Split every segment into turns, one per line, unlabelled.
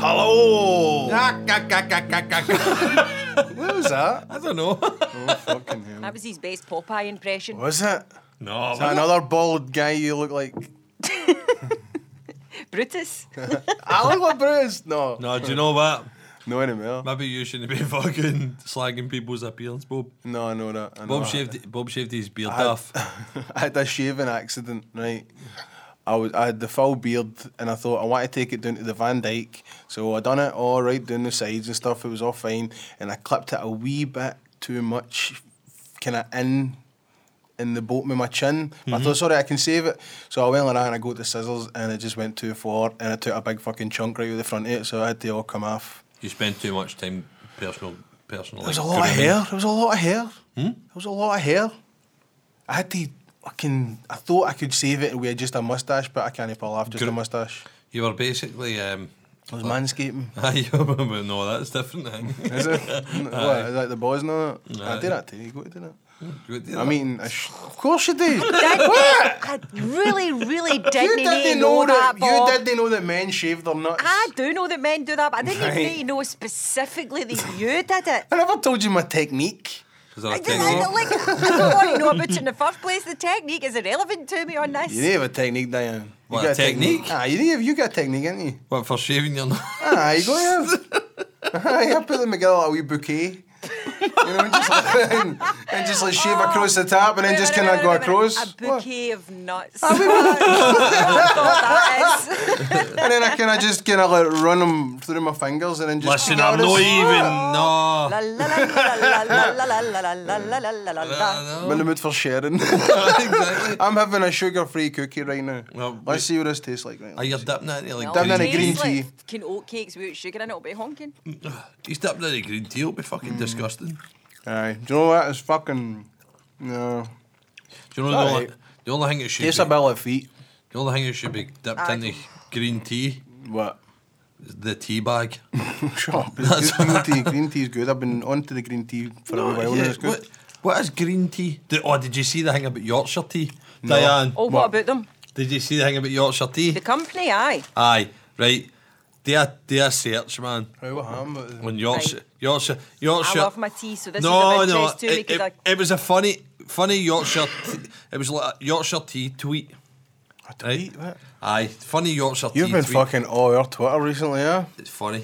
Hello.
What was that?
I don't know.
Oh, fucking hell.
That was his best Popeye impression.
Was it?
No,
Is that another bald guy you look like? Oh.
Brutus.
I look like Bruce? No. No,
no. Do you know what?
no anymore.
Maybe you shouldn't be fucking slagging people's appearance, Bob.
No, I know that. I know
Bob
that.
shaved. Bob shaved his beard
had-
off.
I had a shaving accident, right? I was I had the full beard and I thought I want to take it down to the Van Dyke. So I done it all right down the sides and stuff. It was all fine. And I clipped it a wee bit too much kinda in in the bottom of my chin. But I thought, sorry, I can save it. So I went like that and I go to scissors and it just went too far and I took a big fucking chunk right out the front of it, so I had to all come off.
You spend too much time personal. Personal.
There was a lot of hair. There was a lot of hair. There was a lot of hair. I had to fucking. I thought I could save it with just a mustache, but I can't pull off just
Gr-
a mustache.
You were basically. Um,
I was manscaping.
I well, no, that's different. Thing.
Is it? what, is that the boys know that? I
Aye.
did that to you. You got to do that. I mean, I sh- of course you did. you
I really, really didn't,
didn't
even know, that,
You
Bob. Ah.
didn't know that men shave their nuts.
I do know that men do that, but I didn't
Right.
even need to know specifically that you did it.
I never told you my technique.
is there a
I didn't
technique?
like, I don't want to know about it in the first place. The technique is irrelevant to me on this.
You didn't have a technique, Diane. You
What,
got
a
a technique?
technique?
Ah, you didn't have. You got a technique, didn't you?
What for shaving your nose?
Ah, you go have. Aye, I put them together like a wee bouquet. you know, and just, and, and just like shave across the top and then
Wait a
just
minute,
kind of
wait
go
a minute, wait a
across.
minute. A bouquet of nuts. Oh, God, that is.
What? And then I kind of just kind of like run them through my fingers and then just.
Listen, I'm not even.
La
No.
la la la la la la la la la la la la la.
I'm in the mood for sharing.
exactly.
I'm having a sugar free cookie right now.
Well,
Let's see what this tastes like right now.
Are you dipping it? in Like
Dipping in a
green-
green
Tastes like
tea.
Fucking oatcakes without sugar in it will be honking.
He's dipping in a green tea. It'll be fucking
Mm.
disgusting.
Aye. Do you know what? It's fucking. No.
Do you know the,
Aye.
only, the only thing it should
Tastes
be,
a bit like feet.
the only thing it should be dipped
Aye.
in the green tea
What?
is the tea bag.
Shut up.
That's-
It's good green tea. Green tea's good. I've been onto the green tea for a while now.
yeah,
It's good.
what, what is green tea? Did, oh, did you see the thing about Yorkshire tea, Diane?
Oh,
What?
what about them?
Did you see the thing about Yorkshire tea?
The company, aye.
Aye, right. They are, they are search man
Right, what happened?
on Yorkshire, Yorkshire, Yorkshire.
I love my tea, so this
no,
is of
no,
interest to me
it,
because
it,
I
it was a funny, funny Yorkshire. T- it was like a Yorkshire tea tweet.
I don't
Right?
eat that.
Aye, funny Yorkshire
You've
tea
been
tweet.
fucking all your Twitter recently, yeah?
It's funny.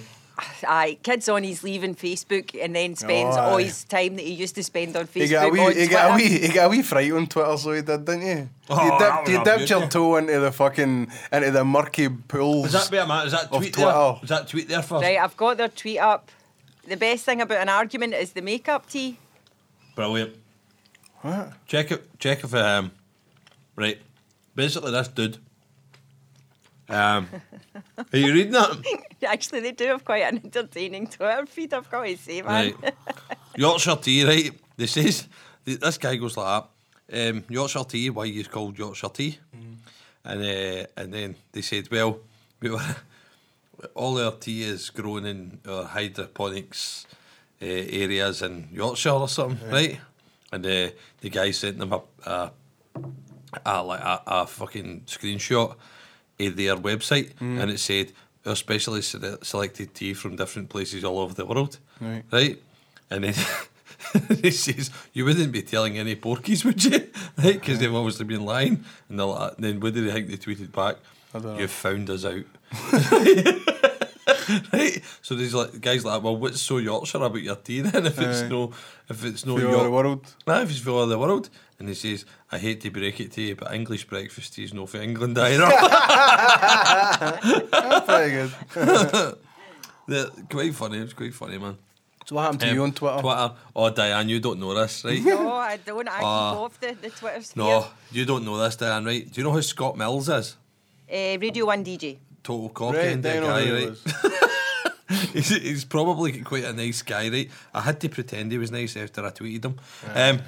Aye, kids on he's leaving Facebook and then spends
Oh, aye.
all his time that he used to spend on Facebook.
He got a
on
wee, he got a
Twitter.
wee, he got a wee fright on Twitter, so he did, didn't you?
Oh,
you
that
dipped,
was
you
a
dipped your
beauty.
toe into the fucking into the murky pools.
Was that bit of ma- was that
Of
tweet there?
Twitter.
Was that tweet there first?
Right, I've got their tweet up. The best thing about an argument is the makeup tea.
Brilliant.
What?
Check it. Check if um, right. Basically, this dude. Um, are you reading that?
Actually, they do have quite an entertaining Twitter feed. I've got to say, man.
Right. Yorkshire tea, right? They says th- this guy goes like that. Um, Yorkshire tea, why he's called Yorkshire tea, and uh, and then they said, well, we were, all our tea is grown in our hydroponics uh, areas in Yorkshire or something, right? And uh, the guy sent them a, a, a like a, a fucking screenshot of their website,
Mm.
and it said our specially sele- selected tea from different places all over the world,
Right.
Right? And then. he says, "You wouldn't be telling any porkies, would you? Right? Because they've obviously been lying." And they're like- then what did they think they tweeted back?
I dunno.
You found us out. Right? So these like guys like, well, what's so Yorkshire about your tea then? If it's
Aye.
no, if it's no
Feel the
York,
world.
nah, if it's for all the world, and he says, I hate to break it to you, but English breakfast tea is no for England either.
Very good.
They're quite funny. It's quite funny, man.
So what happened to
Um,
you on Twitter?
Twitter. Oh, Diane, you don't know this, right?
No, I don't. I keep
Ah.
off the, the Twitter sphere.
No, you don't know this, Diane, right? Do you know who Scott Mills is?
Eh, Radio 1 DJ.
Total cock
Right,
end
then I
guy,
know who it
right? he's, he's probably quite a nice guy, right? I had to pretend he was nice after I tweeted him. Um,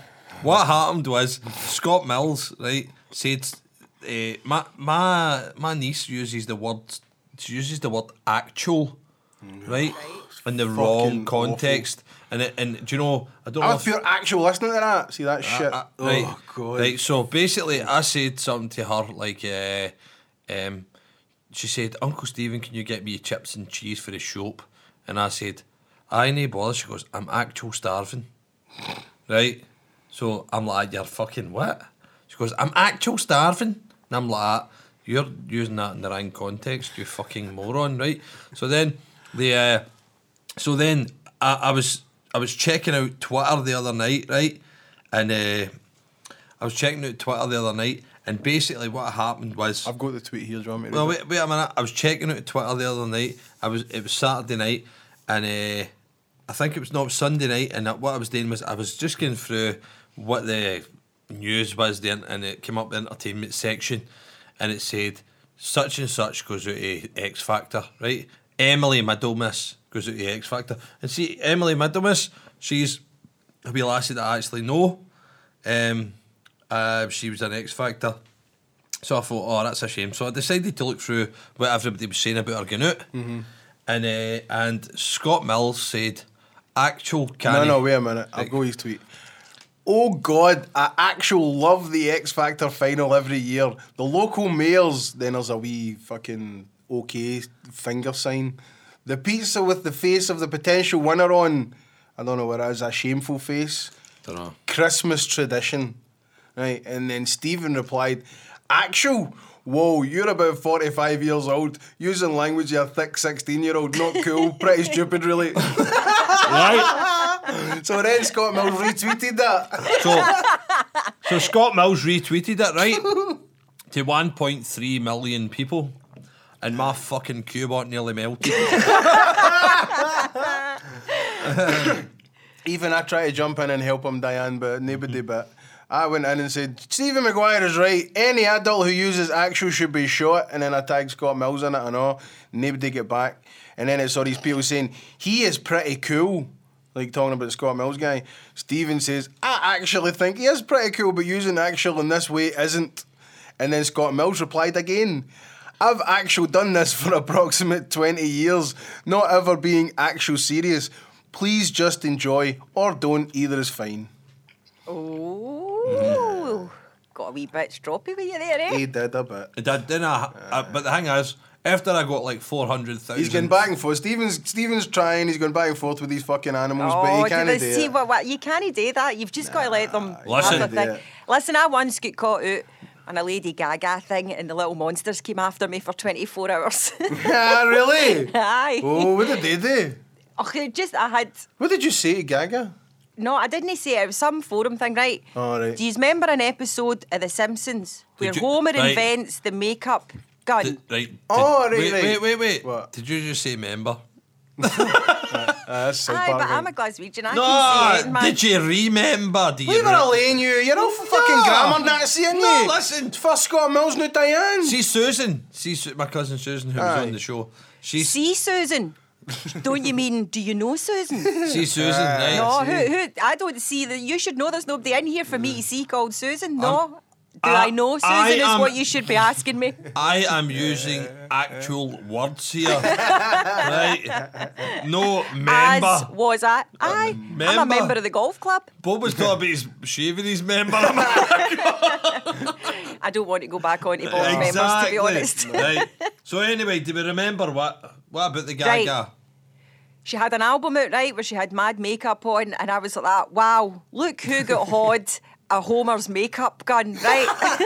what happened was Scott Mills, right, said uh, my my my niece uses the word she uses the word actual, right, in the wrong
Fucking
context. And it, and do you know I don't know.
I'm
if-
pure actual listening to that. See that shit.
I- I-
oh
Ah, right,
god.
Right. So basically, I said something to her like, uh, um, she said, Uncle Stephen, can you get me chips and cheese for the shop? And I said, I no bother. She goes, I'm actual starving. right? So I'm like, you're fucking what? She goes, I'm actual starving. And I'm like, you're using that in the wrong context, you fucking moron, right? So then the uh, so then I, I was I was checking out Twitter the other night, right? And uh, I was checking out Twitter the other night, and basically what happened was
I've got the tweet here. Do you want me to
well,
read
wait, wait a minute. I was checking out Twitter the other night. I was it was Saturday night, and uh, I think it was not Sunday night. And that what I was doing was I was just going through what the news was then, and it came up the entertainment section, and it said such and such goes out to X Factor, right? Emily Middlemiss goes out to X Factor, and see Emily Middlemiss, she's a wee lassie that I actually know. Um, uh, she was an X Factor. So I thought, oh, that's a shame. So I decided to look through what everybody was saying about her going out.
Mm-hmm.
And, uh, and Scott Mills said, actual
No,
canny.
no, wait a minute. I'll go his tweet. Oh God, I actually love the X Factor final every year. The local mayors, then there's a wee fucking okay finger sign. The pizza with the face of the potential winner on, I don't know what it is, a shameful face.
Dunno.
Christmas tradition. Right, and then Stephen replied, Actual, whoa, you're about 45 years old, using language of a thick 16 year old, not cool, pretty stupid, really.
Right?
So then Scott Mills retweeted that.
So, so Scott Mills retweeted it, right? to 1.3 million people. And my fucking cube art nearly melted.
Even I tried to jump in and help him, Diane, but nobody but I went in and said, Stephen Maguire is right. Any adult who uses actual should be shot. And then I tagged Scott Mills in it and all. Nobody get back. And then it's all these people saying, he is pretty cool. Like talking about the Scott Mills guy. Stephen says, I actually think he is pretty cool, but using actual in this way isn't. And then Scott Mills replied again. I've actually done this for approximate 20 years, not ever being actual serious. Please just enjoy or don't, either is fine.
Mm.
Oh, got a wee bit stroppy with you there, eh?
He did a bit.
I did, didn't I? I- But the thing is, after I got like 400,000.
He's going back and forth. Stephen's, Stephen's trying, he's going back and forth with these fucking animals, but
Oh,
he can't
do
do
they see
it.
what, what you can't do that. You've just got to let them
Listen.
have their
Yeah.
thing. Listen, I once got caught out on a Lady Gaga thing, and the little monsters came after me for 24 hours.
ah, really?
Aye.
Oh, what did they do?
Och, it just I had
What did you say to Gaga?
no, I didn't say it. It was some forum thing, right?
Oh, right.
Do you remember an episode of The Simpsons where
you-
Homer
right.
invents the makeup gun?
Did, right, did,
Oh, right,
wait,
right.
wait, wait, wait.
What?
Did you just say member?
Ah, that's South
Aye,
Park,
but
right?
I'm a Glaswegian. I can see it,
No,
man.
did you remember? Do you
Leave her
re-
alone, you. You're all fucking
No.
grammar Nazi, ain't
No,
you?
listen.
First Scott Mills, now Diane.
See Susan, see Su- my cousin Susan who was
Aye.
on the show. She see,
See, Susan. Don't you mean? Do you know Susan?
Susan, right?
no, who, who? I don't see that. You should know. There's nobody in here for me to see called Susan. No. do
Um, I-
I know Susan?
I
is
am-
what you should be asking me.
I am using actual words here, right? No
As
member.
was I. I. I'm a
member.
member of the golf club.
Bob was talking about his shaving his member.
I don't want to go back on to board members, to
exactly.
be honest.
Right. So anyway, do we remember what? What about the Gaga?
Right. She had an album out, right, where she had mad makeup on, and I was like, that, wow, look who got hod a Homer's makeup gun, right?
Pretty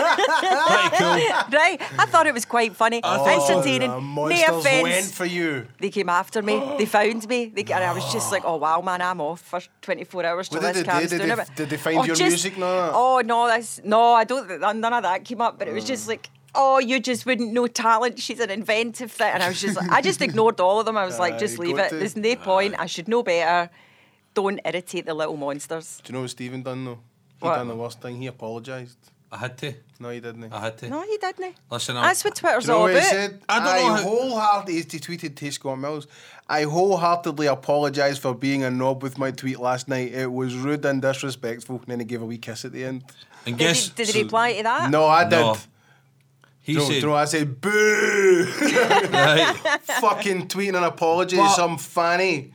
cool.
right? I thought it was quite funny. Entertaining.
the
no
monsters
offence.
went for you.
They came after me. They found me. They, and I was just like, "Oh wow, man, I'm off for 24 hours till
What did
this
they do?
comes
Did
down."
they-
a bit."
did they find
oh,
your
just-
music and all that? Mm.
Oh no, that's no. I don't. None of that came up. But it was just like, "Oh, you just wouldn't know talent. She's an inventive thing." And I was just, like, I just ignored all of them. I was like,
Aye,
"Just
you
leave
got
it.
to.
There's no point. I should know better. Don't irritate the little monsters."
Do you know what Stephen done though? He
What?
done the worst thing. He apologised.
I had to.
No, he didn't.
I had to.
No, you didn't.
Listen, I'm-
that's what Twitter's
Do you know
all
what he
about.
said?
I
Ah. I
don't know how-
wholeheartedly he tweeted to Scott Mills. I wholeheartedly apologise for being a knob with my tweet last night. It was rude and disrespectful. And then he gave a wee kiss at the end.
And
Did,
guess
he, did he reply to that?
No, I did.
No.
No.
He
Do you know- do
said,
you know what I said? Boo!
right.
Fucking tweeting an apology
But-
to some fanny.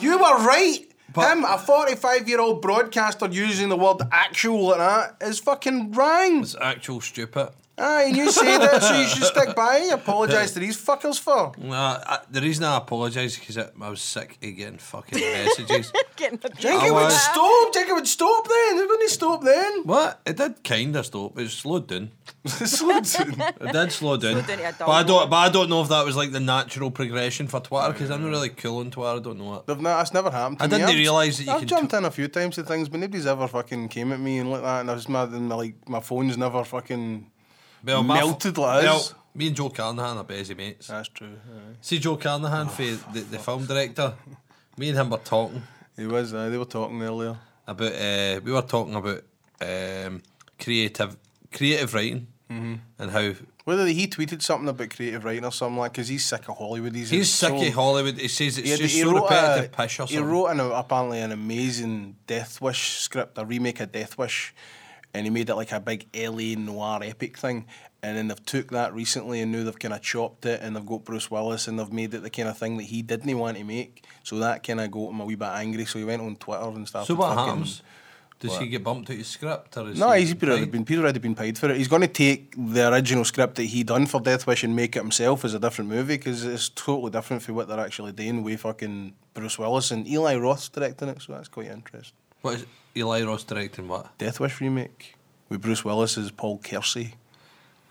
You were right.
But-
Him, a 45 year old broadcaster using the word actual like that is fucking wrong.
It's actual stupid.
Aye, and you said it, so you should stick by it. Apologise to these fuckers for.
Nah, I, the reason I apologise is because I, I was sick of getting fucking messages.
Getting the
Jinky would
was-
stop. Jinky would stop then. It wouldn't stop then.
what? It did kind of stop. It slowed down.
Slow down.
It did slow
Slowed down
down.
to a
but I
downward.
don't. But I don't know if that was like the natural progression for Twitter because I'm not really cool on Twitter. I don't know it.
They've not, that's never happened to
I
me.
didn't
I've-
realise that you
I've
could
jumped in a few times to things, but nobody's ever fucking came at me and like that. And I was mad, and my, like my phone's never fucking.
Well, my f-
Melted like
well,
us.
Me and Joe Carnahan are busy mates.
That's true.
See Joe Carnahan, fa- the, the film director. Me and him were talking
It was. Uh, they were talking earlier.
about. Uh, we were talking about um, creative creative writing and how
Whether he tweeted something about creative writing or something like, because he's sick of Hollywood. He's,
he's sick
so-
of Hollywood. He says it's
He, had-
just
he
so
wrote
repetitive.
a,
pish or
he
something.
wrote an, apparently an amazing Death Wish script, a remake of Death Wish, and he made it like a big LA noir epic thing. And then they've took that recently and now they've kind of chopped it and they've got Bruce Willis and they've made it the kind of thing that he didn't want to make. So that kind of got him a wee bit angry. So he went on Twitter and started.
so what
fucking-
happens? Does he get bumped out of script or is
No,
he
he's been already
right?
been, he's already been paid for it. He's going to take the original script that he done for Death Wish and make it himself as a different movie because it's totally different from what they're actually doing with fucking Bruce Willis and Eli Roth's directing it, so that's quite interesting.
What is Eli Ross directing? What?
Death Wish remake with Bruce Willis as Paul Kersey.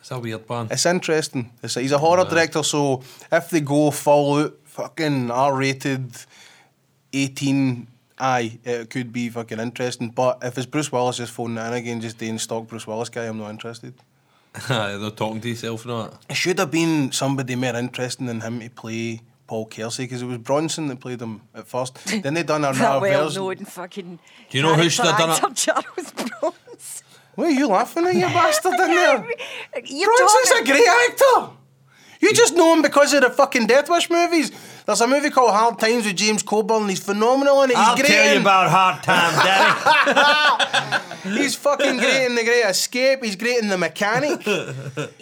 It's a weird one.
It's interesting. It's, he's a horror director, so if they go full out fucking R-rated, 18, aye, it could be fucking interesting. But if it's Bruce Willis just phoning it in again, just doing stock Bruce Willis guy, I'm not interested.
They're talking to yourself and all that.
It should have been somebody more interesting than him to play Paul Kersey because it was Bronson that played him at first. then they done another
that well
version.
known fucking.
Do you know who should have done
character actor, Charles Bronson.
What are you laughing at, you bastard in there?
You're
Bronson's a
talking-
great actor. You just know him because of the fucking Death Wish movies. There's a movie called Hard Times with James Coburn. and He's phenomenal in it. He's
I'll
great.
tell you
in-
about hard time, Daddy.
He's fucking great in The Great Escape. He's great in The Mechanic.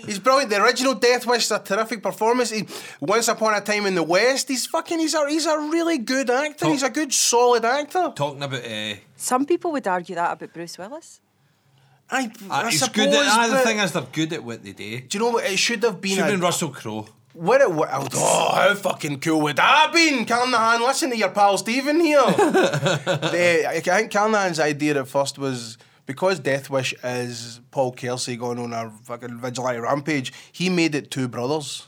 He's brilliant. The original Death Wish is a terrific performance. He, Once Upon a Time in the West. He's fucking. He's a. He's a really good actor. He's a good, solid actor.
talking about uh,
Some people would argue that about Bruce Willis.
I,
Uh,
I
it's
suppose.
good. At, ah, the
but-
thing is, they're good at what they do.
do you know what? It should have been.
Should have
a-
been Russell Crowe.
What it what, oh, how fucking cool would that have been? Callahan, listen to your pal Stephen here. The- I think Callahan's idea at first was because Death Wish is Paul Kelsey going on a fucking vigilante rampage, he made it two brothers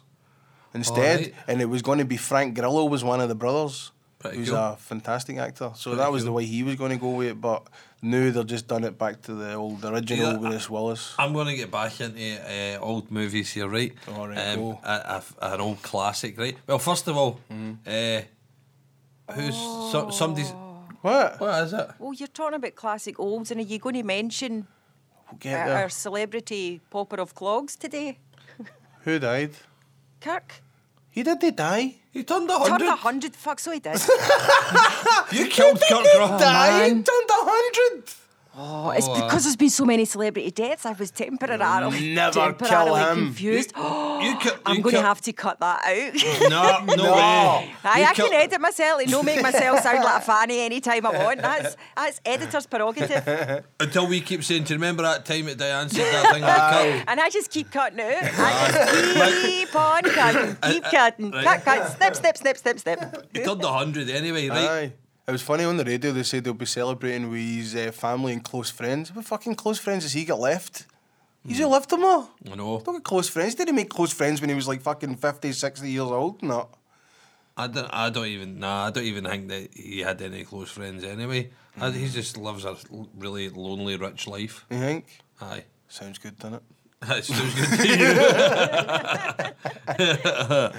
instead,
Alright.
and it was going to be Frank Grillo was one of the brothers.
Pretty
who's
cool.
a fantastic actor. So that was the way he was going to go with it, but now they've just done it back to the old original
Yeah, I-
Bruce Willis.
I'm going to get back into uh, old movies here, right?
All right,
um,
go. Hmm.
a- a- an old classic, right? Well, first of all, uh, who's so, somebody's?
What?
What is it?
Well, Oh, you're talking about classic olds, and are you going to mention uh,
Get
our
there.
celebrity popper of clogs today?
Who died?
Kirk
He did. They die.
He turned a
turned a
hundred.
hundred. Fuck, so he did.
You killed Kirk Russell.
Dying turned a hundred.
Oh, it's because there's been so many celebrity deaths. I was temporarily,
Never kill
temporarily
him.
confused.
You ki-
I'm
you
going to
ki-
have to cut that out.
No, no, way.
Aye,
You
I
killed-
can edit myself and no make myself sound like a fanny anytime I want. That's that's editor's prerogative.
Until we keep saying, do you remember that time that Diane said that thing? I
And I just keep cutting it out. I just keep on cutting, keep cutting,
right.
cut, cut, snip, snip, snip, snip, snip.
He turned a hundred anyway, right?
Aye. It was funny on the radio. They said they'll be celebrating with his uh, family and close friends. What fucking close friends has he got left? He's just left them all.
I know.
Look at close friends. Did he make close friends when he was like fucking 50, 60 years old? No.
I don't. I don't even. Nah. I don't even think that he had any close friends anyway. I, he just lives a l- really lonely, rich life.
You think?
Aye.
Sounds good, doesn't it?
That sounds good to you.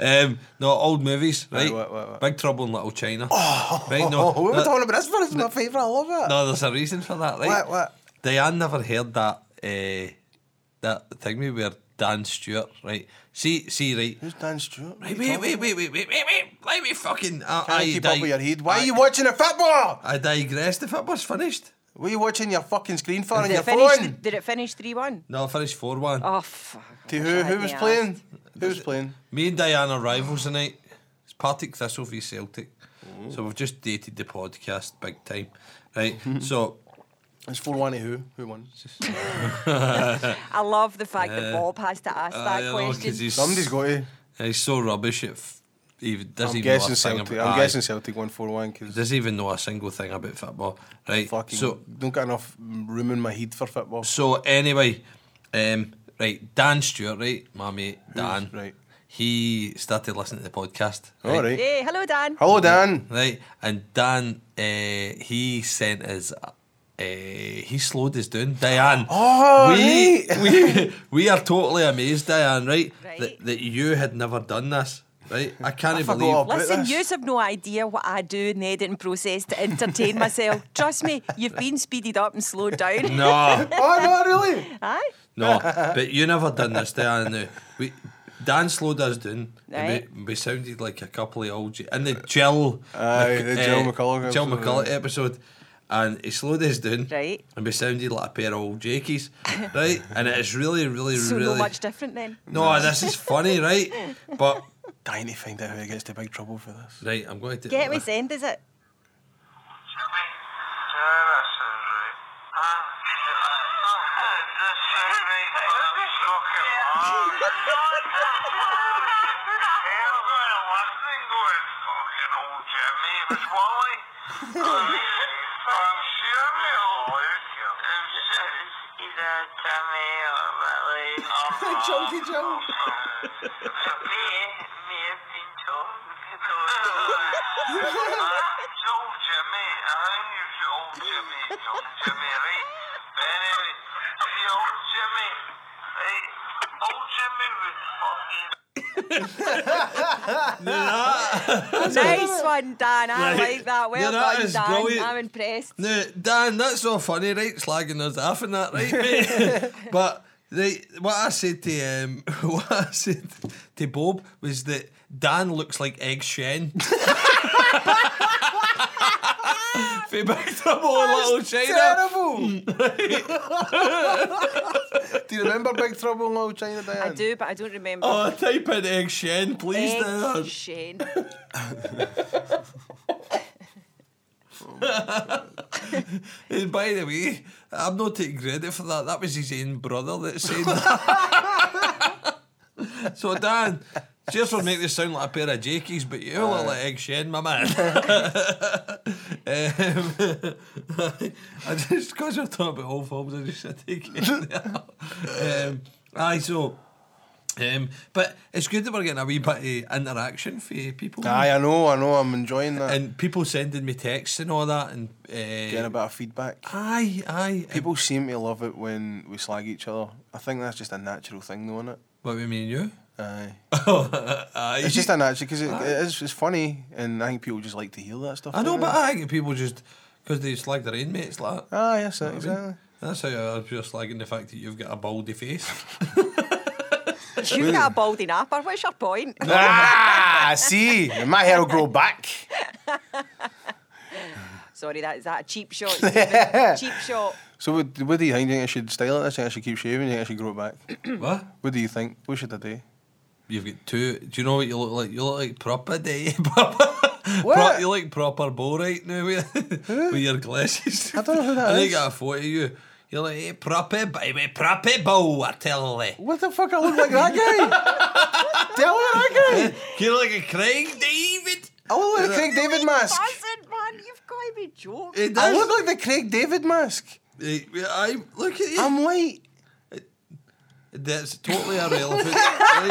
um, no, old movies, right?
Right, what, what, what?
Big Trouble in Little China. right, no,
oh, we were
that-
talking about this one. It's my favourite. I love it.
no, there's a reason for that, right?
What, what?
Diane never heard that uh, that thing we were Dan Stewart, right? See, see, right?
Who's Dan Stewart?
Wait, wait, wait, wait, wait, wait, wait, wait. Let me fucking. I,
Can't
I
keep
dig-
up with your head. Why
I-
are you watching the football?
I digressed if it was finished.
What are you watching your fucking screen for on
Did
your
it finish?
phone?
Did it finish three one?
No, I finished 4 1.
Oh, fuck. I
To
wish I
who? Who
hadn't
was
asked.
playing? Who was playing?
Me and Diane are rivals tonight. It's Partick Thistle v Celtic. So we've just dated the podcast big time. Right. so
It's 4 1 to who? Who won?
I love the fact that
Uh,
Bob has to ask
I
that
know, 'cause
question.
he's-
Somebody's got to.
He's so rubbish. It f- he doesn't
I'm
even know a
guessing,
thing
Celtic,
about.
I'm
aye,
guessing Celtic won 4 1 because
Doesn't even know a single thing about football, right?
fucking
so
don't get enough room in my head for football.
so anyway, um, right? Dan Stewart, right? My mate Dan,
right.
He started listening to the podcast.
All right.
Hey, hello, Dan.
Hello, Dan.
Right, and Dan, uh, he sent us. Uh, he slowed us down, Diane.
Oh,
we,
right.
we we are totally amazed, Diane. Right,
Right.
That, that you had never done this. Right, I can't
I forgot
believe.
all-
Listen,
But
you
that's-
have no idea what I do in the editing process to entertain myself. Trust me, you've been speeded up and slowed down.
No,
Oh, no, really?
Aye?
no, but you never done this, Diane. No, we. Dan slowed us down.
Right.
And we, we sounded like a couple of old. ge- In the Jill.
Aye,
Mc- uh,
the Jill McCulloch
Jill
episode,
McCulloch
yeah.
episode. And he slowed us down.
Right.
And we sounded like a pair of old Jakies. Right? and it's really, really,
So
really.
no much different then.
No, this is funny, right? But
Dying to find out how he gets to big trouble for this.
right, I'm going to
Get me send, is it?
Chunky Joe.
Ah,
Nice one, Dan. I
Right.
like that. Well
No, that
done,
is
Dan.
brilliant.
I'm impressed.
Now, Dan, that's all funny, right? Slagging us off and that, right, mate? but right, what I said to um, what I said to Bob was that Dan looks like Egg Shen. Fee back trouble in Little China.
Terrible. Do you remember Big Trouble in Little China, Diane?
I do, but I don't remember.
Oh, type in Egg Shen, please,
Egg
Dan.
Shane.
And by the way, I'm not taking credit for that. That was his own brother that said that. so, Dan, cheers for making this sound like a pair of Jakies, but you look like Egg Shen, my man. um, I just, because we're talking about old films, I just said take it now. Um, aye, so. Um, but it's good that we're getting a wee bit of interaction for people.
Aye, I know, I know, I'm enjoying that.
And people sending me texts and all that. and uh,
Getting a bit of feedback.
Aye, aye.
People seem to love it when we slag each other. I think that's just a natural thing, though, isn't it?
What we mean you?
Aye.
aye.
It's Oh, uh, just a natural, because it, Ah. it is, it's funny, and I think people just like to hear that stuff.
I know,
don't
but
they?
I think people just because they slag their inmates like.
Aye, that's it,
I mean,
Ah, exactly.
that's how I was just slagging the fact that you've got a baldy face.
You've got a baldy napper. What's your point?
Ah, I see. My hair will grow back.
Sorry, that is that a cheap shot? Stephen? cheap shot.
So, what, what do you think? Do you think I should style it? Do you think I should keep shaving? Do you think I should grow it back?
what?
What do you think? What should I do?
You've got two. Do you know what you look like? You look like proper day. proper.
What?
you look proper bow right now with, with your glasses.
I don't know who that
I think
is.
I got a photo of you. You're like, hey, proper baby, proper bow, I tell you.
What the fuck? I look like that guy. Tell me that guy.
You're like a Craig David.
I look like the Craig David mask.
Buzzing, man. You've got to be joking.
It
I
does.
look like the Craig David mask.
Eh, I, look at you.
I'm white.
That's totally irrelevant. Right?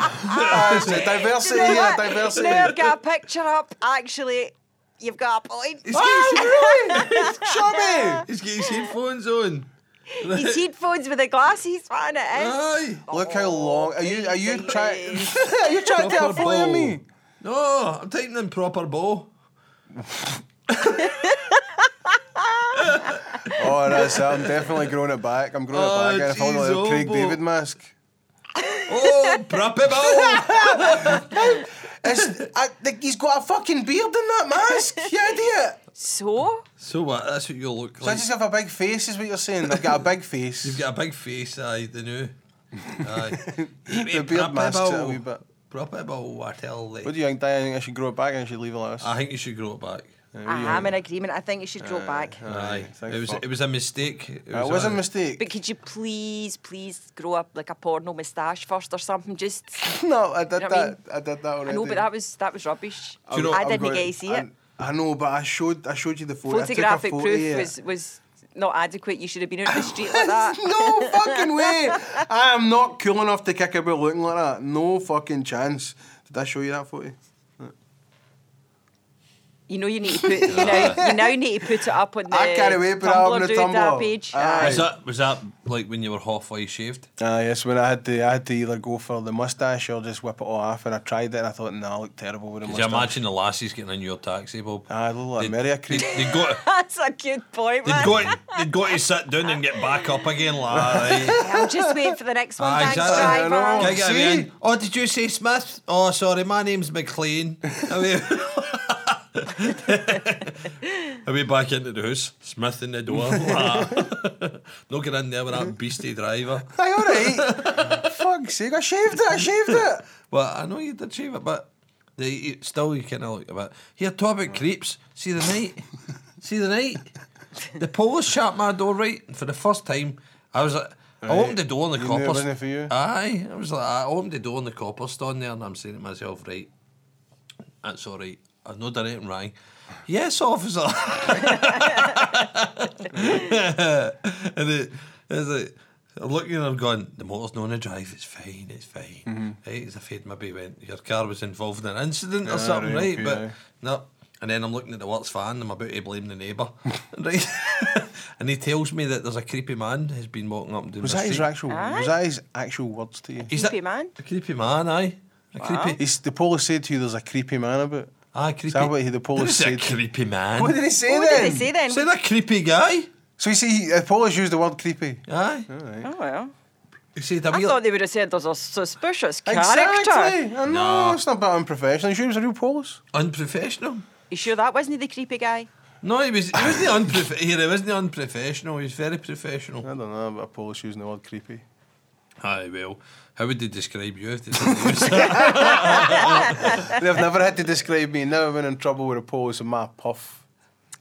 Ah, it's a diversity
You know
here,
what?
diversity.
Now I've got a picture up. Actually, you've got a point.
He's
Ah,
got
really? Show
his, he's got his headphones on.
His headphones with the glasses. Man, it is.
Aye.
me. Look how long. Are you? Are you
Jesus.
trying? Are you trying to
Proper
get a photo of
bow.
me?
No, I'm typing in proper bow.
Oh, that's it. I'm definitely growing it back. I'm growing
Oh,
it back. And I
jeez,
look like the Craig
Obo.
David mask.
Oh, proper bow.
It's, I, like, he's got a fucking beard in that mask. You idiot.
So,
So what? That's what you look
So I
like.
just have a big face, is what you're saying. I've got a big face.
You've got a big face. Aye, the new. Aye.
the beard masks it a wee bit.
Proper bow, I tell
What
you.
do you think, Diane? I think I should grow it back and I should leave it like this.
I think you should grow it back.
I am in agreement. I think you should
Uh,
go back.
Aye,
thank
it was
fuck.
it was a mistake. It
It was a
a-
mistake.
But could you please, please grow up like a porno moustache first or something? Just
no, I did
You know what I
that. I did that already.
I know, but that was that was rubbish.
Do you know-
I
I'm
didn't
going-
get to see it.
I, I know, but I showed I showed you the photo. I took a
Photographic
photo
proof
of it.
was was not adequate. You should have been out in the street like that.
no fucking way. I am not cool enough to kick about looking like that. No fucking chance. Did I show you that photo?
You know you need to put you now you now need to put it up on the
I can't wait to put it up on
Tumblr
the
doodad
Tumblr.
page.
Aye.
Was that was that like when you were halfway shaved?
Ah, yes. When I had to, I had to either go for the mustache or just whip it all off, and I tried it, and I thought, nah, I look terrible with a
Could
mustache.
you imagine the lassies getting in your taxi, Bob?
Ah, I look like a
They'd-
Maria
They
creep.
they got
That's a good point,
they
man.
got they got to sit down and get back up again, like. Right.
I'll just wait for the next one.
Aye,
Thanks,
exactly.
I know.
driver.
Can I get a
See?
man? Oh, did you say Smith? Oh, sorry, my name's McLean. Are we, Are we back into the house? Smith in the door. no get in there with that beastie driver.
Aye, all right. Fuck's sake, I shaved it. I shaved it.
Well, I know you did shave it, but the, you, still you kind of look a bit. Here, talk about creeps. See the night. See the night. The police shut my door right, and for the first time, I was. Like, I
Right.
opened the door and the
You knew it
coppers.
wasn't for you?
Aye, I was like, I opened the door and the coppers stood there, and I'm saying to myself, right, that's all right. I've no done anything wrong. Yes, officer. and it, it's like, I'm looking and I'm going, the motor's not on the drive, it's fine, it's fine.
Mm-hmm.
Right, as if he'd maybe went, your car was involved in an incident or
Ah,
something,
right,
right?
okay,
but
aye.
no. And then I'm looking at the works fan, and I'm about to blame the neighbour. right? and he tells me that there's a creepy man who's been walking up and down
Was
the
that
street.
his actual?
Aye.
Was that his actual words to you?
He's
Creepy man?
A creepy man, aye. A creepy,
He's, the police said to you, "There's a creepy man about."
aye, creepy.
that what he- the police
There's a
said?
creepy man.
What did he say
What
then?
did Oh, they say then?
Say that creepy guy.
So you see, the police used the word creepy.
Aye.
Oh well.
He said, a
I
wee-
thought they would have said there's a suspicious character.
Exactly. I know
No.
it's not about unprofessional. You sure he was a real police?
unprofessional.
You sure that wasn't the creepy guy?
No, he was he wasn't unprof- here, he wasn't unprofessional, he was very professional.
I don't know about a police using the word creepy.
Aye, well, how would they describe you if they said he was
They've never had to describe me. Never been in trouble with a police in my puff.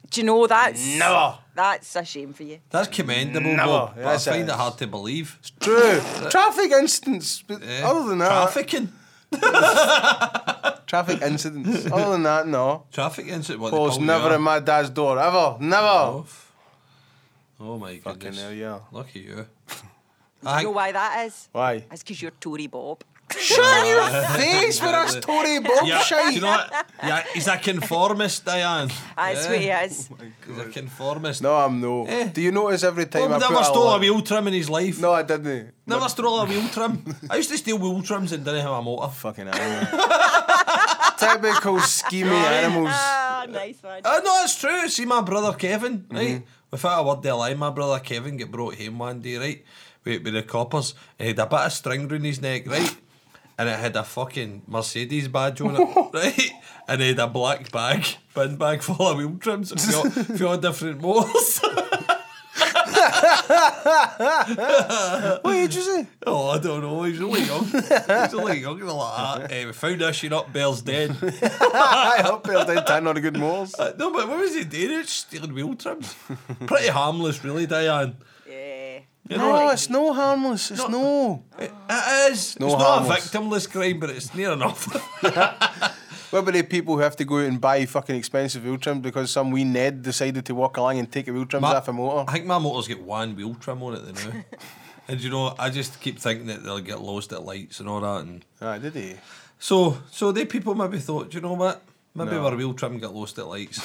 Do you know that's
Never.
that's a shame for you.
That's commendable,
No,
Bob, but I
yes, it
find it
is.
hard to believe.
True. Traffic incidents. But
Eh,
other than that,
Trafficking.
traffic incidents. other than that, no.
Traffic incident, what
Police
they call
never
you
at my dad's door. Ever. Never.
Oh, f- oh my
Fucking
goodness.
hell, yeah.
Lucky you.
You know
I,
why that is?
Why?
That's because you're Tory Bob.
Shut your face with that story, Bob.
yeah, do
Shite.
you know what? Yeah, he's a conformist, Diane.
That's what he
Oh
is.
He's a conformist.
No, I'm no.
Eh.
Do you notice every time
Bob
I
never
put
stole
lot-
a wheel trim in his life.
No, I didn't.
Never stole a wheel trim. I used to steal wheel trims and didn't have a motor.
Fucking animal. Typical scheming animals.
Ah, nice one.
Uh, no, it's true. See, my brother Kevin,
Mm-hmm.
right? Without a word of a lie, my brother Kevin get brought home one day, right? With, with the coppers. And he had a bit of string round his neck, right? And it had a fucking Mercedes badge on it, right? And he had a black bag, bin bag full of wheel trims and four, four different motors.
What age was he?
oh, I don't know. He's only young. He's only young. Like that. Eh, we found this shit up, Bell's dead.
I hope he'll do ten on a good morals.
Uh, no, but what was he doing? He was stealing wheel trims. Pretty harmless, really, Diane.
Yeah.
You know,
No, it's no harmless. It's
No.
no.
It it is.
No
it's not a
harmless.
victimless crime, but it's near enough.
What about the people who have to go out and buy fucking expensive wheel trims because some wee Ned decided to walk along and take a wheel trims
My-
off a motor?
I think my motor's got one wheel trim on it now. and you know, I just keep thinking that they'll get lost at lights and all that. And
Ah, did he?
so, so they people maybe thought, "Do you know what? Maybe
No.
our wheel trim got lost at lights.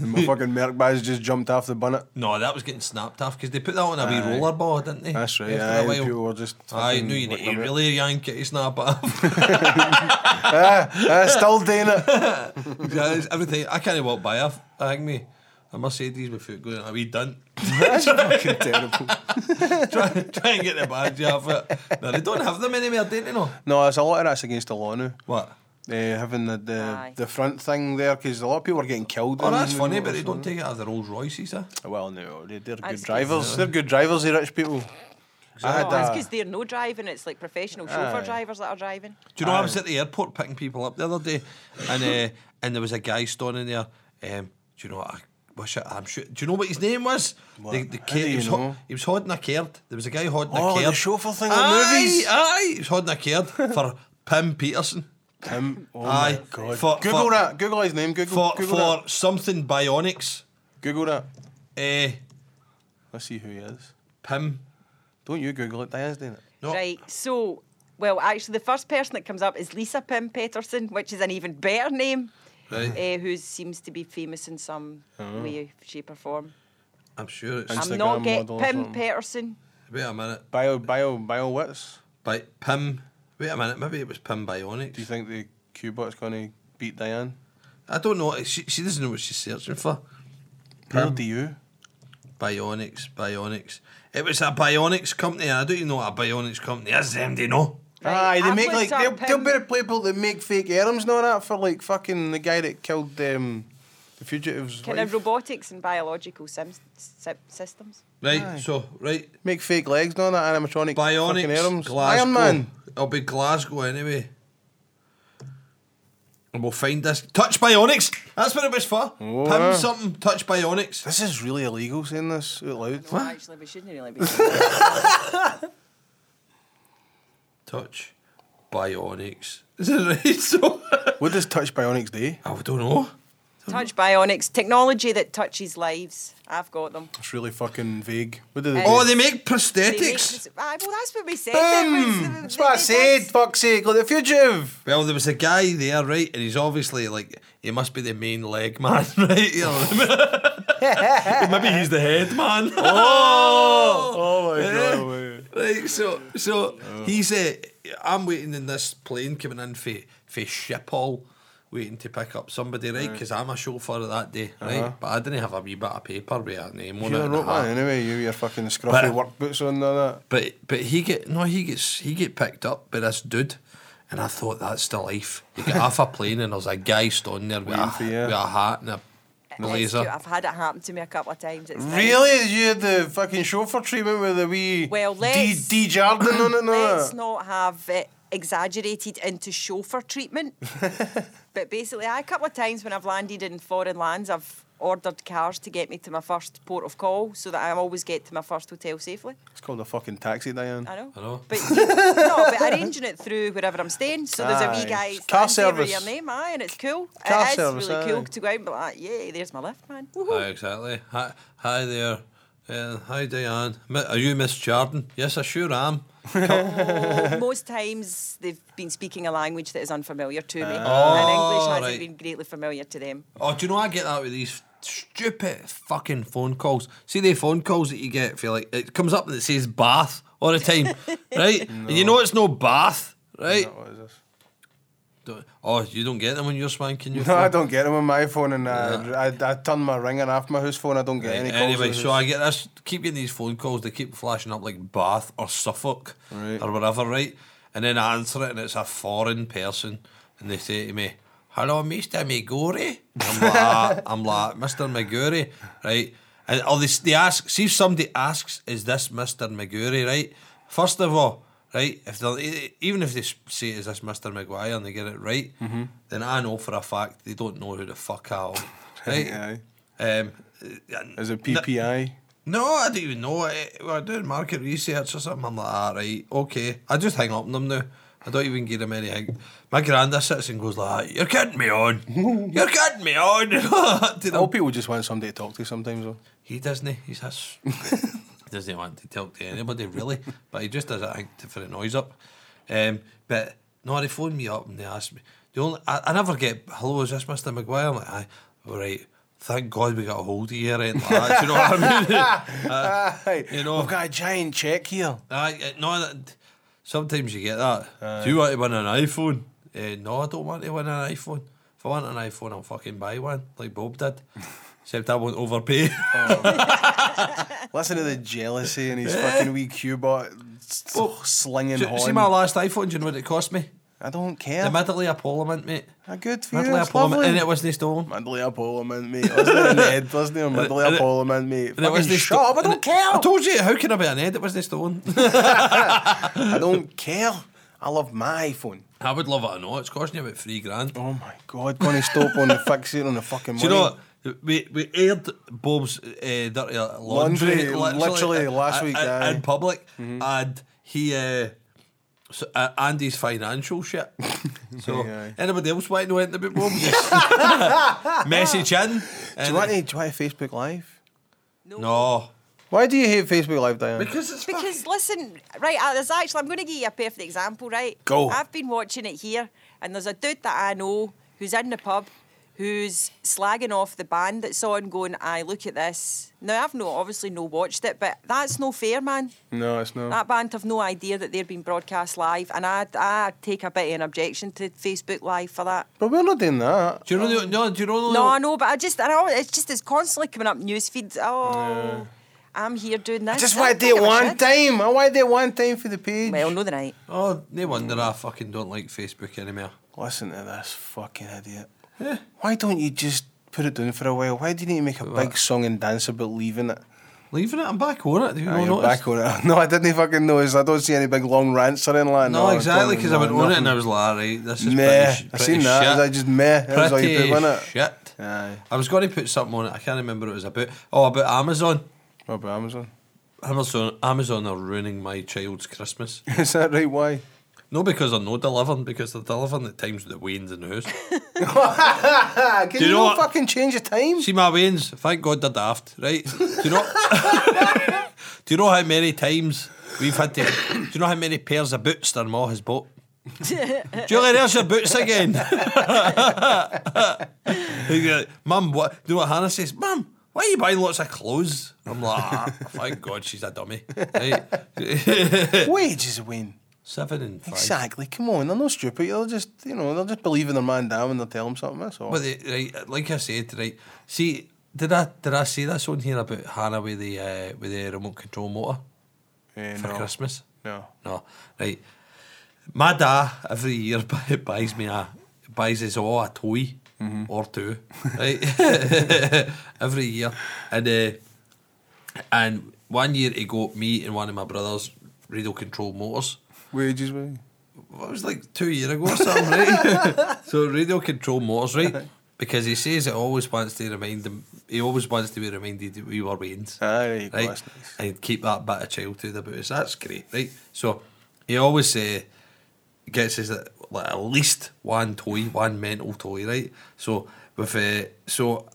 My fucking Merc badge just jumped off the bonnet.
no, that was getting snapped off because they put that on a wee
Aye.
roller ball, didn't they?
That's right.
After
Aye,
a
the
while.
people were just.
Aye,
fucking
no, you
looking
need to
at it.
really yank it, snap it off.
Ah, still doing it.
Yeah, it's everything. I can't walk by. I, I think me. A Mercedes with foot going a wee dunt.
That's fucking terrible.
try, try and get the badge off it. No, they don't have them anymore, don't they? No.
No, there's a lot of that's against the law now.
What?
Uh, having the the,
Aye.
the front thing there because a lot of people are getting killed.
Oh,
in
that's
the
funny, but
motors,
they
isn't
don't take it out of the Rolls Royces, eh?
it? Well, no, they, they're good
That's 'cause-
drivers. They're good drivers, the rich people. I
Oh,
had
that's
a-
because they're no driving. It's like professional chauffeur
Aye.
drivers that are driving.
Do you know I was at the airport picking people up the other day, and uh, and there was a guy standing there. Um, do you know what? I wish I, I'm sure. Do you know what his name was? The, the
How
kid,
do
he,
you
was ho-
know?
he was holding a caird. There was a guy holding
Oh,
a
the
caird.
chauffeur thing on
aye,
movies.
Aye, he was holding a caird for Pim Peterson.
Pim. Oh my
aye,
god.
Um, For,
Google
for,
that. Google his name. Google.
For,
Google
for
that.
something bionics.
Google that.
Eh,
Let's see who he is.
Pim.
Don't you Google it? Diane's doing it.
No.
Right, so, well, actually, the first person that comes up is Lisa Pim Peterson, which is an even better name,
Right.
eh, who seems to be famous in some
Oh.
way, shape, or form.
I'm sure it's.
I'm-
I'm not
Instagram
getting
model or
Pim
something.
Peterson.
wait a minute.
Bio, bio, bio. Wits.
By Pim. Wait a minute. Maybe it was Pim Bionics.
Do you think the Q-bot's gonna beat Diane?
I don't know. She, she doesn't know what she's searching for.
Nor do you.
Bionics, Bionics. It was a Bionics company. and I don't even know what a Bionics company is. Them do know.
Right,
Aye, they
I've
make like
looked
they'll,
up
they'll
him.
better play people that make fake Adams and all that for like fucking the guy that killed um, the fugitives.
Kind
wife.
of robotics and biological sims- sy- systems.
Right.
Aye.
So right.
make fake legs and all that animatronic fucking
Bionics,
Adams.
Glasgow.
Iron Man.
It'll be Glasgow anyway. And we'll find this. Touch Bionics. That's what it was for.
Oh,
Pim
yeah.
something. Touch Bionics.
This is really illegal saying this out loud.
Well, actually, we shouldn't really be. doing that.
Touch Bionics. Is it right? So
What does Touch Bionics do?
I don't know.
Touch bionics, technology that touches lives. I've got them.
It's really fucking vague. What do they? do?
Oh, they make
They make
prosthetics.
this- Aye, well, that's what we said. uh,
Boom! That's what I said. Fuck's sake! Look, the fugitive.
Well, there was a guy there, right, and he's obviously like he must be the main leg man, right? You know what I mean? Maybe he's the head man.
Oh my
Eh?
god! man.
Right, so so he's uh, I'm waiting in this plane coming in for for Schiphol, waiting to pick up somebody, right? Uh-huh. Because I'm a chauffeur that day, right? But I didn't have a wee bit of paper with a name on
You're
it.
a
and a
rope
hat.
man anyway. You your fucking scruffy
But-
work boots on and all that.
But but he get no he gets he get picked up by this dude, and I thought that's the life. You get off a plane and there's a guy standing there with, a,
Waiting for you.
with a hat and a blazer.
I've had it happen to me a couple of times. It's fine.
Really? You had the fucking chauffeur treatment with the wee
Well,
D,
let's-
D Jardin on it and all
Let's
that?
not have it exaggerated into chauffeur treatment. but basically, I, a couple of times when I've landed in foreign lands, I've ordered cars to get me to my first port of call so that I always get to my first hotel safely.
It's called a fucking taxi, Diane.
I know.
I know.
But you- no, but arranging it through wherever I'm staying. So there's a
Aye.
wee guy
Car
standing with your
service.
name, aye, and it's cool.
Car
it is
service,
really cool
aye.
to go out and be like, yeah, there's my lift, man. Woohoo.
Aye, exactly. Hi, hi there. Uh, hi, Diane. Mi- Are you Miss Jordan? Yes, I sure am.
Oh, most times they've been speaking a language that is unfamiliar to me, and
Oh,
English hasn't
right.
been greatly familiar to them.
Oh, do you know I get that with these stupid fucking phone calls? See the phone calls that you get for like it comes up and it says bath all the time, right? And you know it's no bath, right?
What is this?
Don't- Oh, you don't get them when you're swanking your
No,
phone.
I don't get them on my phone, and I, I, I turn my ringer off my house phone. I don't get
Right,
any calls.
anyway,
on
so
this.
I get this, keep getting these phone calls. They keep flashing up like Bath or Suffolk
Right.
or whatever, right? And then I answer it, and it's a foreign person, and they say to me, "Hello, Mister Migori." I'm like, "Ah," I'm like, Mister Migori, right? And or they, s- they ask, see if somebody asks, "Is this Mister Migori?" Right? First of all, right? If they are even if they s- say, "Is this Mister Maguire?" and they get it right,
Mm-hmm.
then I know for a fact they don't know who the fuck I am, right?
Aye.
Um,
Is it PPI?
no, I don't even know. I, we're doing market research or something. I'm like, ah, right, okay. I just hang up on them now. I don't even give them anything. My granda sits and goes like, "You're kidding me on. You're kidding me on." to
All
them.
people just want somebody to talk to sometimes. Though.
He doesn't. He's has. doesn't want to talk to anybody really, but he just does it I think, to- for the noise up. Um, but no, they phoned me up and they asked me. The only I, I never get hello. Is this Mister Maguire? I'm like, aye, all right. Thank God we got a hold of you or anything like that. Do you know what I mean?
Aye.
you know-
I've got a giant check here.
Aye, uh, no, that- sometimes you get that. Do you want to win an iPhone? Uh, no, I don't want to win an iPhone. If I want an iPhone, I'll fucking buy one, like Bob did. Except I won't overpay.
Listen to the jealousy in his fucking wee Q-bot s- slinging
see,
horn.
see my last iPhone, do you know what it cost me?
I don't
The
care.
Middley Apollo, mate.
Ah, good for you.
Middley
It's
Apollo,
lovely.
and it wasn't stolen.
Middle Apollo man, mate. Wasn't it in the head? Wasn't it? Or Middle
and it-
Apollo man, mate.
And it
Fucking
wasn't
shut
sto-
up! I
and
don't
it-
care.
I told you, how can I be an head? It wasn't stolen.
I don't care. I love my iPhone.
I would love it, I know. It's costing you about three grand.
Oh my god, gonna stop on the fix it on the fucking
Do
money.
you know what? We, we aired Bob's uh, dirty laundry,
Laundry, literally last
uh,
week,
uh,
aye. Mm-hmm.
in public, and he uh, so, uh, and his financial shit. So
Aye, aye.
anybody else want to enter about Bob? Just message in.
Do
and-
you want to try Facebook Live?
no,
Why do you hate Facebook Live, Diane?
because it's
Because listen, right, uh, there's actually I'm going to give you a perfect example, right?
Go.
I've been watching it here, and there's a dude that I know who's in the pub, who's slagging off the band that's on, going, "I look at this." Now I've no obviously no watched it, but that's no fair, man.
no, it's not.
That band have no idea that they're being broadcast live, and I I take a bit of an objection to Facebook Live for that.
But we're not doing that.
Do you know? the- No, do you know? the-
No, I know, but I just I know it's just it's constantly coming up news feeds. Oh, I'm here doing this.
I just
I
want to
don't
do it
give a
one
shit.
time. I want to do it one time for the page.
Well, no, the night.
Oh, no wonder I fucking don't like Facebook anymore.
Listen to this fucking idiot. Why don't you just put it down for a while? Why do you need to make a big song and dance about leaving it?
Leaving it, I'm back on it. Have you
Ah,
not
you're
noticed?
back on it. No, I didn't fucking notice. I don't see any big long rants or anything like that.
No,
I don't-
exactly, because I went
no,
on it and I
nothing.
was like, right, this is
Meh.
pretty, sh-
I
pretty
seen that.
shit.
I just meh. That was all you
Pretty
put, wasn't it?
shit.
Aye.
I was going to put something on it. I can't remember what it was about. Oh, about Amazon.
What about Amazon?
Amazon, Amazon are ruining my child's Christmas.
Is that right? Why?
No, because they're no delivering, because they're delivering at times the Wayne's in the house.
Ah, can
Do you
you
know
not
what-
fucking change the time?
See my Wayne's, thank God they're daft, right? Do you know Do you know how many times we've had to do you know how many pairs of boots their ma has bought? Julie, there's your boots again. He's like, Mum, what do you know what Hannah says? Mum, why are you buying lots of clothes? I'm like, ah, thank God she's a dummy. Right?
Wages win.
Seven and five.
Exactly. Come on, they're not stupid. They'll just, you know, they'll just believe in their man down when they tell him something. That's all.
But the, right, like I said, right. See, did I did I see this on here about Hannah with the uh, with the remote control motor
Eh,
for
no.
Christmas?
No.
No, right. My dad every year bu- buys me a buys us all a toy or two, right? every year, and uh, and one year he got me and one of my brothers radio control motors.
Wages win.
Well, it was like two years ago or something, right? so radio control motors, right? Because he says it always wants to remind him. He always wants to be reminded that we were Wayne's.
Ah, there you go,
right?
that's nice.
And keep that bit of childhood about us. That's great, right? So he always uh, gets us uh, like at least one toy, one mental toy, right? So with uh, so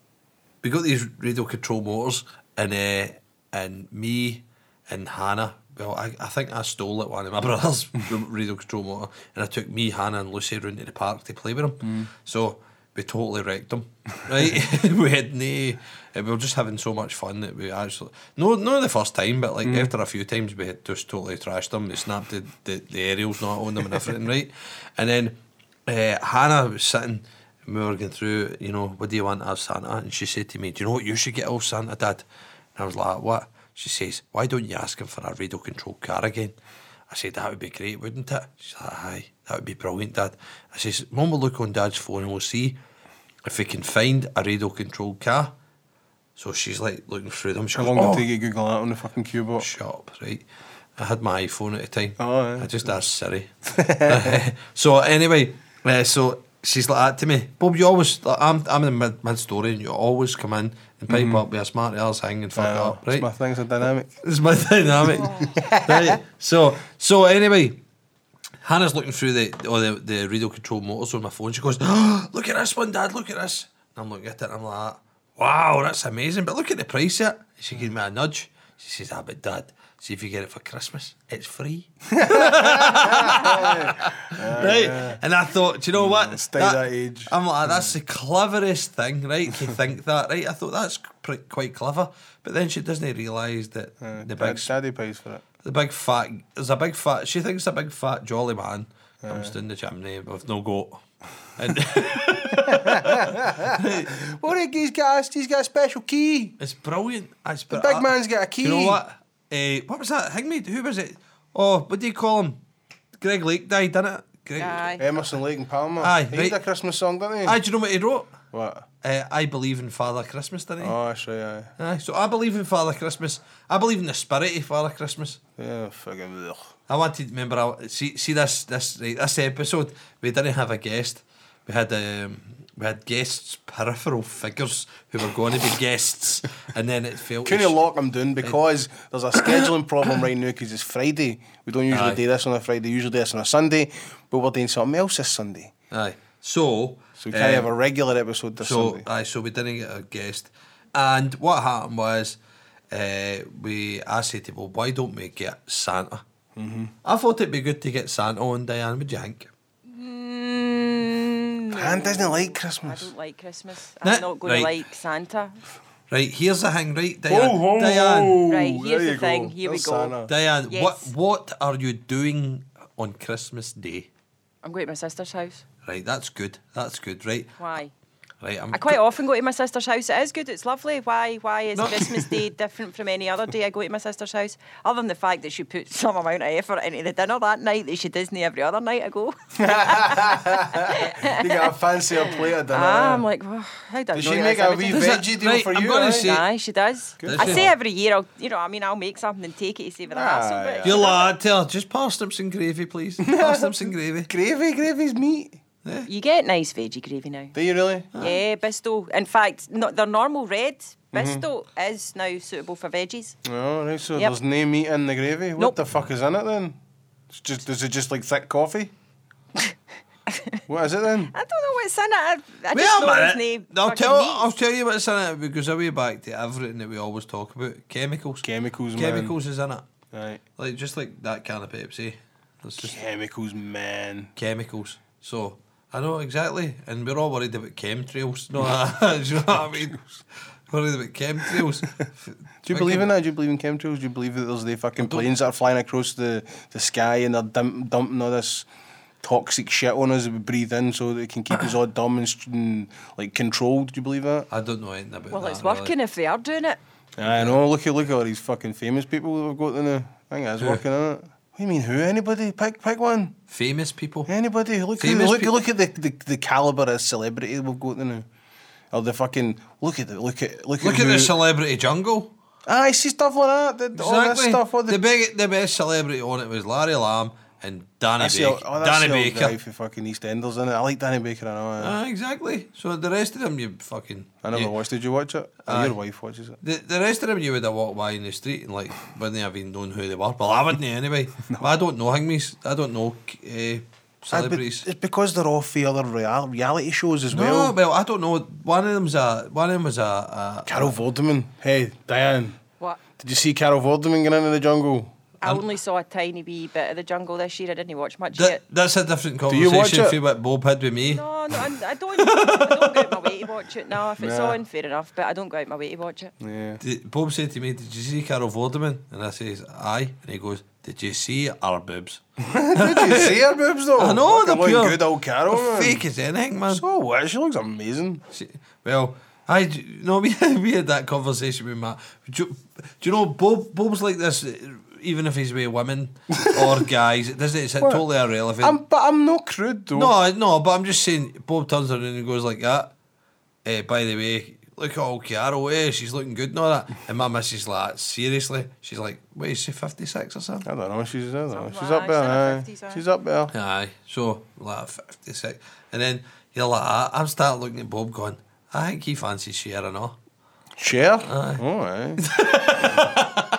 we got these radio control motors, and uh, and me and Hannah. Well, I, I think I stole it one of my brothers' radio control motor, and I took me, Hannah, and Lucy round to the park to play with them. So we totally wrecked them, right? we had no, eh, we were just having so much fun that we actually no, not the first time, but like after a few times, we had just totally trashed them. They snapped the the, the aerials not on them and everything, right? And then uh, Hannah was sitting and we were going through, you know, what do you want to have Santa? And she said to me, Do you know what you should get old Santa, Dad? And I was like, What? She says, Why don't you ask him for a radio controlled car again? I said, That would be great, wouldn't it? She's like, Aye, that would be brilliant, Dad. I says, Mum will look on Dad's phone and we'll see if we can find a radio controlled car. So she's like looking through them. She
How
goes,
long
oh,
did it take you Google that on the fucking keyboard?
shop, right? I had my iPhone at the time.
Oh, yeah.
I just asked Siri. so anyway, uh, so she's like that to me. Bob, you always like, I'm I'm in mid mid story, and you always come in and
Mm-hmm.
pipe up with a smart ass hang and fuck
I know,
up, right?
It's my thing's a dynamic.
It's my dynamic. right. So so anyway, Hannah's looking through the or the, the radio control motors on my phone. She goes, oh, "Look at this one, Dad. Look at this." And I'm looking at it. and I'm like, "Wow, that's amazing." But look at the price yet. She gives me a nudge. She says, "Ah, but Dad, see if you get it for Christmas. It's free." right? And I thought, do you know what?
Mm, stay that age.
I'm like, that's the cleverest thing, right? To think that, right? I thought that's pr- quite clever. But then she doesn't realise that the
Dad-
big, s-
Daddy Uh, pays for it.
the big fat, there's a big fat. She thinks a big fat jolly man comes down the chimney with no goat. And
Well, Rick, he's got a, he's got a special key.
it's brilliant. It's
The big man's got a key.
You know what? Eh, what was that? Hangmaid? Who was it? Oh, what do you call him? Greg Lake died, didn't it? Greg,
Aye.
Emerson, Lake and Palmer.
Aye,
he
right.
did a Christmas song, didn't he?
Aye, do you know what he wrote?
What?
Eh, I believe in Father Christmas, didn't he?
Oh, that's right, aye.
Aye, so I believe in Father Christmas. I believe in the spirit of Father Christmas.
Yeah, fucking ugh.
I wanted remember I, see see this this right, this episode we didn't have a guest. we had um, we had guests, peripheral figures who were going to be guests, and then it felt
Couldn't lock them down because there's a scheduling problem right now because it's Friday. We don't usually
Aye.
do this on a Friday. Usually do this on a Sunday, but we're doing something else this Sunday.
Aye. So,
So we can't have
um,
a regular episode this
so uh,
Sunday.
aye, so we didn't get a guest, and what happened was, uh, we I said to him, well, why don't we get Santa? Mm-hmm. I thought it'd be good to get Santa on Diane. Would you think?
Anne doesn't like
I
Christmas.
don't like Christmas.
Nah,
I'm not going
right.
to like Santa.
Right, here's the thing, right, Diane. Diane,
Right, here's the thing. Here we go.
Diane,
Yes.
what what are you doing on Christmas Day?
I'm going to my sister's house.
Right, that's good. That's good. Right,
Why?
right. I'm
I quite often go to my sister's house. It is good. It's lovely. Why? Why is Christmas Day different from any other day I go to my sister's house? Other than the fact that she put some amount of effort into the dinner that night that she doesn't every other night I go.
you got a fancier plate of dinner.
I'm like, oh, how does
Ah. Does she make a wee
Does it-
veggie deal
right,
for
I'm
you?
gonna
aye?
say-
Aye, she does.
Good
I
for
say
her.
every year, I'll, you know, what I mean, I'll make something and take it to see whether I
Aye,
hassle. But
Your lad, tell her, just parsnips and gravy, please. Parsnips and gravy.
Gravy, gravy's meat.
you get nice veggie gravy now.
Do you really?
Yeah, Bisto. In fact, no, their normal red Bisto
Mm-hmm.
is now suitable for veggies.
No, right. So
Yep.
there's no meat in the gravy. What
Nope.
the fuck is in it then? It's just is it just like thick coffee? what is it then?
I don't know what's in it. I, I
Wait
just
a
know there's
minute.
no
I'll
fucking
tell,
meat.
I'll tell you what's in it because I way back to everything that we always talk about chemicals.
Chemicals, man.
chemicals is in it.
Right.
Like just like that can of Pepsi. It's just
Chemicals, man.
chemicals. So I know exactly, and we're all worried about chemtrails. No, do you know what I mean? Worried about chemtrails.
Do you believe in that? Do you believe in chemtrails? Do you believe that there's the fucking planes that are flying across the, the sky and they're dump, dumping all this toxic shit on us that we breathe in so they can keep us all dumb and, st- and like controlled? Do you believe that?
I don't know anything about
Well,
that.
it's working if they are doing it.
I know. Look at look at all these fucking famous people that we've got in the. I think that's working on it. What do you mean? Who? Anybody? Pick pick one.
Famous people.
Anybody? Look at
Famous
look,
peo-
look at the, the, the caliber of celebrity we've got now. Or the fucking look at the look at look,
Look
at,
at
who,
the celebrity jungle.
Ah, I see stuff like that. The, All this
Exactly.
stuff. All the,
the, big, the best celebrity on it was Larry Lamb and Danny
that's the-
Baker.
oh, that's
Danny
the old
Baker.
guy for fucking EastEnders, isn't it? I like Danny Baker. I know.
Ah, exactly. So the rest of them, you fucking.
I never
you-
watched. Did you watch it? Oh,
Aye.
your wife watches it.
The, the rest of them, you would have walked by in the street and like wouldn't have even known who they were. Well, I wouldn't anyway. But I don't know hangmies. I don't know uh,
Ah, but
celebrities.
It's because they're off the other real, reality shows as well.
no, well, I don't know. One of them's a. One of them was a. a
Carol Vorderman. Hey, Diane.
What?
Did you see Carol Vorderman getting into the jungle?
I only saw a tiny wee bit of the jungle this year. I didn't watch much
that,
yet.
that's a different
you watch
conversation
it?
from what Bob had with me.
No, no, I'm, I don't. I don't go out my way to watch it. No, if it's
Nah.
on, fair enough. But I don't go out my way to watch it.
Yeah.
Did, Bob said to me, "Did you see Carol Vorderman?" And I says, "Aye." And he goes, "Did you see our boobs?"
Did you see her boobs though?
I know
Fucking
they're
looking
pure.
good old Carol.
they're
man.
fake as anything, man.
So what? She looks amazing.
See, Well, I d- you know we, we had that conversation with Matt. Do, you- do you know Bob? Bob's like this, uh, even if he's with women or guys. It doesn't. It's totally irrelevant.
I'm, but I'm not crude though.
no, no, but I'm just saying. Bob turns around and goes like that. Eh, by the way, look at old Carol. Eh, she's looking good and all that. And my missus like, seriously, she's like, wait, is she fifty six or something?
I don't know. She's I don't know.
Something
She's
like
up
that,
there.
she's in her
aye.
50s, aye.
She's up there.
Aye, so like fifty six, and then you're like, ah, I'm starting looking at Bob going. I think he fancies Sharon, no?
Cher. Oh, aye.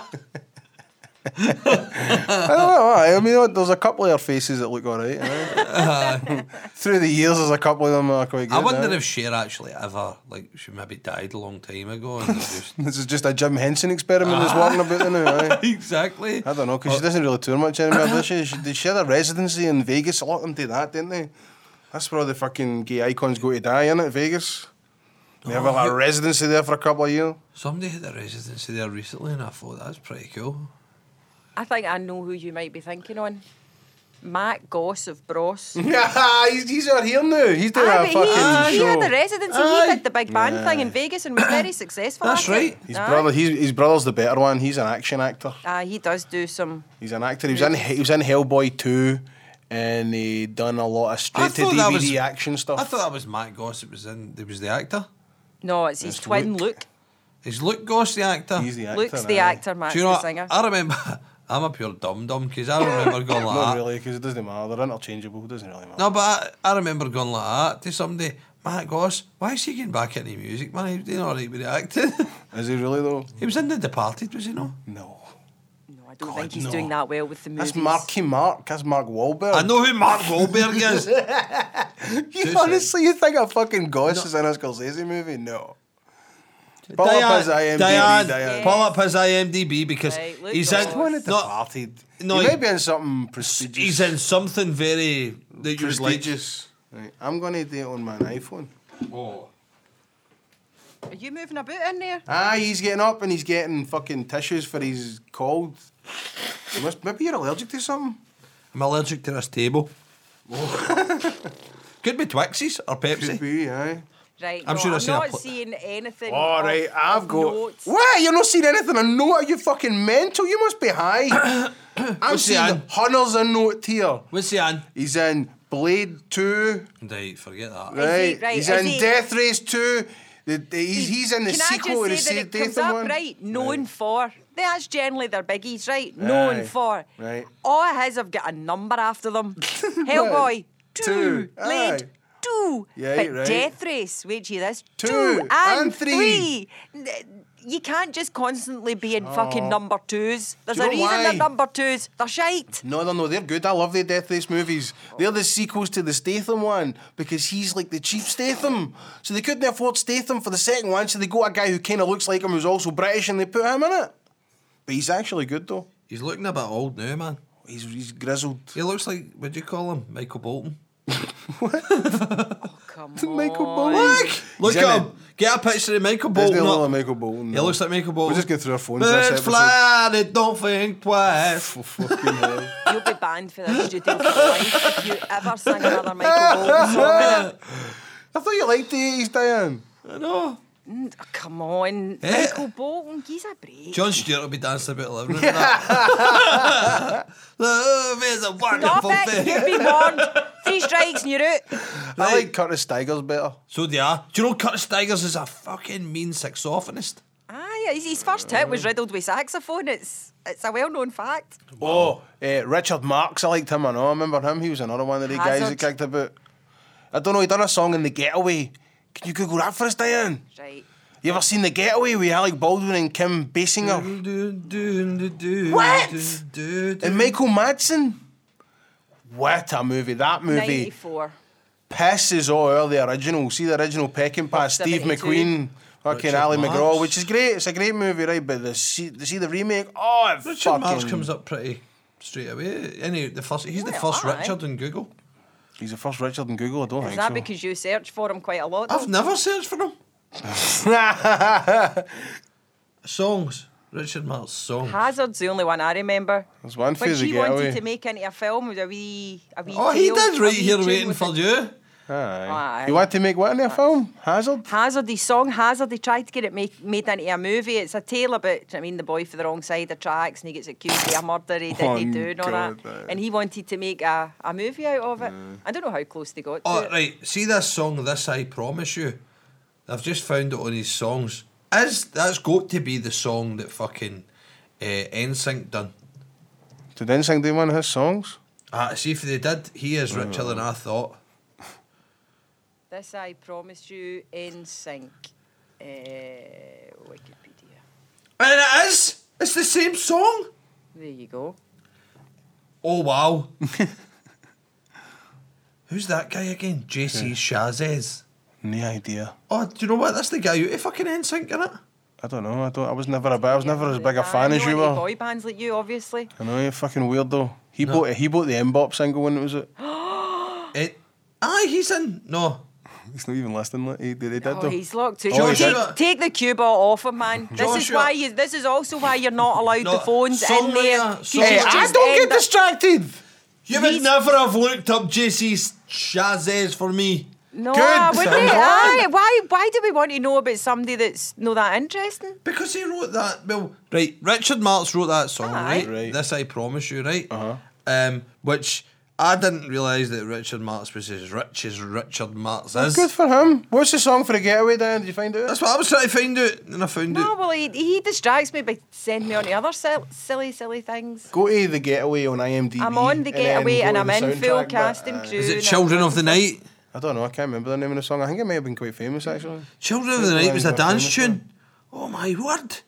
I don't know. aye. I mean, there's a couple of her faces that look alright. aye. Through the years, there's a couple of them that are quite good.
I wonder
aye.
if Cher actually ever like she maybe died a long time ago. And they just...
this is just a Jim Henson experiment
Ah.
that's walking about now. aye.
exactly.
eh? I don't know because she doesn't really tour much anymore, does she? she? Did she had a residency in Vegas? A lot of them do that, didn't they? That's where all the fucking gay icons go to die, isn't it? Vegas. They have
Oh.
a residency there for a couple of years.
Somebody had a residency there recently, and I thought that's pretty cool.
I think I know who you might be thinking on. Matt Goss of Bros.
Yeah, he's, he's out here now. He's doing
Aye,
a
but
fucking
he, he had
show.
the residency.
Aye.
He did the big band thing in Vegas and was very successful.
That's
at it.
right.
his
Aye.
brother, he's, his brother's the better one. He's an action actor.
Aye, Uh, he does do some.
He's an actor. He was in he was in Hellboy two, and he done a lot of
I
straight to
thought that
DVD
was-
action stuff.
I thought that was Matt Goss. It was in. It was the actor.
No, it's his
It's
twin
Luke.
Luke.
Is Luke Goss the actor?
he's the actor.
Luke's the
aye.
actor, Matt's
Do you know? Uh,
the singer.
I remember. I'm a pure dum dum because I remember going like
Not
that.
really, because it doesn't matter. They're interchangeable. It doesn't really matter.
No, but I, I remember going like that to somebody. Matt Goss, why is he getting back into music, man? He's doing all right with the acting.
Is he really though?
he was in The Departed, was he not?
No.
No, I don't
God,
think he's
no.
doing that well with the movies.
That's Marky Mark. That's Mark Wahlberg.
I know who Mark Wahlberg is.
You
Two
honestly, you think a fucking Gosh is in a Scorsese movie? No. Pull
Diane-
up his IMDb,
Diane,
Diane.
pull up his IMDb because
Right, look
he's
at
in.
us.
When it
No,
departed.
no,
he
he-
might be in something prestigious.
he's in something very that you was like.
prestigious. Right, I'm gonna do it on my iPhone.
Oh.
Are you moving about in there?
Ah, he's getting up and he's getting fucking tissues for his cold. You must, maybe you're allergic to something.
I'm allergic to this table. Could be Twixies or Pepsi.
Could be, aye.
Right.
I'm
no,
sure I've
I'm
seen a
not
pl-
seeing anything.
All
of-
right, I've
of
Oh, got.
notes.
What? You're not seeing anything? I know. Are you fucking mental? You must be high. I'm
What's he
seeing
on?
Hunter's a note here.
What's he on?
He's in Blade 2,
Right, forget that.
right?
Right,
He's
is
in
he-
Death Race 2. The, the- he's, he's in the
Can
sequel to
I
the
just say
Save
that it comes
Death
up
one.
right? Known for. That's generally their biggies, right? Known
Aye,
for.
right.
All of his have got a number after them. Hellboy,
Two,
two. Blade,
aye.
two.
Yeah,
but
right.
Death Race, wait till you this.
Two
and,
and three.
three. N- You can't just constantly be in fucking number twos. There's
Oh. Do you know
a reason
why?
they're number twos. They're shite.
No, no, no, they're good. I love the Death Race movies. They're the sequels to the Statham one because he's like the cheap Statham. So they couldn't afford Statham for the second one, so they got a guy who kind of looks like him who's also British and they put him in it. But he's actually good though.
He's looking a bit old now, man.
He's, he's grizzled.
He looks like what do you call him? Michael Bolton.
Come on.
Michael Bolton.
Look
He's in
at
it.
him. Get a picture of Michael
Doesn't
Bolton.
he
up.
look like Michael Bolton?
He
though?
looks like Michael Bolton.
We're just going through our phones.
Birds
this episode.
fly, they don't think twice.
Fucking hell.
You'll be banned for this, Judy, for life if you ever sing another Michael Bolton song. in it.
I thought you liked the 80s, Diane.
I know.
Mm, Come on,
Eh?
Michael Bolton, he's a break.
John Stewart will be dancing about living room. that. Love is oh, a
Stop
wonderful
it,
thing.
you've been warned. Three strikes and you're out.
I like Curtis Stigers better.
So they are. Do you know Curtis Stigers is a fucking mean saxophonist?
Aye, his, his first hit was riddled with saxophone. It's it's a well known fact.
Oh, eh, Richard Marks, I liked him. I know. I remember him. He was another one of the guys that
Hazard.
kicked about. I don't know. He done a song in The Getaway. Can you Google that for us, Diane?
Right.
You ever seen The Getaway with Alec Baldwin and Kim
Mm-hmm.
Basinger What? and Michael Madsen? What a movie! That movie
94.
pisses all the original. See the original pecking pass, Steve
72.
McQueen, fucking
Richard
Ali
Marx.
McGraw, which is great. It's a great movie, right? But the see, the, see the remake. Oh, it
Richard
fucking,
Marx comes up pretty straight away. Any the first he's the
Well,
first
aye.
Richard on Google.
He's the first Richard in Google. I don't
Is
think
that
so.
because you search for him quite a lot?
I've never searched for him.
That's
Songs. Richard Marx songs.
Hazard's the only one I remember.
one for
When
the
she
getaway.
wanted to make into a film with a wee, a wee
Oh, he
tale,
did
a
right
wee
here
tune
waiting
with
for
it.
you.
Aye.
Aye.
You want to make what in their film? Hazard?
Hazard, his song Hazard, they tried to get it make, made into a movie. It's a tale about, I mean, the boy for the wrong side of tracks and he gets accused of a murder he didn't
Oh,
do and all
God,
that.
aye.
And he wanted to make a, a movie out of it. I don't know how close they got
Oh,
to it.
right. See this song, This I Promise You? I've just found it on his songs. Is That's got to be the song that fucking uh, NSYNC done.
Did NSYNC do one of his songs?
Ah, see if they did, he is richer than I thought.
This I promise you in sync. Uh, Wikipedia.
And it is! It's the same song!
There you go.
Oh, wow. Who's that guy again? JC Shazes.
No idea.
Oh, do you know what? That's the guy out of fucking NSYNC, innit?
I don't know. I don't. I was never a. I was never as big a
Aye,
fan
no
as you
any
were.
Boy bands like you, obviously.
I know you're fucking weirdo. He bought. He bought the Mbop single when it was. It.
it? Aye, he's in. No.
He's not even listening. Like, he, they did
Oh,
though.
he's locked too.
Oh,
he's
take,
out.
take the cue ball off him, man. This is
Joshua.
why you. This is also why you're not allowed
No,
the phones in there.
songwriter,
'cause
songwriter.
you
Hey,
He's
I
just
don't
end
get
up-
distracted.
You would never have looked up JC Shazes for me.
No,
Good,
I wouldn't.
someone.
Aye, why? Why do we want to know about somebody that's not that interesting?
Because he wrote that. Well, right. Richard Marx wrote that song,
Aye.
right?
Right.
This I promise you, right? Uh-huh. Um, which I didn't realise that Richard Marx was as rich as Richard Marx
Oh,
Well,
is.
Good for him. What's the song for the getaway then? Did you find it?
That's what I was trying to find out, and I found
No,
out.
well, he, he distracts me by sending me on the other sil- silly, silly things.
Go to the getaway on IMDb.
I'm on The
and then
Getaway
go
and
to
I'm
the
in full
soundtrack, but,
cast and
uh,
crew.
Is it Children of the Night?
I don't know. I can't remember the name of the song. I think it may have been quite famous actually.
Children of the Night was a dance tune. Oh my word!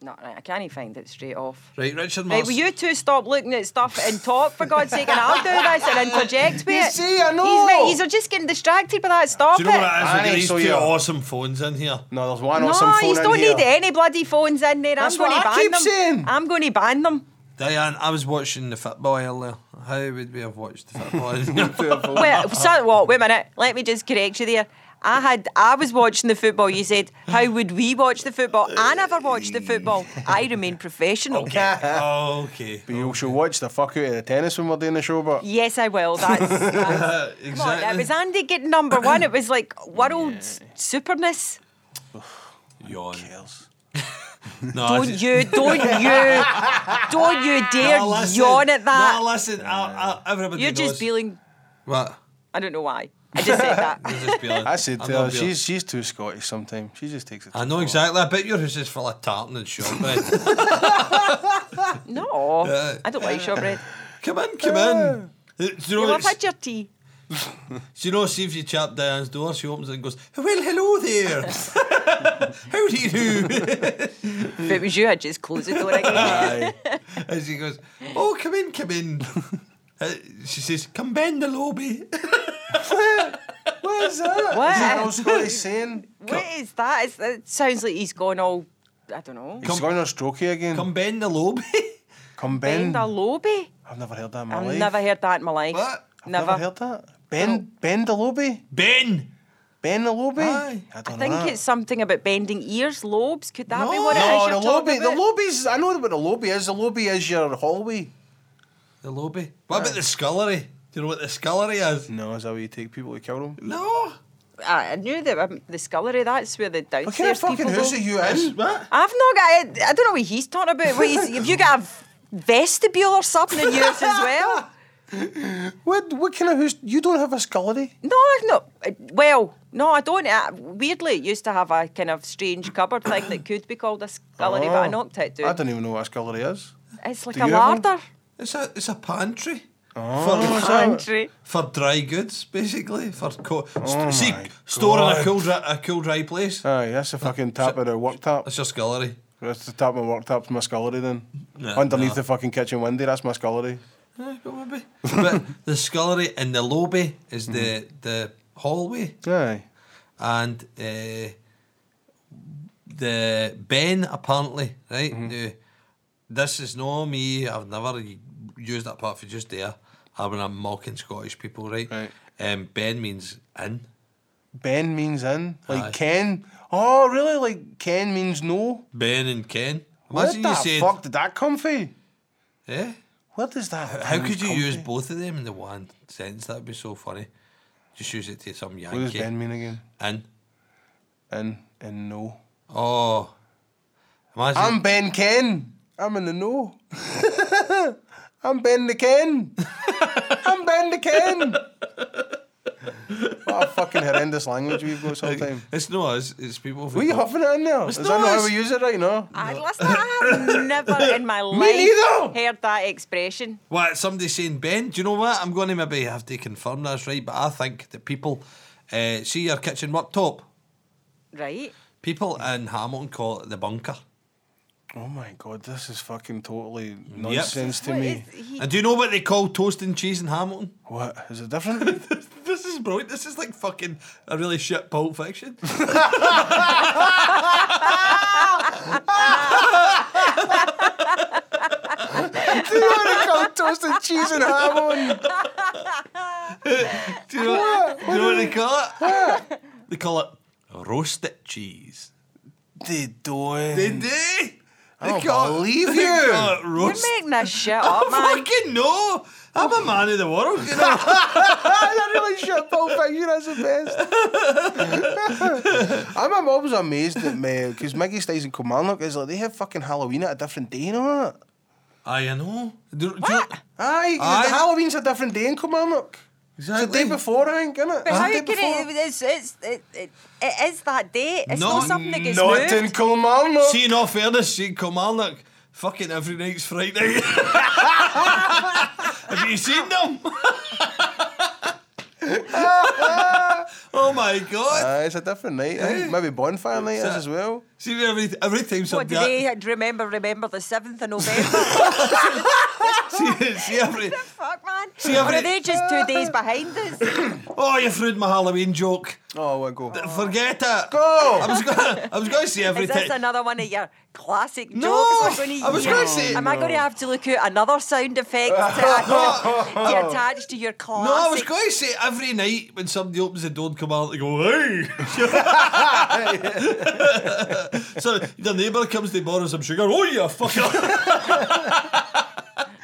No, right, I can't even find it straight off.
Right, Richard
Right,
Marx.
will you two stop looking at stuff and talk for God's sake, and I'll do this and interject with
You
it.
see, I know.
He's, mate, he's just getting distracted by that. Stop
Do you know what
it.
it is? We've
Aye,
got these
so
two
yeah.
awesome phones in here.
No, there's one on some
No,
phone
you
in
don't
here.
need any bloody phones in there.
That's
I'm going
what
to
I
ban
keep
them.
saying.
I'm going to ban them.
Diane, I was watching the football earlier. How would we have watched the football?
Well, so what? Wait a minute. Let me just correct you there. I had I was watching the football. You said, "How would we watch the football?" I never watched the football. I remain professional.
okay.
But you should watch the fuck out of the tennis when we're doing the show, but
Yes, I will. That's, that's
Uh,
come on. It
exactly.
was Andy getting number one. It was like world superness.
Yawn.
Girls.
No, I
Don't
just-
you? Don't you? Don't you dare
No, listen.
yawn at that.
No, listen. I, I, everybody
You're
knows.
just feeling.
What?
I don't know why. I just said that.
You're just feeling.
I said
I'm
to
not
her,
feeling-
she's Oh. she's too Scottish sometimes. She just takes it.
I
too
know
far.
exactly. I bet your house is full of tartan and shortbread.
No, I don't like shortbread.
come in, come in. Do you know?
You'll have
it's-
had your tea.
Do you know, see if you chap Diane's door, she opens it and goes, Well, hello there. How do you do?
If it was you, I'd just close the door again.
Aye.
and she goes, Oh, come in, come in. Uh, she says, Come bend the lobby.
what is that?
What?
Is that all Scottish saying?
What is that? It's, it sounds like he's gone all. I don't know.
He's going on strokey again. Come,
Come bend the lobby.
bend.
Bend a lobby?
I've never heard that in my
I've
life.
never heard that in my life.
What?
I've never. heard that. Bend, bend the lobby.
ben.
Bend the lobby.
Aye.
I
I
don't
think
know. that.
it's something about bending ears, lobes. Could that be
No.
what it is
No,
you're
the lobby.
talking
The
about?
lobby's. I know what the lobby is. The lobby is your hallway.
The lobby. What about the scullery? Do you know what the scullery is?
No, is that where you take people to kill them?
No.
I I knew that um, the scullery. That's where the
What kind of
downstairs
fucking
people
house
go.
are you in?
What?
I've not got. I, I don't know what he's talking about. What is, have you got a vestibule or something in yours as well?
What? What kind of house? You don't have a scullery.
No, no. uh, Well, no, I don't. I, weirdly, it used to have a kind of strange cupboard thing that could be called a scullery, but I
Oh.
knocked it
I
down.
don't even know what a scullery is.
It's like
Do
a
you have one?
larder.
It's a it's a pantry.
Oh,
for,
is that-
Pantry.
for dry goods, basically. For co-
Oh
st- see,
my
store in a
God. Uh.
cool dry, a cool dry place.
Aye, that's a fucking tap at a work tap.
That's your scullery.
That's the tap of work tap's my scullery then.
Yeah,
Underneath
nah.
the fucking kitchen window, that's my scullery.
Eh, well, maybe. but the scullery and the lobby is the
Mm-hmm.
the hallway,
Aye.
and uh, the Ben apparently right.
Mm-hmm.
Now, this is not me. I've never u- used that part for just there. I when I'm mocking Scottish people, right?
Right.
Um, ben means in.
Ben means in. Like
Aye.
Ken. Oh, really? Like Ken means no?
Ben and Ken.
Where
Imagine you
the
said,
fuck did that come from?
eh?
Where does that
How
come
could you
from?
use both of them in the one sentence? That'd be so funny. Just use it to some
What does
Yankee.
Ben mean again?
In.
In and no.
Oh. Imagine.
I'm Ben Ken. I'm in the no. I'm Ben the Ken. I'm Ben the Ken. What a fucking horrendous language we've got sometimes.
it's not us, it's people who
Were you
go-
huffing it in there? Is that not
nice.
how we use it right now?
I, listen, I have never in my life
neither.
heard that expression.
What, somebody saying Ben? Do you know what? I'm going to maybe have to confirm that's right, but I think that people uh, see your kitchen worktop.
Right?
People in Hamilton call it the bunker.
Oh my god, this is fucking totally nonsense to
What
me.
is- he-
And do you know what they call toast and cheese in Hamilton?
What? Is it different?
This is brilliant. This is like fucking a really shit Pulp Fiction.
Do you want to call toast and cheese and ham on?
Do you know what, do you know what they call it? They call it roasted cheese.
They don't.
They do. They
Oh,
don't
call it-
believe
they
you.
call it
You're
roast.
making this shit up,
I
man.
fucking know. I'm a man of the world. You know?
I really shit Paul Fiction as the best. I'm, I'm always uh, amazed at me because Mickey Stays and Kilmarnock is like they have fucking Halloween at a different day, you know that?
Aye, I know. Do, do you-
Aye, 'cause
Aye.
the Halloween's a different day in Kilmarnock. It's the day
Exactly.
before, I think, isn't it?
But
It's
how
the
can
day before.
it, it's, it's, it, it, it is that day. It's
No,
not something that gets
Not
moved.
in Kilmarnock.
See, in all fairness, see, Kilmarnock, fucking every night's Friday. Have you seen them? oh my god.
Aye, it's a different night. I think maybe bonfire night is as well.
See, every, every time
What
somebody.
do they remember? Remember the seventh of November?
see, see, every.
Fuck man!
See,
or
every-
are they just two days behind us?
Oh, you threw my Halloween joke.
Oh, we'll go.
Forget it.
Go!
I was gonna, I was gonna say every
Is this
time.
another one of your classic
No,
jokes? We're gonna
I was
hear-
gonna say-
Am I going to have to look out another sound effect to, to attach to your classic?
No, I was going to say every night when somebody opens the door and come out, they go, hey! so the neighbour comes to borrow some sugar. Oh, you fucker!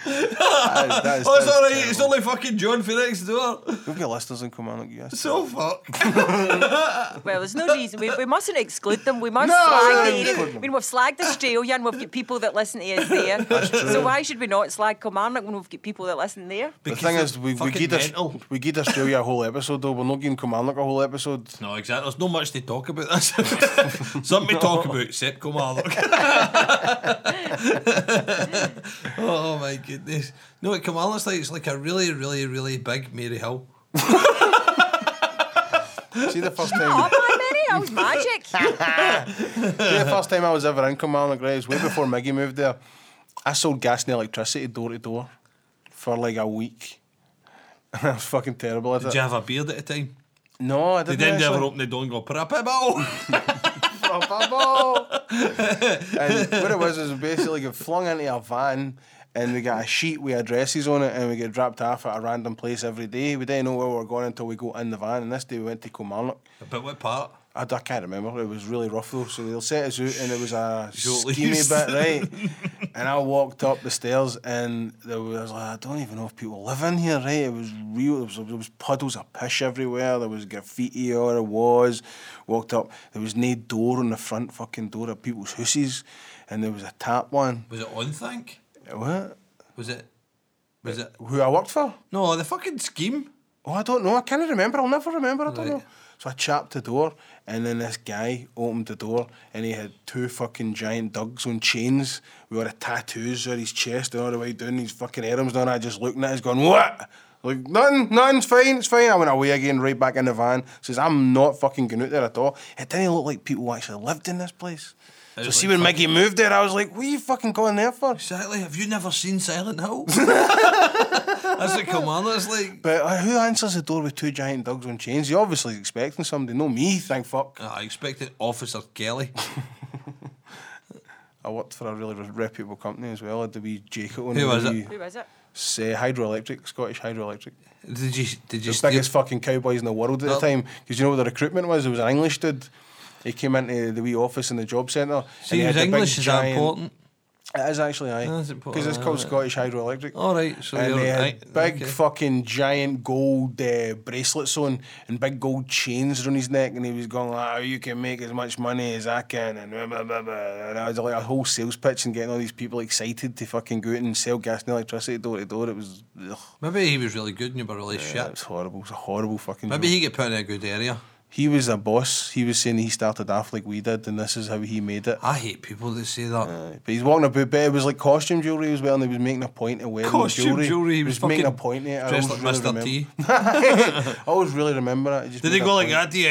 That is, that is,
oh, it's
that is
all right. It's
terrible.
only fucking John for next door.
We've got listeners in Kilmarnock, yes.
So fuck.
Well, there's no reason. We, we mustn't exclude them. We must
No,
slag
no,
the area.
exclude
I
them.
mean, we've slagged Australia and we've got people that listen to us there. So why should we not slag Kilmarnock when we've got people that listen there?
The
Because
thing
they're
is, we, we,
fucking
give us,
mental.
we give Australia a whole episode, though. We're not giving Kilmarnock a whole episode.
No, exactly. There's not much to talk about this. Something to talk about except Kilmarnock. oh my goodness. No, at Kilmarnock's like it's like a really, really, really big Mary Hill.
See the first
Oh,
time
my Mary Hill's magic.
see the first time I was ever in Kilmarnock, right? It was way before Miggy moved there. I sold gas and electricity door to door for like a week. I was fucking terrible at
Did
it.
you have a beard at the time?
no, I
They
didn't.
didn't ever
actually.
open the door and go, "Put up a ball."
Bravo! and what it was is we basically got flung into a van and we got a sheet with addresses on it and we get dropped off at a random place every day. We didn't know where we were going until we go in the van and this day we went to Kilmarnock.
But what part?
I, d- I can't remember. It was really rough though. So they'll set us out, and it was a
Short
schemy
leaves.
bit, right? and I walked up the stairs, and there was like, I don't even know if people live in here, right? It was real. There was, there was puddles of piss everywhere. There was graffiti, or it was. Walked up, there was no door on the front fucking door of people's houses, and there was a tap one.
Was it on Think?
What?
Was it? Was it?
Who I worked for?
No, the fucking scheme.
Oh, I don't know. I can't remember. I'll never remember. I don't
Right.
know. So I chapped the door, and then this guy opened the door, and he had two fucking giant dogs on chains. We had tattoos on his chest and all the way down his fucking arms. And I just looking at us, going, "What?" Like nothing, nothing's fine, it's fine. I went away again, right back in the van. Says I'm not fucking going out there at all. It didn't look like people actually lived in this place.
It
So
was
see
like
when Mickey moved there, I was like, "What are you fucking going there for?"
Exactly. Have you never seen Silent Hill? That's what Kilmarnock is like.
But uh, who answers the door with two giant dogs on chains? You're obviously expecting somebody. No, me, thank fuck.
Ah, I expected Officer Kelly.
I worked for a really re- reputable company as well. I had the wee Jacob on
Who
the
was it?
wee,
Who is it?
Say, hydroelectric, Scottish hydroelectric.
Did you? Did
The
you? steal-
biggest fucking cowboys in the world at
Well-
the time. Because you know what the recruitment was? There was an English dude. He came into the wee office in the job centre.
See,
and he had
his
the big
English is that
giant-
important?
It is actually, aye.
That's important,
Because it's called
aye.
Scottish Hydroelectric.
All right, so
and
you're
they had
right,
big
okay.
fucking giant gold uh, bracelets on and big gold chains around his neck, and he was going like, "Oh, "You can make as much money as I can," and blah, blah, blah, blah. and I was like a whole sales pitch and getting all these people excited to fucking go out and sell gas and electricity door to door. It was, ugh,
Maybe he was really good and you were really
yeah, it
shit.
was horrible. It was a horrible fucking.
Maybe
job.
he got put in a good area.
He was a boss. He was saying he started off like we did, and this is how he made it.
I hate people that say that.
Aye, But he's walking about, but it was like costume jewellery as well, and he was making a point of wearing the
Costume jewellery. He was, fucking
making a point of it. I
dressed like
always
Mr.
really
T.
remember- I always really remember that. just
Did he
made a
go like
point.
that to you,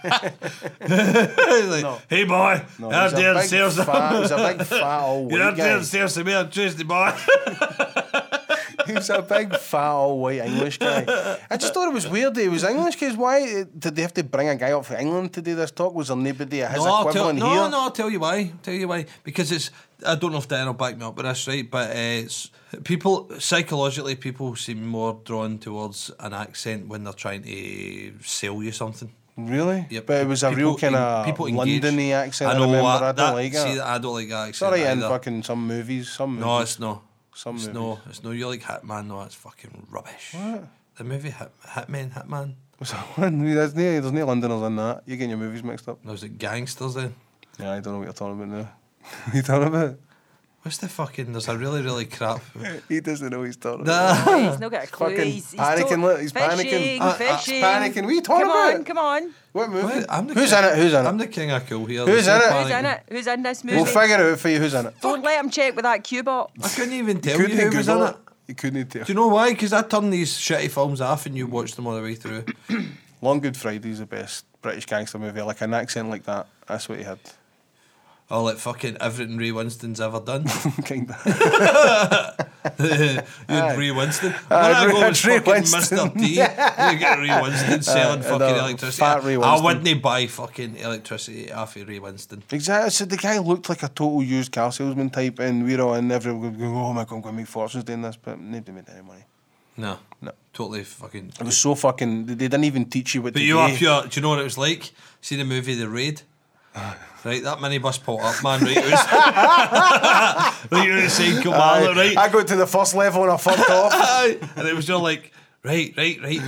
hey boy? Like, Hey boy,
No,
you're up
he's a
there
big
and sell
fat-
some.
He's a big fat old
You're up
white
there
guy.
and sell some here, Tuesday boy.
He's a big fat old white English guy. I just thought it was weird that he was English because why did they have to bring a guy up from England to do this talk? Was there nobody at his
I'll tell,
equivalent
no,
here?
no, I'll tell you why. I'll tell you why. Because it's, I don't know if Darren will back me up with this, right? But uh, it's- people, psychologically, people seem more drawn towards an accent when they're trying to sell you something.
Really?
Yep.
But it was a real
People
kind of
en- people engage.
Londony accent. I,
know,
remember.
uh,
I don't
that-
like
See,
it.
I don't like that accent.
Sorry, in
either.
fucking some movies, some movies.
No, it's no.
Some
it's no. It's no. You're like Hitman. No, it's fucking rubbish. What? The movie Hit, Hitman, Hitman.
So there's no, there's no Londoners in that. You're getting your movies mixed up.
No, was it gangsters then?
Yeah, I don't know what you're talking about now. what are you talking about?
What's the fucking? There's a really really crap.
he doesn't know he's talking.
Nah.
Yeah, he's not got a clue.
Fucking
he's, he's
panicking,
to-
look, he's panicking.
fishing,
Uh, uh,
fishing.
panicking. What are you talking
come
about?
On, come on.
What movie?
What? I'm the
Who's
king-
in it? Who's in it?
I'm the king of cool here.
Who's
There's no
in it?
Who's in
panicking.
it? Who's in this movie?
We'll figure it out for you. Who's in it?
Don't let him check with that cue bot.
I couldn't even tell you who was in
Google
it.
You couldn't tell.
Do you know why? Because I turn these shitty films off and you watch them all the way through.
Long Good Friday's the best British gangster movie. Like an accent like that. That's what he had.
All like fucking everything Ray Winston's ever done.
kind of.
you had Ray Winston. When
Aye,
I go
Ray-
with
Ray
fucking
Winston.
Mr. D, you get Ray Winston selling
Aye, I
fucking
know.
electricity.
Fat Ray
I
Winston.
wouldn't buy fucking electricity off of Ray Winston.
Exactly. So the guy looked like a total used car salesman type, and we were all in everyone going, "Oh my god, I'm going to make fortunes doing this," but nobody made any money.
No.
No.
Totally fucking.
It was so fucking. They they didn't even teach you what.
But
to
you
do.
are pure. Do you know what it was like? See the movie The Raid? Right, that minibus pulled up, man. Right, it was right outside
Aye.
Kamala, right?
I got to the first level and I fucked off.
Aye. and it was all like, right, right, right.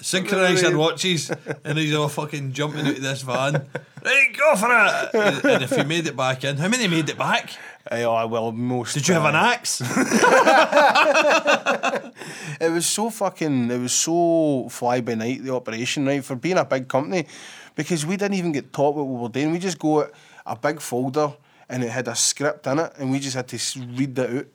Synchronise our watches. And he's all fucking jumping out of this van. Right, go for it. And- And if you made it back in, how many made it back?
Aye, oh, I will most.
Did you have an
aye.
axe?
It was so fucking. It was so fly by night the operation right for being a big company, because we didn't even get taught what we were doing. We just got a big folder and it had a script in it, and we just had to s- read that out.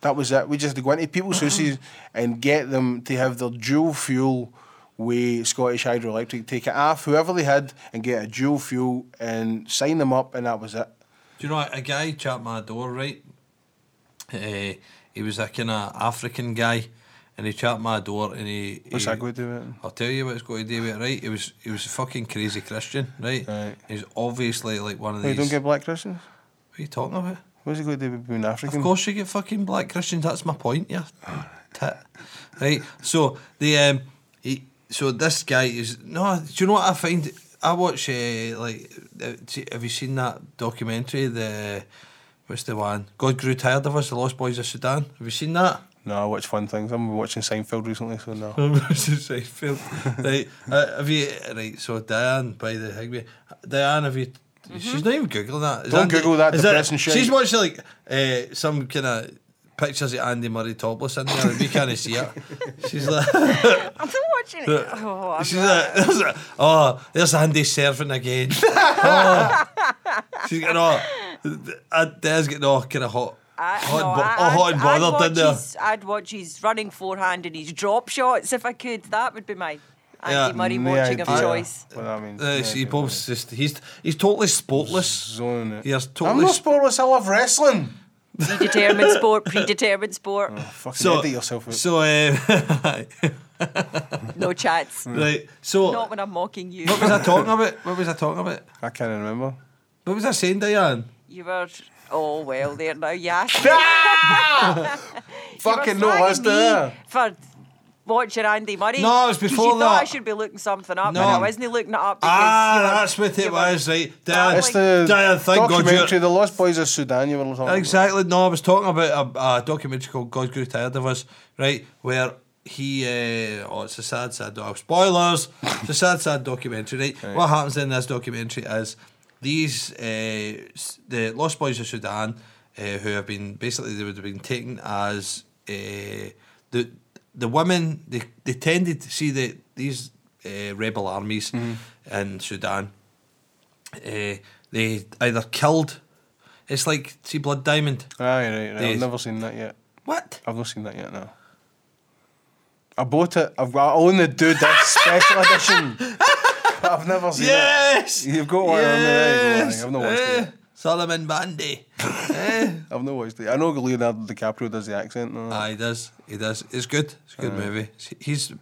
That was it. We just had to go into people's houses and get them to have their dual fuel way Scottish Hydroelectric take it off whoever they had and get a dual fuel and sign them up, and that was it.
Do you know a guy chapped my door right? Uh, he was a kind of African guy, and he chapped my door and he.
What's
he,
that got to do with it?
I'll tell you what it's got to do with it, right? He was he was a fucking crazy Christian, right?
Right.
He's obviously like one of
They
these.
don't get black Christians.
What are you talking about?
What's it got to do with being African?
Of course you get fucking black Christians. That's my point. Yeah, tit. Right. So the um, he, so this guy is no. Do you know what I find? I watch uh, like uh, t- have you seen that documentary? The what's the one? God grew tired of us. The Lost Boys of Sudan. Have you seen that?
No, I watch fun things. I'm watching Seinfeld recently, so no.
Seinfeld. right. Uh, have you right? So Diane by the Higby. Diane, have you?
Mhm.
She's not even googling that. Is
Don't Google that
is
depressing shit.
She's watching like uh, some kind of pictures of Andy Murray topless in there. and We can't see it. She's like,
I'm not watching it. Oh, I'm
she's like, there's a, oh, there's Andy serving again. Oh. She's getting all. uh, Diane's getting all kind of hot.
I,
hot,
no,
and bo-
I,
all hot and
I'd- I'd
bothered
watch
in there.
His, I'd watch his running forehand and his drop shots if I could. That would be my
Yeah.
Andy Murray
The
watching of
idea-
choice.
Well, I mean,
Uh,
the
see,
idea
Bob's just, he's, he's totally
of
sportless.
zoning it.
He's
I'm
totally
not sportless. I love wrestling.
Predetermined sport, predetermined sport.
Fucking
So,
edit yourself out.
so uh,
No chats.
right. So,
Not when I'm mocking you.
what was I talking about? What was I talking about?
I can't remember.
What was I saying, Diane?
You were. Oh well, there now. Yes.
Fucking no, that's
me
there.
for watching Andy Murray.
No, it was
'Cause
before
you Thought I
that.
should be looking something up,
No.
and I wasn't looking it up. Because
Ah,
you were-
that's what
you
it
were-
was, right?
Diane-
Diane,
It's the
Diane, thank God
documentary,
you.
The Lost Boys of Sudan. You were talking about.
Exactly. No, I was talking about a, a documentary called God Grew Tired of Us, right? Where he, uh, oh, it's a sad, sad dog. Spoilers! it's a sad, sad documentary, right? What happens in this documentary is these, uh, s- the Lost Boys of Sudan, uh, who have been basically, they would have been taken as uh, the the women, they, they tended to see the, these uh, rebel armies in Sudan. Uh, they either killed. It's like see Blood Diamond.
Aye, Ah, right, right. I've
Yes.
never seen that yet.
What?
I've not seen that yet. No. I bought it. I've got. I own the dude that's special edition. But I've never seen it.
Yes.
You've got one on there, you've got one. I've not watched it
Eh,
yet.
Solomon Eh. Bandy.
I've not watched it. I know Leonardo DiCaprio does the accent. No.
ah, he does. He does. It's good. It's a good movie. He's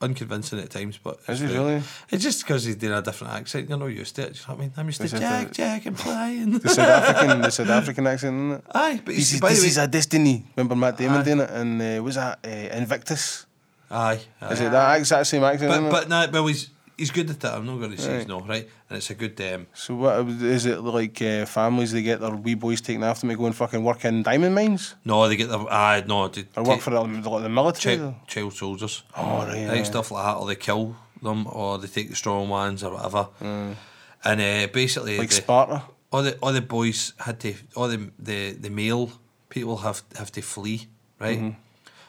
unconvincing at times, but
Uh. Is
it's
he
good.
really?
It's just because he's doing a different accent. You're not used to it. Do you know what I mean? I'm used to
Is it uh,
Jack,
the-
Jack, and playing.
The South African, the South African accent, isn't it?
Aye, but
This
he's
is,
by the
this
way.
is our destiny. Remember Matt Damon
Aye.
doing it, and uh, was that uh, Invictus?
aye, aye.
Is it that exact same accent?
But
isn't it?
but no, well he's he's good at it. I'm not going to say he's
Right.
no right, and it's a good um,
so what is it like? Uh, families they get their wee boys taken after me, going fucking work in diamond mines
No, they get the ah no. They
or
ta-
work for the, like, the military.
child, child soldiers.
Oh, right,
Like
right.
stuff like that, or they kill them, or they take the strong ones, or whatever. And uh, basically,
like
the-
Sparta.
all the all the boys had to all the the, the male people have have to flee, right?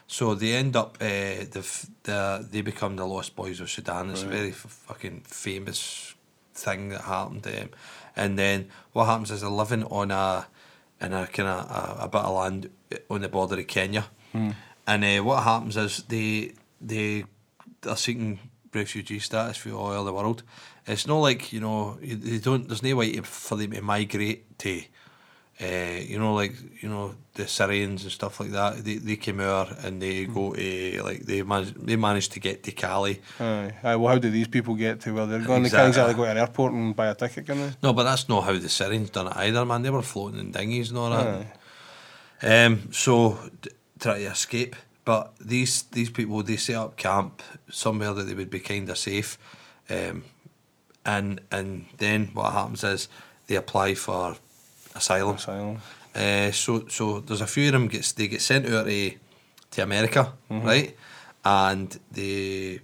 So they end up uh, the, f- the they become the lost boys of Sudan. It's a very f- fucking famous thing that happened to them. And then what happens is they're living on a in a kind of a, a bit of land uh, on the border of Kenya. And uh, what happens is they they are seeking refugee status for all over the world. It's not like you know you- they don't. There's no way to- for them to migrate to, uh, you know, like you know the Syrians and stuff like that. They they came over and they go to like they managed they managed to get to Cali.
Aye, aye, well, how do these people get to where they're going? They
Exactly.
can't exactly go to an airport and buy a ticket, can they?
No, but that's not how the Syrians done it either, man. They were floating in dinghies and all that. Um, so d- try to escape, but these these people they set up camp somewhere that they would be kind of safe, um, and and then what happens is they apply for asylum.
Asylum.
Uh, so so there's a few of them gets they get sent out to, to America, right? And they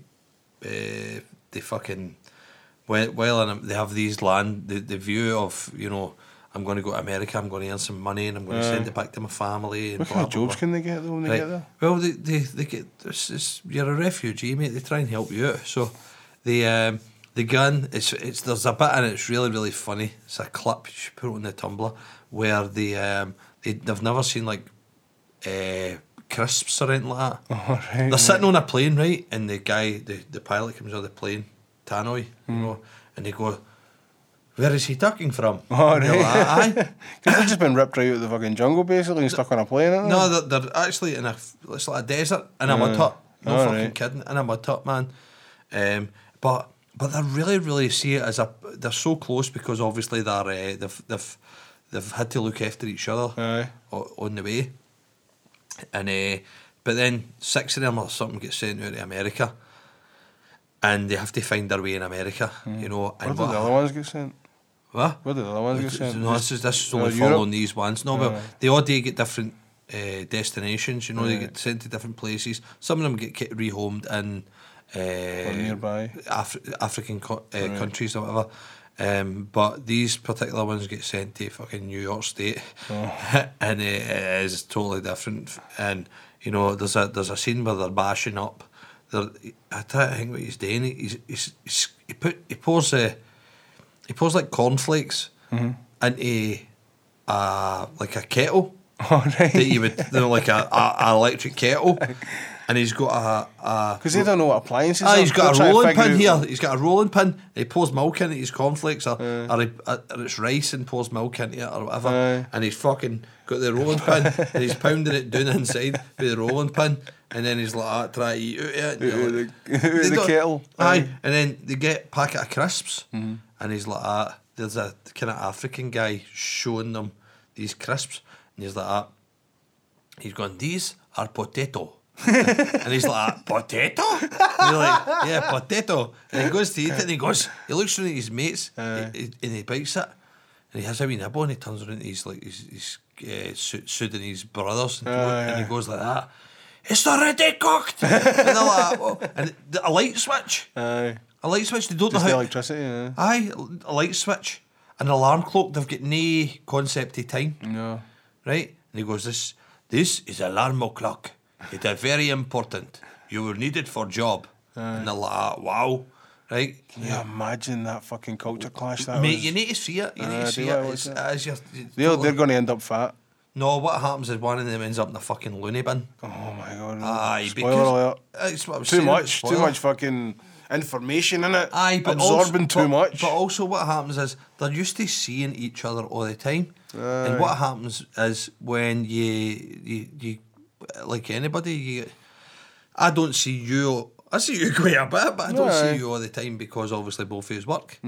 uh, they fucking well well and they have these land the, the view of you know I'm going to go to America, I'm going to earn some money, and I'm going to send it back to my family. And
What
blah,
kind of
blah,
jobs
blah.
can they get though when they
Right.
get there?
Well, they, they, they get it's, it's, you're a refugee, mate. They try and help you out. So the um, the gun it's it's there's a bit and it's really really funny. It's a clip you should put it on the Tumblr where the um, they they've never seen like uh, crisps or anything like that.
Oh, right,
They're sitting on a plane, right? And the guy, the, the pilot comes on the plane, Tannoy, you
Hmm.
know, and they go, "Where is he ducking from?"
Oh,
And they're like,
right.
"Aye."
Because they've just been ripped right out of the fucking jungle basically and stuck on a plane, aren't
No, they're, they're actually in a it's like a desert in a mud hut. No
All
fucking
right.
kidding, in a mud hut, man. Um, but but they really really see it as a they're so close because obviously they're uh, they've they've they've had to look after each other
Aye.
o- on the way, and uh, but then six of them or something get sent out to America, and they have to find their way in America, you know.
they? Mm. Where
And
did
what-
the other ones get sent?
what?
Where did the other ones get sent?
No, this is this is
Uh,
only
Europe? Uh,
following these ones. No, well,
Aye.
they all do get different uh, destinations. You know, they
Aye.
get sent to different places. Some of them get ki- rehomed in uh,
nearby.
Afri- African co- uh, countries or whatever. Um, but these particular ones get sent to fucking New York State, and it is totally different. And you know, there's a there's a scene where they're bashing up. They're, I try to think what he's doing. He's, he's, he's he put he pours a he pours like cornflakes into a like a kettle
Oh,
that
right.
you would you know, like a, a, a electric kettle, and he's got a, a
Because they don't know what appliances
Ah,
are.
he's
They're
got a
trying to
rolling
figure
pin
out-
here. He's got a rolling pin. He pours milk into his cornflakes, or, or, he, uh, or it's rice and pours milk into it, or whatever.
Aye.
And he's fucking got the rolling pin, and he's pounding it down inside with the rolling pin, and then he's like, that, try to eat out of it.
Out
and you're
of
like-
the- out of
They
the
don't-
kettle.
Aye.
Aye. Mm-hmm.
And then they get a packet of crisps, and he's like, that. there's a kind of African guy showing them these crisps, and he's like, "Ah, that. He's gone, these are potato. and he's like, potato? And you're like, yeah, potato. And he goes to eat it and he goes, he looks around at his mates he- he- and he bites it and he has a wee nibble and he turns around to his, like, his, his uh, Su- Sudanese brothers and, and he goes like that. It's already cooked. and they're like, "Oh." and th- a light switch.
Aye.
A light switch. They don't
Just
know
the
how.
electricity, yeah.
Aye, a light switch, an alarm clock. They've got no concept of time
No.
right? And he goes, this, this is alarm o'clock. It is very important. You will need it for job. And they're like, "Ah, wow, right?
Can you imagine that fucking culture clash that
Mate,
was?
you need to see it. You need
Aye, I
to see
do
it.
like
It's,
watching
it's just,
they're, they're going to end up fat.
no, what happens is one of them ends up in a fucking loony bin.
Oh my god. no.
Aye,
Spoiler
because-
alert.
It's what I was
Too
saying,
much. Too
spoiler.
much fucking information in it.
Aye, but
Absorbing
also,
too
but-
much.
But also, what happens is they're used to seeing each other all the time, and what happens is when you you, you like anybody, you I don't see you. I see you quite a bit, but I don't
Aye. Mm-hmm.
see you all the time because obviously both of us work.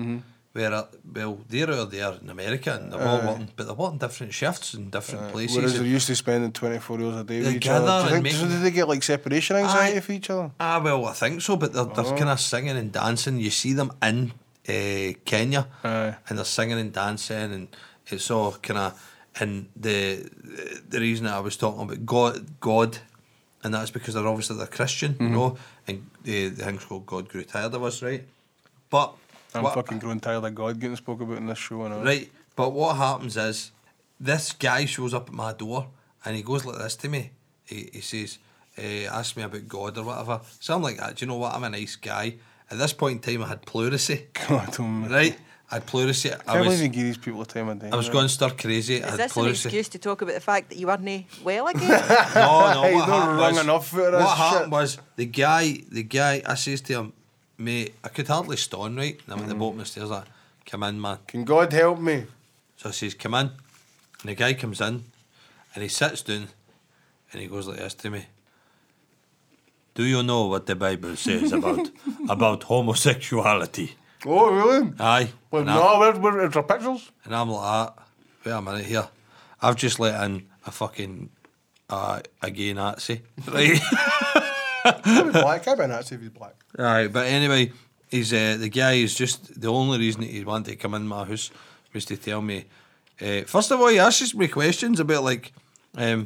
Where uh, well, they're out there in America and they're all working, but they're working different shifts in different places.
Whereas they're
and-
used to spending 24 hours a day with
They
each other.
gather
Do you
and
think, so
make-
did they get like separation anxiety for each other? Oh.
Ah, well, I think so, but they're, they're kind of singing and dancing. You see them in uh, Kenya,
Aye.
and they're singing and dancing, and it's all kind of. And the the reason that I was talking about God, God, and that's because they're obviously they're Christian,
Mm-hmm.
you know, and the the thing's called God grew tired of us, right? But
I'm
what-
fucking growing tired of God getting spoke about in this show and all.
right. But what happens is this guy shows up at my door and he goes like this to me. He, he says, eh, ask me about God or whatever. Something like that. Do you know what? I'm a nice guy. At this point in time, I had pleurisy.
God, oh
right? I had pleurisy.
I
I
can't believe
was,
you give these people a time of day.
I was going stir crazy. I
Is
had
this an
pleurisy.
excuse to talk about the fact that you weren't eh, well again?
no, no.
He's not
What happened
wrong
was,
enough for this
what happened
shit.
was the guy, the guy. I says to him, mate, I could hardly stand right. And I'm at the bottom of the stairs. Like, come in, man.
Can God help me?
So I says, come in. And the guy comes in, and he sits down, and he goes like this to me. Do you know what the Bible says about about homosexuality?
Oh, really?
Aye.
Well,
And I-
no, where, where, is our pictures?
And I'm like, that. wait a minute here. I've just let in a fucking uh, a gay Nazi. Right.
black. I've been actually if he's black.
Aye, but anyway, he's uh, the guy is just the only reason he wanted to come in my house was to tell me. Uh, first of all, he asks me questions about like, um,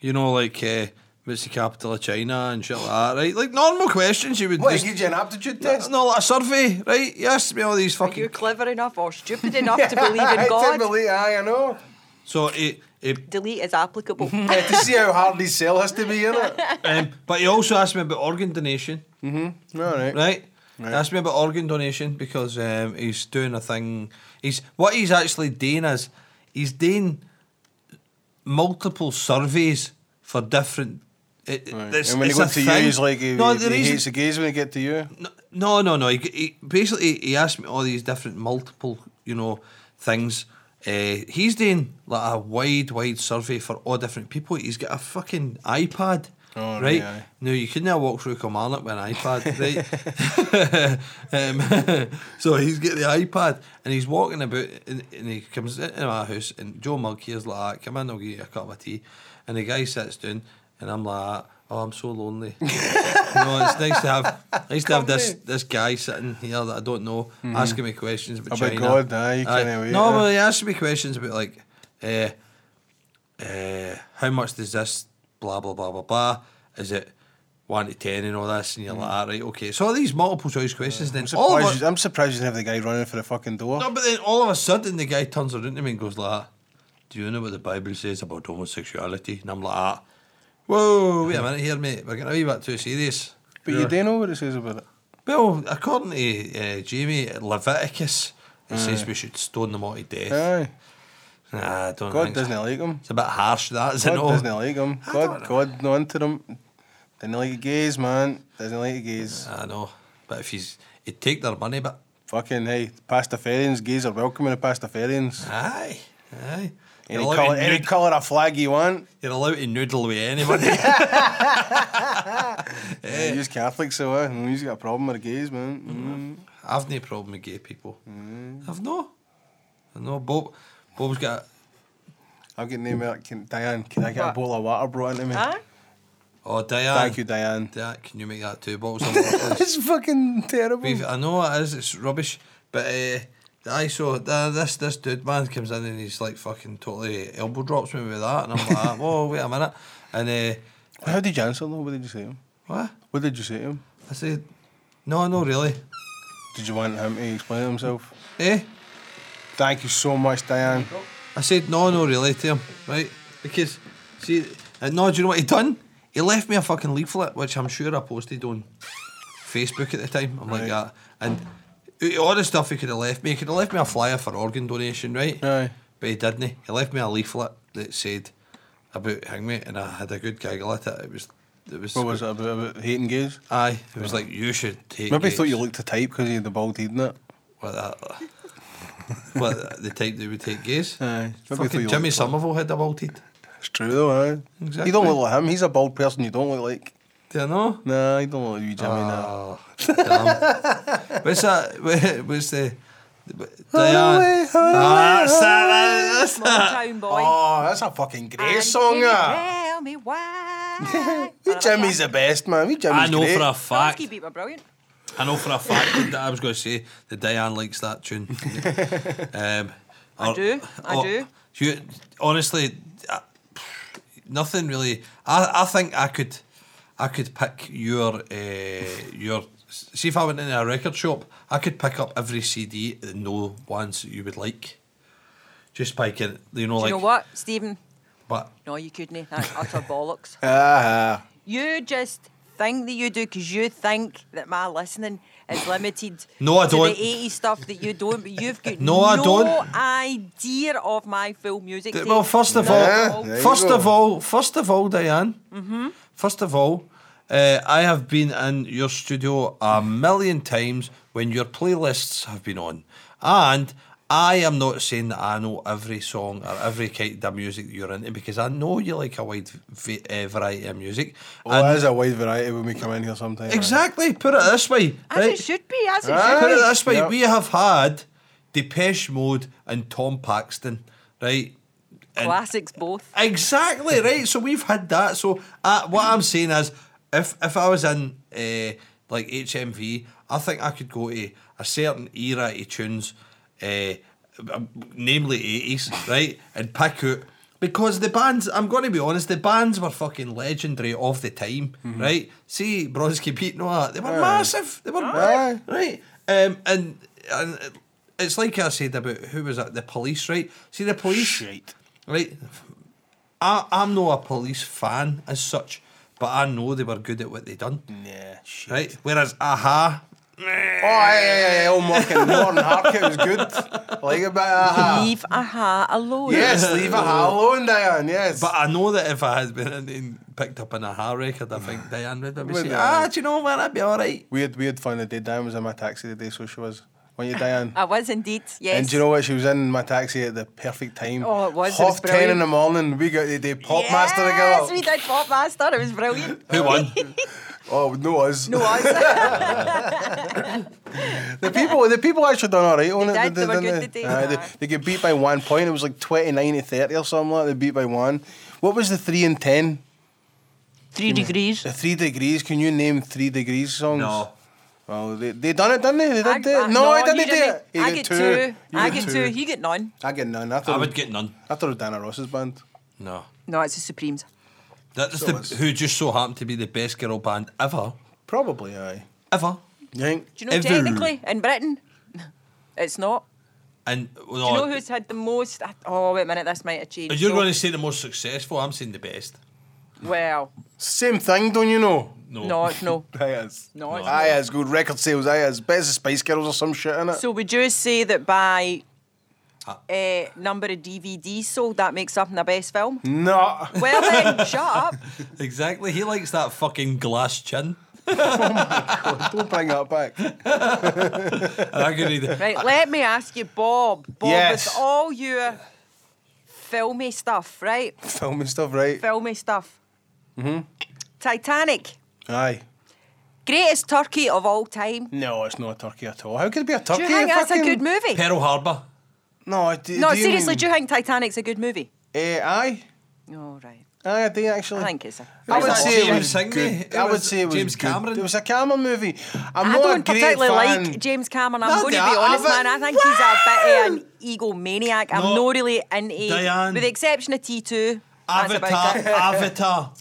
you know, like uh, what's the capital of China and shit like that, right? Like normal questions you would.
What,
just,
he gives you an aptitude
No,
test?
no, like a survey, right? He asks me all these
Are you
fucking.
clever enough or stupid enough to believe
I
in
did
God?
believe- aye, I know.
So he, he
Delete is applicable.
Yeah, to see how hard his sell has to be, innit?
um, but he also asked me about organ donation.
All right.
right? Ask me about organ donation because um, he's doing a thing. He's what he's actually doing is he's doing multiple surveys for different. It,
Right.
it's,
and when he
it's a
goes to you,
thing.
he's like, he,
no,
he,
the reason-
hates the gays when he get to you.
no, no, no. He, he basically he asked me all these different multiple, you know, things. Uh, he's doing like a wide, wide survey for all different people. He's got a fucking iPad,
Oh,
right?
yeah.
No, you couldn't have walked through Kilmarnock with an iPad, right? um, so he's got the iPad and he's walking about and, and he comes into my house and Joe Mug here's like, "Ah, come in, I'll get you a cup of tea. And the guy sits down and I'm like, oh, I'm so lonely. no, it's nice to have, nice to have this, this guy sitting here that I don't know asking me questions about,
Mm-hmm. About
China.
God, aye, you can't wait,
No,
eh?
well, he asked me questions about like, uh, uh, how much does this blah blah blah blah blah? Is it one to ten and all this? And you're like, ah, right, okay. So all these multiple choice questions, then
Mm. I'm
all of
surprised,
a,
you, I'm surprised you didn't have the guy running for the fucking door.
no, but then all of a sudden the guy turns around to me and goes like, "Do you know what the Bible says about homosexuality?" And I'm like, ah, "Whoa, wait a minute here, mate. We're getting a wee bit too serious."
But you do know what it says about it.
Well, according to uh, Jamie Leviticus, it says we should stone them all to death.
Aye.
Nah, I don't.
God
think so.
doesn't like him.
It's a bit harsh. That is it?
God
no?
doesn't like him.
I don't
God,
know.
God, no into them. Doesn't like gays, man. Doesn't like gays.
I know, but if he's he'd take their money, but
Fucking hey, Pastafarians, gays are welcome in the Pastafarians.
aye, aye. You're
Any
allowed,
colour,
to
any
nood-
colour of flag you want.
you're allowed to noodle with anybody.
Yeah, you're Catholic, so uh, you've got a problem with gays, man.
I've no problem with gay people. I've no, I know. Bob, Bob's got.
Mm. I'll get name out. Can, Diane, can I get a
What?
bowl of water brought into me?
Huh?
Oh, Diane.
Thank you, Diane.
Diane, can you make that two bottles? of water, please?
It's fucking terrible.
We've- I know it is. It's rubbish, but. Uh, I saw uh, this this dude man comes in and he's like fucking totally elbow drops me with that and I'm like whoa wait a minute and uh,
How did you answer though? What did you say to him?
what
What did you say to him?
I said no no really
Did you want him to explain himself?
eh
Thank you so much, Diane.
I said, no, no, really to him, right? Because, see, and no, do you know what he done? He left me a fucking leaflet, which I'm sure I posted on Facebook at the time. I'm like
Right.
that. And all the stuff he could have left me, he could have left me a flyer for organ donation, right?
Aye.
But he didn't. He left me a leaflet that said about hangmate, and I had a good giggle at it. It was, it was,
What was it about, about hating gays?
Aye, it was like, you should take
Maybe he thought
it."
you looked to type because you had the bald head in it.
Well, that, what, the type that would take gays.
Aye. Maybe he thought you
Fucking Jimmy
looked-
Somerville had a bald head.
It's true though, eh?
Exactly.
You don't look like him. He's a bald person. You don't look like. Ah.
Do you know?
Nah, you don't look like you, Jimmy. nah.
Oh, damn. What's that? wha- What's the. Diane.
highway,
Ah, that's that, that's
Small town boy.
Oh, that's a fucking great
And
song,
can you
ah.
Tell me why.
Wee Jimmy's the best, man. Wee Jimmy's
I know
great.
for a
Fact.
fact.
beat were brilliant.
I know for a fact that I was going to say that Diane likes that tune. um, I
do, I do.
You, honestly, uh, nothing really. I, I think I could, I could pick your uh, your. See if I went into a record shop, I could pick up every CD and know ones that you would like. Do Just by kind of, you know,
Do
like.
you know what, Stephen?
But
No, you couldn't. That's utter bollocks.
Ah,
You just think that you do because you think that my listening is limited
No, I
to
don't.
the 80 stuff that you don't, but you've got
No, I don't.
idea of my full music.
D-
taste.
Well, first of
Yeah,
all,
there you
first
go.
of all, first of all, Diane. First of all, uh, I have been in your studio a million times when your playlists have been on, and I am not saying that I know every song or every kind of music that you're into because I know you like a wide v- uh, variety of music.
well, Oh, there's a wide variety when we come in here sometimes.
exactly, put it this way,
As
right?
it should be, as it
Right.
should
Put
be.
it this way,
Yep.
we have had Depeche Mode and Tom Paxton, right? And-
Classics both.
Exactly right. So we've had that. So uh, what I'm saying is, if if I was in uh, like HMV, I think I could go to a certain era of tunes, uh, um, namely eighties, right, and pick out because the bands. I'm going to be honest, the bands were fucking legendary of the time, right? See Brodsky Pete and all that. They were massive. They were
Aye.
right, um, and and. It's like I said about who was it? The police, right? See the police,
Shite.
right? I, I'm not a police fan as such, but I know they were good at what they done,
Yeah, shit.
right? Whereas Aha,
Oh, yeah, yeah, yeah. Elmark and Norton Harcourt was good. Like a bit of aha.
Leave aha alone.
Yes, leave a hat alone, Diane. Yes.
but uh, I know that if I had been in- in- picked up an Aha record, I think Diane would be
Would
saying,
be
"Ah,
alright."
do you know what? I'd be all right."
we had we had fun the day. Diane was in my taxi today, so she was. Weren't you, Diane?
I was indeed, yes.
And do you know what? She was in my taxi at the perfect time.
Oh, it was, it was
Half ten in
brilliant.
the morning, we got the day pop
yes,
master to go.
we did Pop Master. It was brilliant.
Who won?
Oh, no us.
No, I was.
The people, the people actually done all right on
They
it.
did, they were
didn't
good
they?
today,
Aye,
aye.
they, they get beat by one point. It was like 29 to 30 or something like that. They beat by one. What was the three and ten?
Three degrees.
The three degrees. Can you name three degrees songs?
No,
Well, they, they done it, didn't they? They did
I,
it. no, I didn't
you
do it. You
I
get
get two.
You
I
get
get two. You get none.
I get none. I thought,
I
it
would
was-
get none.
I thought it was Dana Ross's band.
No,
No, it's the Supremes.
that's
So it's-
the who just so happened to be the best girl band ever,
Probably, aye.
ever.
You think?
Do you know
Ever.
technically in Britain, it's not.
And well,
Do you know who's had the most? Oh wait a minute, this might have changed.
you're
So-
going to say the most successful. I'm saying the best.
well,
Same thing, don't you know?
No,
no, it's no,
Aye, it's-
no. It's
Aye, has good record sales. Aye, has best of Spice Girls or some shit in it.
not. So would you say that by
Ah.
uh, number of DVDs sold, that makes up in the best film?
no.
Well then, shut up.
exactly. He likes that fucking glass chin.
Don't bring that back.
And I could read.
Right, let me ask you, Bob. Bob,
Yes.
with all your filmy stuff, right?
Filming stuff, right?
Filmy stuff. Mm-hmm. Titanic,
Aye.
greatest turkey of all time.
No, it's not a turkey at all. How could it be a
Do
turkey?
you think that's a
Fucking-
good movie?
Pearl Harbor.
No, do,
No,
do you
seriously,
mean-
do you think Titanic's a good movie?
Eh, aye.
Oh, right.
Aye, I do actually.
I think it's a.
I would
was
say it
James
was
Signey?
good.
It
I would
was
say it was
James
good.
Cameron?
It was a Cameron movie. I'm
I
not
don't
a great
particularly
fan.
like James Cameron. I'm
No,
going to
Di-
be honest,
I've-
man. I think he's a bit of an egomaniac. I'm
No.
not really into,
Diane.
with the exception of T2. that's about
Avatar.
it.
Avatar.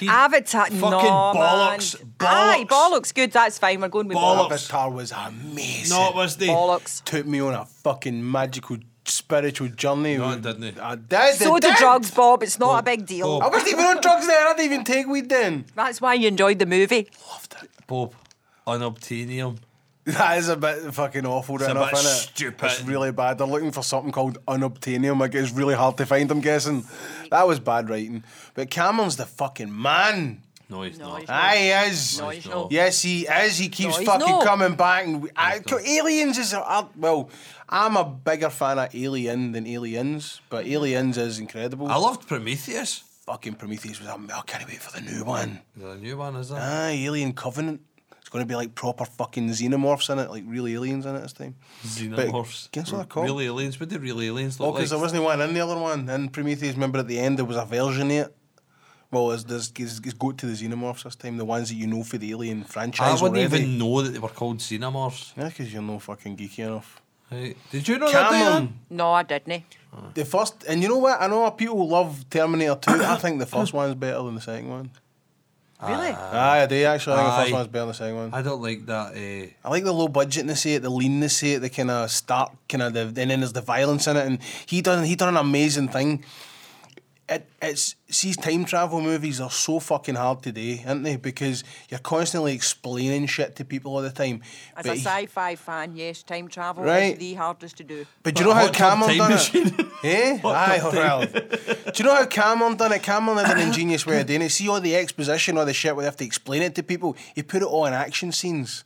He-
Avatar,
Fucking
no,
bollocks.
man.
Bollocks.
Aye, bollocks, good, that's fine. We're going with
Bollocks.
bollocks.
Avatar was amazing.
No, it was the.
Bollocks.
took me on a fucking magical spiritual journey.
No, it didn't.
I did.
So
it
do
did.
drugs, Bob. It's not a big deal.
Bob.
I wasn't even on drugs then. I didn't even take weed then.
That's why you enjoyed the movie.
Loved it.
Bob. Unobtainium.
That is a bit fucking awful, it's
a
enough,
bit
isn't it?
stupid.
It's really bad. They're looking for something called unobtainium. Like it's really hard to find. I'm guessing that was bad writing. But Cameron's the fucking man.
No, he's
No,
not.
he's-
Aye, he is.
No, he's not.
Yes, he is. He keeps
No, he's
fucking
not.
coming back. And we, I, aliens is I, well. I'm a bigger fan of Alien than Aliens, but Aliens is incredible.
I loved Prometheus.
fucking Prometheus was am- I can't wait for the new one.
Is there a new one, is there?
Ah, Alien Covenant. It's going to be like proper fucking xenomorphs in it, like real aliens in it this time.
Xenomorphs.
But guess what they're called?
Real aliens. What did real aliens
Oh,
look
because
like?
there wasn't one in the other one. In Prometheus, remember at the end there was a version of it. Well, it's, there's, it's, it's go to the xenomorphs this time, the ones that you know for the Alien
I
franchise
wouldn't
already.
even know that they were called xenomorphs.
Yeah, because you're no fucking geeky enough.
Right. Did you know that?
Cameron,
Diane?
No, I didn't.
the first, and you know what? I know people love Terminator 2. I think the first one's better than the second one.
Really?
Aye, I do actually. I think the
Aye.
first one's better than the second one.
I don't like that. Uh,
I like the low budgetness of it, the leanness of it, the kind of stark kind of, the, and then there's the violence in it. And he done he done an amazing thing. It, it's see time travel movies are so fucking hard today, aren't they? Because you're constantly explaining shit to people all the time.
As
But
a
he-
sci-fi fan, yes, time travel
Right.
is the hardest to do.
But do you know how
Hot tub
Cameron
time
done it?
machine.
Eh? Aye, well. Do you know how Cameron done it? Cameron had an ingenious way of doing it. See all the exposition, all the shit where they have to explain it to people. He put it all in action scenes.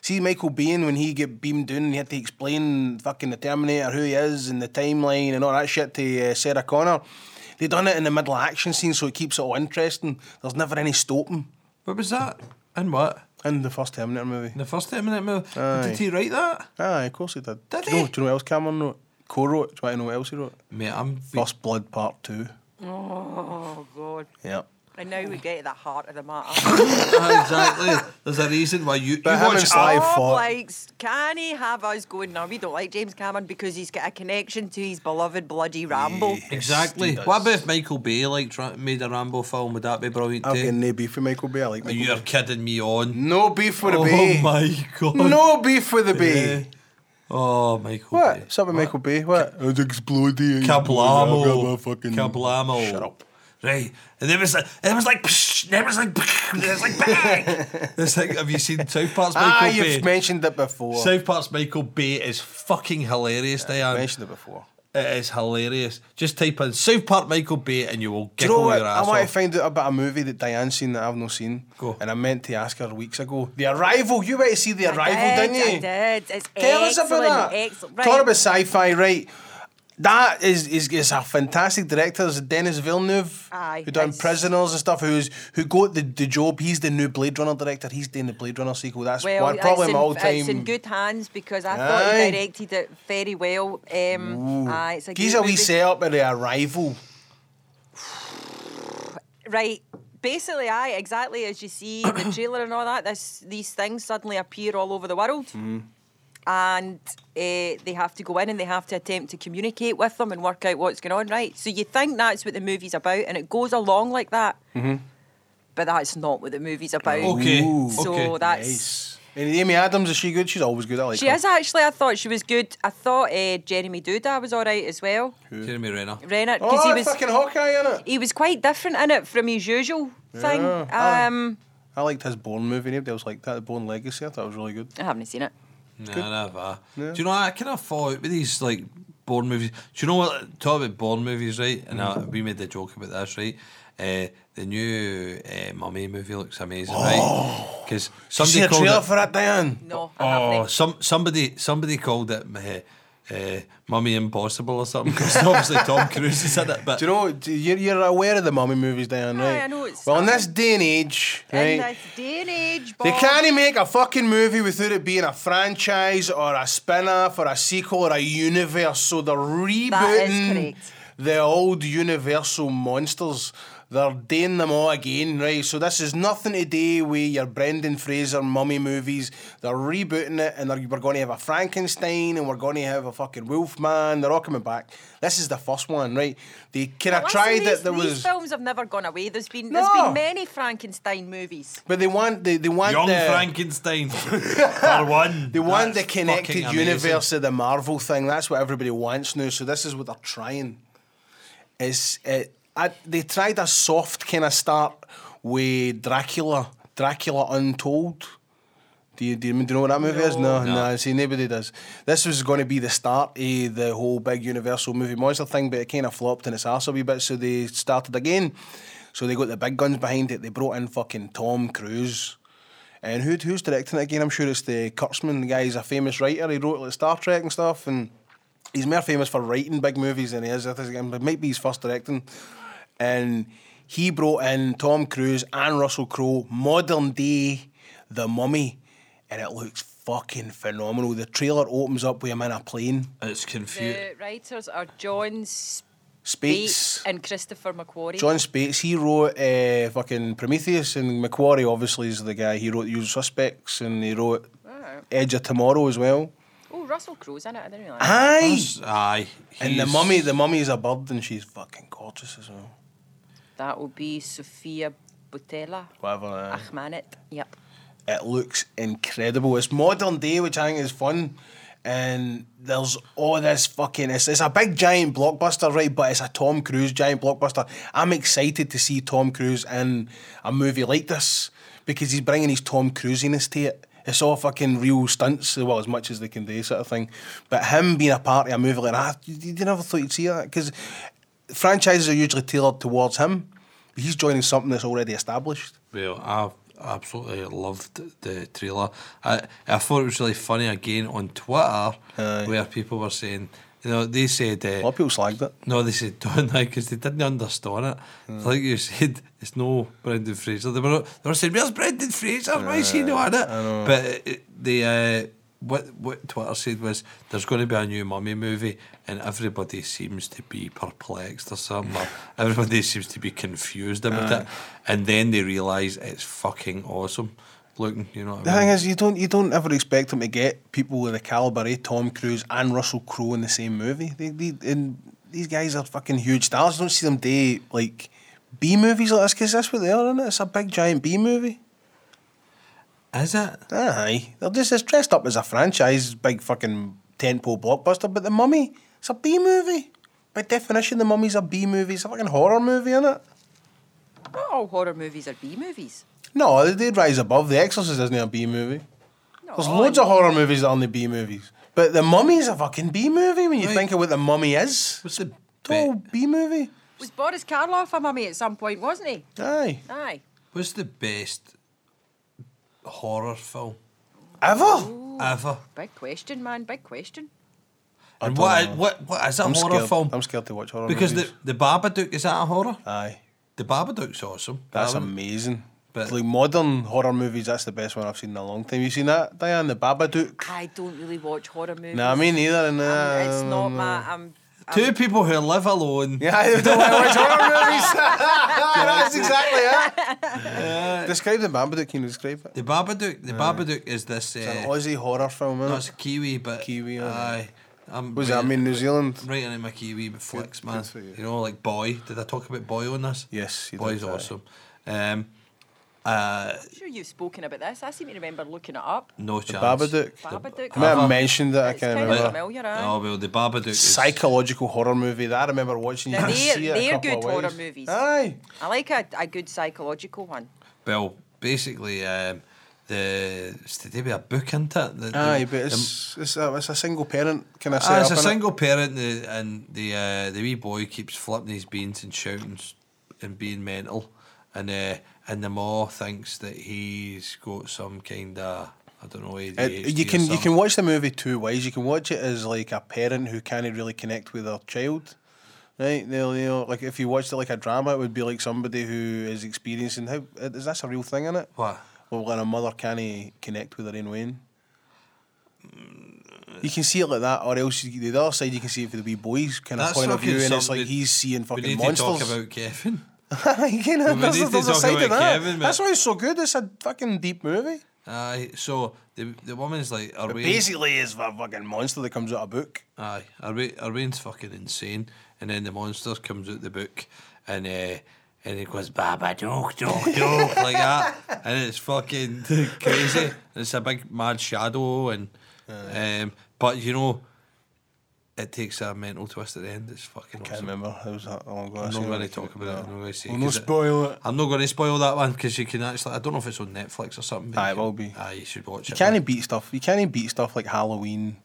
See Michael Bean when he get beamed down, he had to explain fucking the Terminator, who he is, and the timeline and all that shit to uh, Sarah Connor. They done it in the middle of action scenes, so it keeps it all interesting. There's never any stopping
what was that? And what?
in the first Terminator movie.
In the first ten minute movie?
Aye.
Did he write that?
Aye, of course he did.
Did
do, you know,
he?
do you know what else Cameron wrote? Co-wrote. Do you want to know what else he wrote?
Mate, I'm.
First Blood Part Two.
Oh God!
Yeah.
And now we get to the heart of the matter.
exactly. There's a reason why you.
But
you
how
watch
much
Ar-
I
Bob
fought.
likes, can he have us going? No, we don't like James Cameron because he's got a connection to his beloved bloody Rambo.
Exactly.
does.
What about if Michael Bay like tra- made a Rambo film? Would that be brilliant
I've got
too?
no beef with Michael Bay. I like Michael
You're
Bay.
kidding me on.
No beef with the
oh
Bay.
my god.
No beef with the Bay.
Yeah. Oh, Michael
What?
Bay.
What's up with Michael Bay? What? It's exploding.
Kablamo. Kablamo.
Shut up.
Right. And there was like, it was like, psh, and it was like, psh, and it was like, bang. it's like, have you seen South Park's Michael
Ah,
Bay?
you've mentioned it before.
South Park's Michael Bay is fucking hilarious, Diane.
mentioned it before.
It is hilarious. Just type in South Park Michael Bay and you will
Do you know
giggle
what?
your
I
ass
want to
off.
find out about a movie that Diane's seen that I've not seen.
Go.
And I meant to ask her weeks ago. The Arrival. You went to see The
I
Arrival,
did,
didn't you?
I did. It's
Tell us
excellent.
about that.
Excellent.
Talk about
Right.
sci-fi, right? That is is, is a fantastic director. Is Dennis Villeneuve,
Aye,
who done
it's-
Prisoners and stuff, who's who got the, the job. He's the new Blade Runner director. He's doing the Blade Runner sequel. That's
Well,
one, probably
it's, in,
my all
it's in
time.
good hands because I thought
Aye.
he directed it very well. Um, aye, it's a
He's
good
a wee
movie.
setup of the arrival.
Right. Basically, aye, exactly as you see in the trailer and all that, this these things suddenly appear all over the world.
Hmm.
And eh, they have to go in and they have to attempt to communicate with them and work out what's going on, right? So you think that's what the movie's about and it goes along like that. But that's not what the movie's about.
Okay.
Mm-hmm. Ooh.
So
okay.
that's.
Nice. And Amy Adams is she good? She's always good. I like
She
her.
is actually, I thought she was good. I thought eh, Jeremy Duda was all right as well.
Jeremy Renner.
Renner, because
Oh,
he was
fucking Hawkeye in it.
he was quite different in it from his usual thing.
Yeah, Oh. aye.
Um,
I liked his Bourne movie. Nobody else liked that. The Bourne Legacy. I thought it was really good.
I haven't seen it.
Nah, never. Do you know, I kind of thought with these like Bourne movies, do you know what? Talk about Bourne movies, right? And uh,
Mm-hmm.
we made the joke about this, right? Uh, the new uh, Mummy movie looks amazing, right? Because
Somebody Oh. see
somebody
a
called
trailer
it,
for that, Diane.
No, I
oh,
haven't.
some somebody somebody called it uh, uh, Mummy Impossible or something. 'cause obviously Tom Cruise is in it, but
Do you know? do you- You're, you're aware of the mummy movies, Diane,
Aye,
right?
I know it's-
well, in this day and age,
In
right?
this day and uh, age,
They
Bob,
can't make a fucking movie without it being a franchise or a spin-off or a sequel or a universe. So they're rebooting
correct.
the old Universal monsters. They're doing them all again, right? So this is nothing to do with your Brendan Fraser mummy movies. They're rebooting it, and they're, we're going to have a Frankenstein, and we're going to have a fucking Wolfman. They're all coming back. This is the first one, right? They kind of
Listen,
tried
these,
it. There
these
was,
films have never gone away. There's been
No.
there's been many Frankenstein movies.
but they want they, they want
Young
the,
Frankenstein for one.
They want
That's
the connected
fucking amazing.
universe of the Marvel thing. That's what everybody wants now. So this is what they're trying. Is it? I, they tried a soft kind of start with Dracula, Dracula Untold. Do you, do you, do you know what that movie is? No, no,
No.
See, nobody does. This was going to be the start of the whole big Universal movie monster thing, but it kind of flopped in its arse a wee bit, so they started again. So they got the big guns behind it. They brought in fucking Tom Cruise. And who, who's directing it again? I'm sure it's the Kurtzman. The guy is a famous writer. He wrote like Star Trek and stuff, and he's more famous for writing big movies than he is. I think it might be his first directing. And he brought in Tom Cruise and Russell Crowe, modern day The Mummy, and it looks fucking phenomenal. The trailer opens up with him in a plane,
It's confusing.
The writers are John
space.
Spates and Christopher McQuarrie.
John Spates, he wrote uh, fucking Prometheus, and Macquarie obviously is the guy. He wrote Usual Suspects, and he wrote
Alright.
Edge of Tomorrow as well.
Oh, Russell Crowe's in it. I didn't realise.
Aye.
Oh, Aye.
And the
he's-
mummy, the mummy is a bird, and she's fucking gorgeous as well.
That will be Sophia Butella.
Whatever. uh,
Achmanet. Yep.
It looks incredible. It's modern day, which I think is fun. And there's all this fucking. It's, it's a big giant blockbuster, right? But it's a Tom Cruise giant blockbuster. I'm excited to see Tom Cruise in a movie like this because he's bringing his Tom Cruisiness to it. It's all fucking real stunts, well, as much as they can do, sort of thing. But him being a part of a movie like that, you, you never thought you'd see that because franchises are usually tailored towards him. He's joining something that's already established.
Well, I absolutely loved the trailer. I, I thought it was really funny again on Twitter where people were saying, you know, they said. Uh,
A lot of people slagged it.
no, they said don't because they didn't understand it.
Hmm.
Like you said, it's no Brendan Fraser. They were they were saying, "Where's Brendan Fraser? Why is he not in it?" But it, it- the uh, what what Twitter said was, "There's going to be a new Mummy movie, and everybody seems to be perplexed or something. or everybody seems to be confused about it, and then they realise it's fucking awesome looking. You know what
The
I mean?
thing is, you don't you don't ever expect them to get people with the caliber of Tom Cruise and Russell Crowe in the same movie. They, they, and these guys are fucking huge stars. You don't see them do like B movies like this because that's what they are, isn't it? It's a big giant B movie.
Is it?
Aye, they're just it's dressed up as a franchise, big fucking tentpole blockbuster. But the Mummy, it's a B movie. By definition, the Mummy's a B movie. It's a fucking horror movie, isn't it?
Not all horror movies are B movies.
No, they did rise above. The Exorcist isn't a B movie.
No,
There's loads of horror movies that aren't the B movies. But The Mummy's a fucking B movie when you
Right.
think of what The Mummy is.
What's the
Total
be-
B movie.
Was Boris Karloff a mummy at some point, wasn't he?
Aye.
Aye.
what's the best horror film
Ever?
ever?
Big question, man. Big question.
I
And
don't
what,
know.
what what is a
I'm
horror
scared.
film?
I'm scared to watch horror
because
movies.
the the Babadook is that a horror?
Aye.
The Babadook's awesome. Um,
That's
I would-
amazing.
But-
like modern horror movies, that's the best one I've seen in a long time. You seen that, Diane? The Babadook?
I don't really watch horror movies.
Nah, me neither. uh, Nah,
Um, it's
nah.
not my. I'm. I'm
Two people who live alone.
Yeah, I don't want to watch horror movies. that's exactly it. Describe the Babadook. Can you describe it?
The Babadook. The Babadook is this. Uh,
It's an Aussie horror film,
no,
isn't
it's Kiwi, but
Kiwi, aye.
Aye. I'm
it? Was that
right-
mean New Zealand?
Right into my Kiwi flicks, man.
good for you.
you. know, like Boy. Did I talk about Boy on this?
Yes, you did,
Boy's
aye.
awesome. Um, uh,
sure you've spoken about this. I seem to remember looking it up.
no chance.
Babadook.
Babadook.
I may
Uh-huh.
have mentioned it, I
It's
can't
kind of
remember.
familiar, aye.
Oh well, the Babadook. Is,
Psychological horror movie that I remember watching. You
Now,
can
they're-
see it a
they're
couple
good
of
horror
ways.
movies.
Aye.
I like a, a good psychological one.
Well, basically, um, the it's to do with a book into it. The- the-
Aye, but
the-
it's, it's, a, it's a single parent kind of
Ah,
setup.
it's a
innit?
single parent, uh, and the uh, the wee boy keeps flipping his beans and shouting s- and being mental, and uh, and the ma thinks that he's got some kind of I don't know ADHD.
It, Uh, you
or
can you
something.
can watch the movie two ways. You can watch it as like a parent who can't really connect with their child, right? They'll, you know, like if you watched it like a drama, it would be like somebody who is experiencing how is this a real thing in it?
what?
Well, when a mother can't connect with her own Wayne. You can see it like that, or else you, the other side you can see it for the wee boys kind of
That's
point of view,
fucking
and it's
something
like he's seeing
We
fucking
need
monsters.
to talk about Kevin.
you know,
we
there's,
need to
there's a
talk
side
about
to that.
Kevin, mate.
That's why it's so good. It's a fucking deep movie.
Aye, so the the woman's like, are we?
Basically, it's a fucking monster that comes out of a book.
Aye, Arwain, Arwain's fucking insane, and then the monster comes out the book, and uh, and he goes Baba Dook Dook Dook like that, and it's fucking crazy. It's a big mad shadow, and um, but you know, it takes a mental twist at the end. It's fucking
Can't
awesome.
remember. It was that long ago. I
I'm
seen
not
it.
going to talk about it. I'm not going to say.
We'll not
'cause it-
spoil it.
I'm not going to spoil that one because you can actually. I don't know if it's on Netflix or something. but
Aye,
you
it
can-
will be.
Aye, you should watch
You
it.
can't beat stuff. You can't beat stuff like Halloween,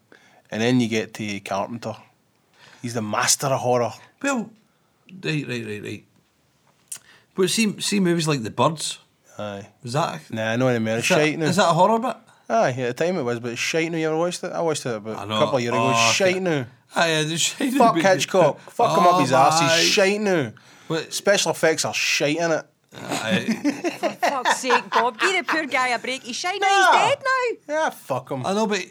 and then you get to Carpenter. He's the master of horror.
Well, right, right, right, right. But see, see movies like The Birds.
Aye.
Was that?
Nah, no any merit.
Is
Shite
that,
now.
is that a horror bit?
Aye, at the time it was, but it's shite now. You ever watched it? I watched it about
I
a
know.
couple of years ago.
Oh,
It's shite
okay.
now.
Aye, yeah, the shite.
Fuck Hitchcock. Fuck him up his
Oh,
ass. He's shite now.
What-
Special effects are shite in it.
Aye.
Fuck's sake, Bob. Give the poor guy a break. He's shiny.
Nah.
He's dead
Ah.
now.
Yeah, fuck him.
I know, but Uh,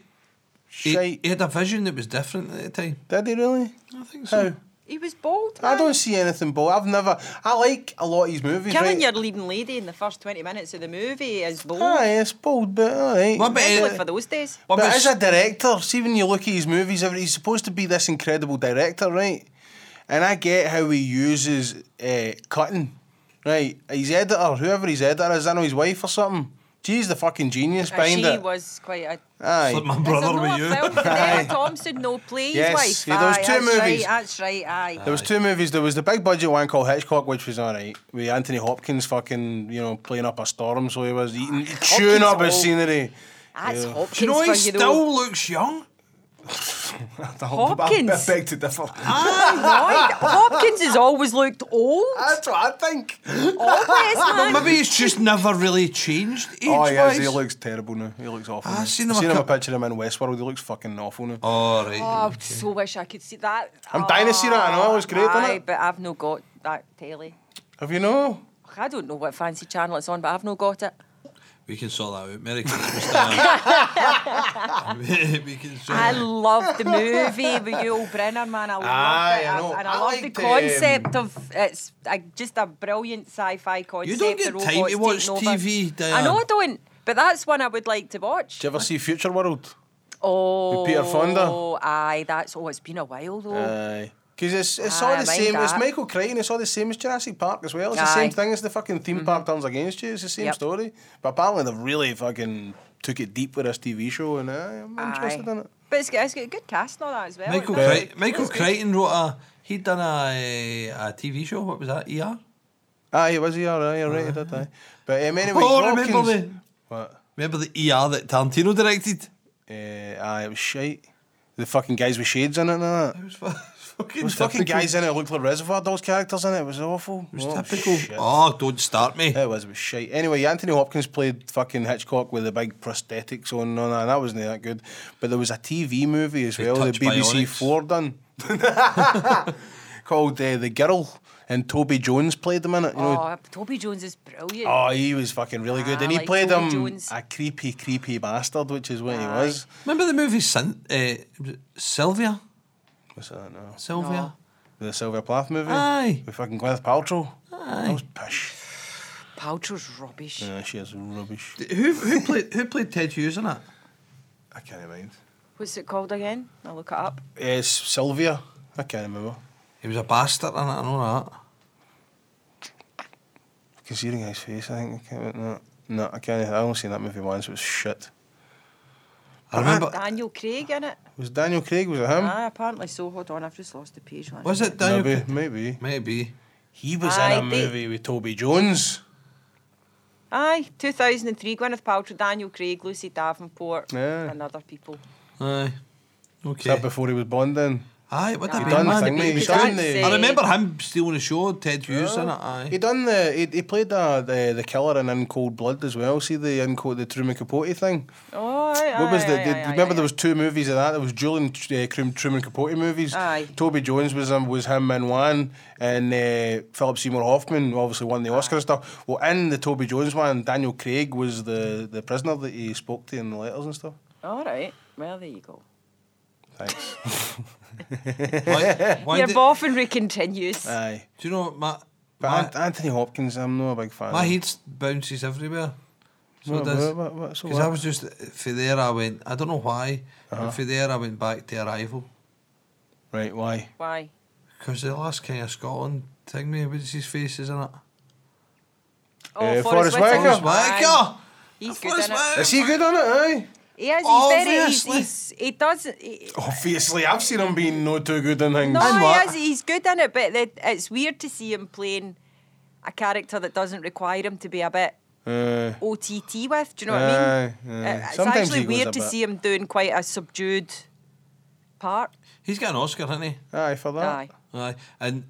he,
Shite.
he had a vision that was different at the time.
Did he really?
I think so.
How?
He was bald.
I
man.
don't see anything, but I've never. I like a lot of his movies.
Killing
right?
your leading lady in the first 20 minutes of the movie is bold.
Aye, it's Ah, bold, but alright.
What about
Especially
uh,
for those days.
What
But
about
as a director, see when you look at his movies, every- he's supposed to be this incredible director, right? And I get how he uses uh, eh, cutting Right, his editor, whoever his editor is, I know his wife or something. She's the fucking genius
Uh,
behind
she
it.
was quite a.
Aye.
Slip my brother with you.
Aye. Thompson, no please,
Yes,
wife.
yeah, there was
aye,
two
that's
movies.
Right, that's right, aye.
There was two movies. There was the big budget one called Hitchcock, which was all right, with Anthony Hopkins fucking, you know, playing up a storm, so he was eating, chewing up his
old.
scenery.
that's
Yeah.
Hopkins
Do you know he
for you, though.
still looks young?
Hopkins?
I beg to differ.
Right, Hopkins has always looked old.
That's what I think.
Always, man.
Maybe he's just never really changed age
Oh, yes,
wise.
he looks terrible now. He looks awful.
Ah, I've
now.
seen him
I've
a
seen him a
cou-
picture of him in Westworld. He looks fucking awful now.
All right.
Oh, I so wish I could see that.
I'm dying to see that, I know, it was great, wasn't
Aye,
it?
but I've no got that telly.
Have you no?
Ugh, I don't know what fancy channel it's on, but I've no got it.
We can sort that out. Merry Christmas, Dan. we can sort
I
that out.
love the movie with Yul Brenner, man. I love
Aye,
it.
I know.
and
I
I, love the
liked, um,
concept of it's a, just a brilliant sci-fi concept.
You don't
the
get time
robots
to watch
taking over.
TV,
I
Diane.
know I don't, but that's one I would like to watch.
Did you ever see Future World?
Oh,
Peter Fonda?
Aye, that's. Oh, it's been a while though.
Aye. Because it's, it's
Aye,
all
I
the
mind
same. It's
that.
Michael Crichton. It's all the same as Jurassic Park as well. It's the
Aye. Mm-hmm.
same thing. It's the fucking theme park turns against you. It's the same
Yep.
story. But apparently they've really fucking took it deep with this TV show, and aye, I'm interested
Aye.
in it.
But it's, got- it's got a good cast and all that as well.
Michael,
isn't it?
Cri- Michael Crichton wrote a. He'd done a, a TV show. What was that? ER?
Aye, was he all right? All right, did I? But um, anyway,
Oh,
Hopkins-
remember the
What?
remember the ER that Tarantino directed?
Uh, aye, it was shite. The fucking guys with shades in it and all that.
It was fu- fucking.
There was fucking
typical.
guys in it looked like Reservoir Dogs characters in it. It was awful.
It was
Oh,
typical.
shit.
Oh, don't start me.
It was, it was shite. Anyway, Anthony Hopkins played fucking Hitchcock with the big prosthetics on and all that, and that wasn't that good. But there was a TV movie as well, the
touch
BBC
bionics.
4 done, called uh, The Girl, and Toby Jones played him in it. You know,
Oh, Toby Jones is brilliant.
oh, he was fucking really good.
I
And he
like
played
Toby
him
Jones.
a creepy, creepy bastard, which is what he
Aye.
was.
Remember the movie Sin- uh, was it Sylvia?
What's that now?
Sylvia?
The Sylvia Plath movie?
Aye.
With fucking Gwyneth Paltrow? That
Aye.
was pish.
Paltrow's rubbish.
Yeah, she is rubbish.
Who, who, played, who played Ted Hughes in it?
I can't mind.
What's it called again? I'll look it up.
Yes, Sylvia. I can't remember.
He was a bastard in it, I know that.
Because see the guy's face, I think. I can't, no, no, I can't. I only seen that movie once. It was shit.
I remember.
Daniel Craig in it.
Was Daniel Craig? Was it him?
Ah, apparently so. Hold on, I've just lost the page. One.
Was it Daniel?
maybe, maybe.
Maybe.
He was
Aye,
in a
they-
movie with Toby Jones.
Aye, 2003. Gwyneth Paltrow, Daniel Craig, Lucy Davenport,
Yeah.
and other people.
Aye.
Is that
Okay.
before he was Bond? Then
Aye, what
Aye.
a
he done the
man.
thing. mate, He
That's
done
it.
the.
I remember him stealing the show, Ted Hughes in it, aye.
He done the. He, he played the, the the killer in In Cold Blood as well. See the In Cold the Truman Capote thing.
Oh, aye, aye,
What was
aye,
the?
aye,
the-
aye,
remember
aye,
there was two movies of that. There was Julian uh, Crum- Truman Capote movies.
Aye.
Toby Jones was him was him in one, and uh, Philip Seymour Hoffman obviously won the Oscar and stuff. Well, in the Toby Jones one, Daniel Craig was the the prisoner that he spoke to in the letters and stuff.
aye. All right. Well, there you go.
Thanks.
Why, why
Your
did-
boffinry continues.
Aye.
do you know, my,
But
my,
Ant- Anthony Hopkins, I'm not a big fan.
my
of.
head bounces everywhere. So
What-
does.
what- what- so
Because
what? Uh-huh.
I was just, for there I went, I don't know why, but for there I went back to Arrival.
right. Why?
Why?
Because the last King of Scotland thing, me, what's his face, isn't it?
Eh, Forrest
Oh, Whitaker.
Whitaker.
Forrest
Aye.
Whitaker!
He's good
Forrest
in it.
Whitaker!
Is he good on it? Aye.
He is. He's very. He's,
Obviously.
he's, he does. He,
Obviously, I've seen him being no too good in things.
No,
And
he
what?
is. He's good in it, but the, it's weird to see him playing a character that doesn't require him to be a bit
Aye.
OTT with. Do you know what I mean?
Aye,
It-
aye.
It's
Sometimes he
actually
goes a
weird to
bit-
see him doing quite a subdued part.
He's got an Oscar, hasn't he?
Aye for that.
Aye.
Aye. And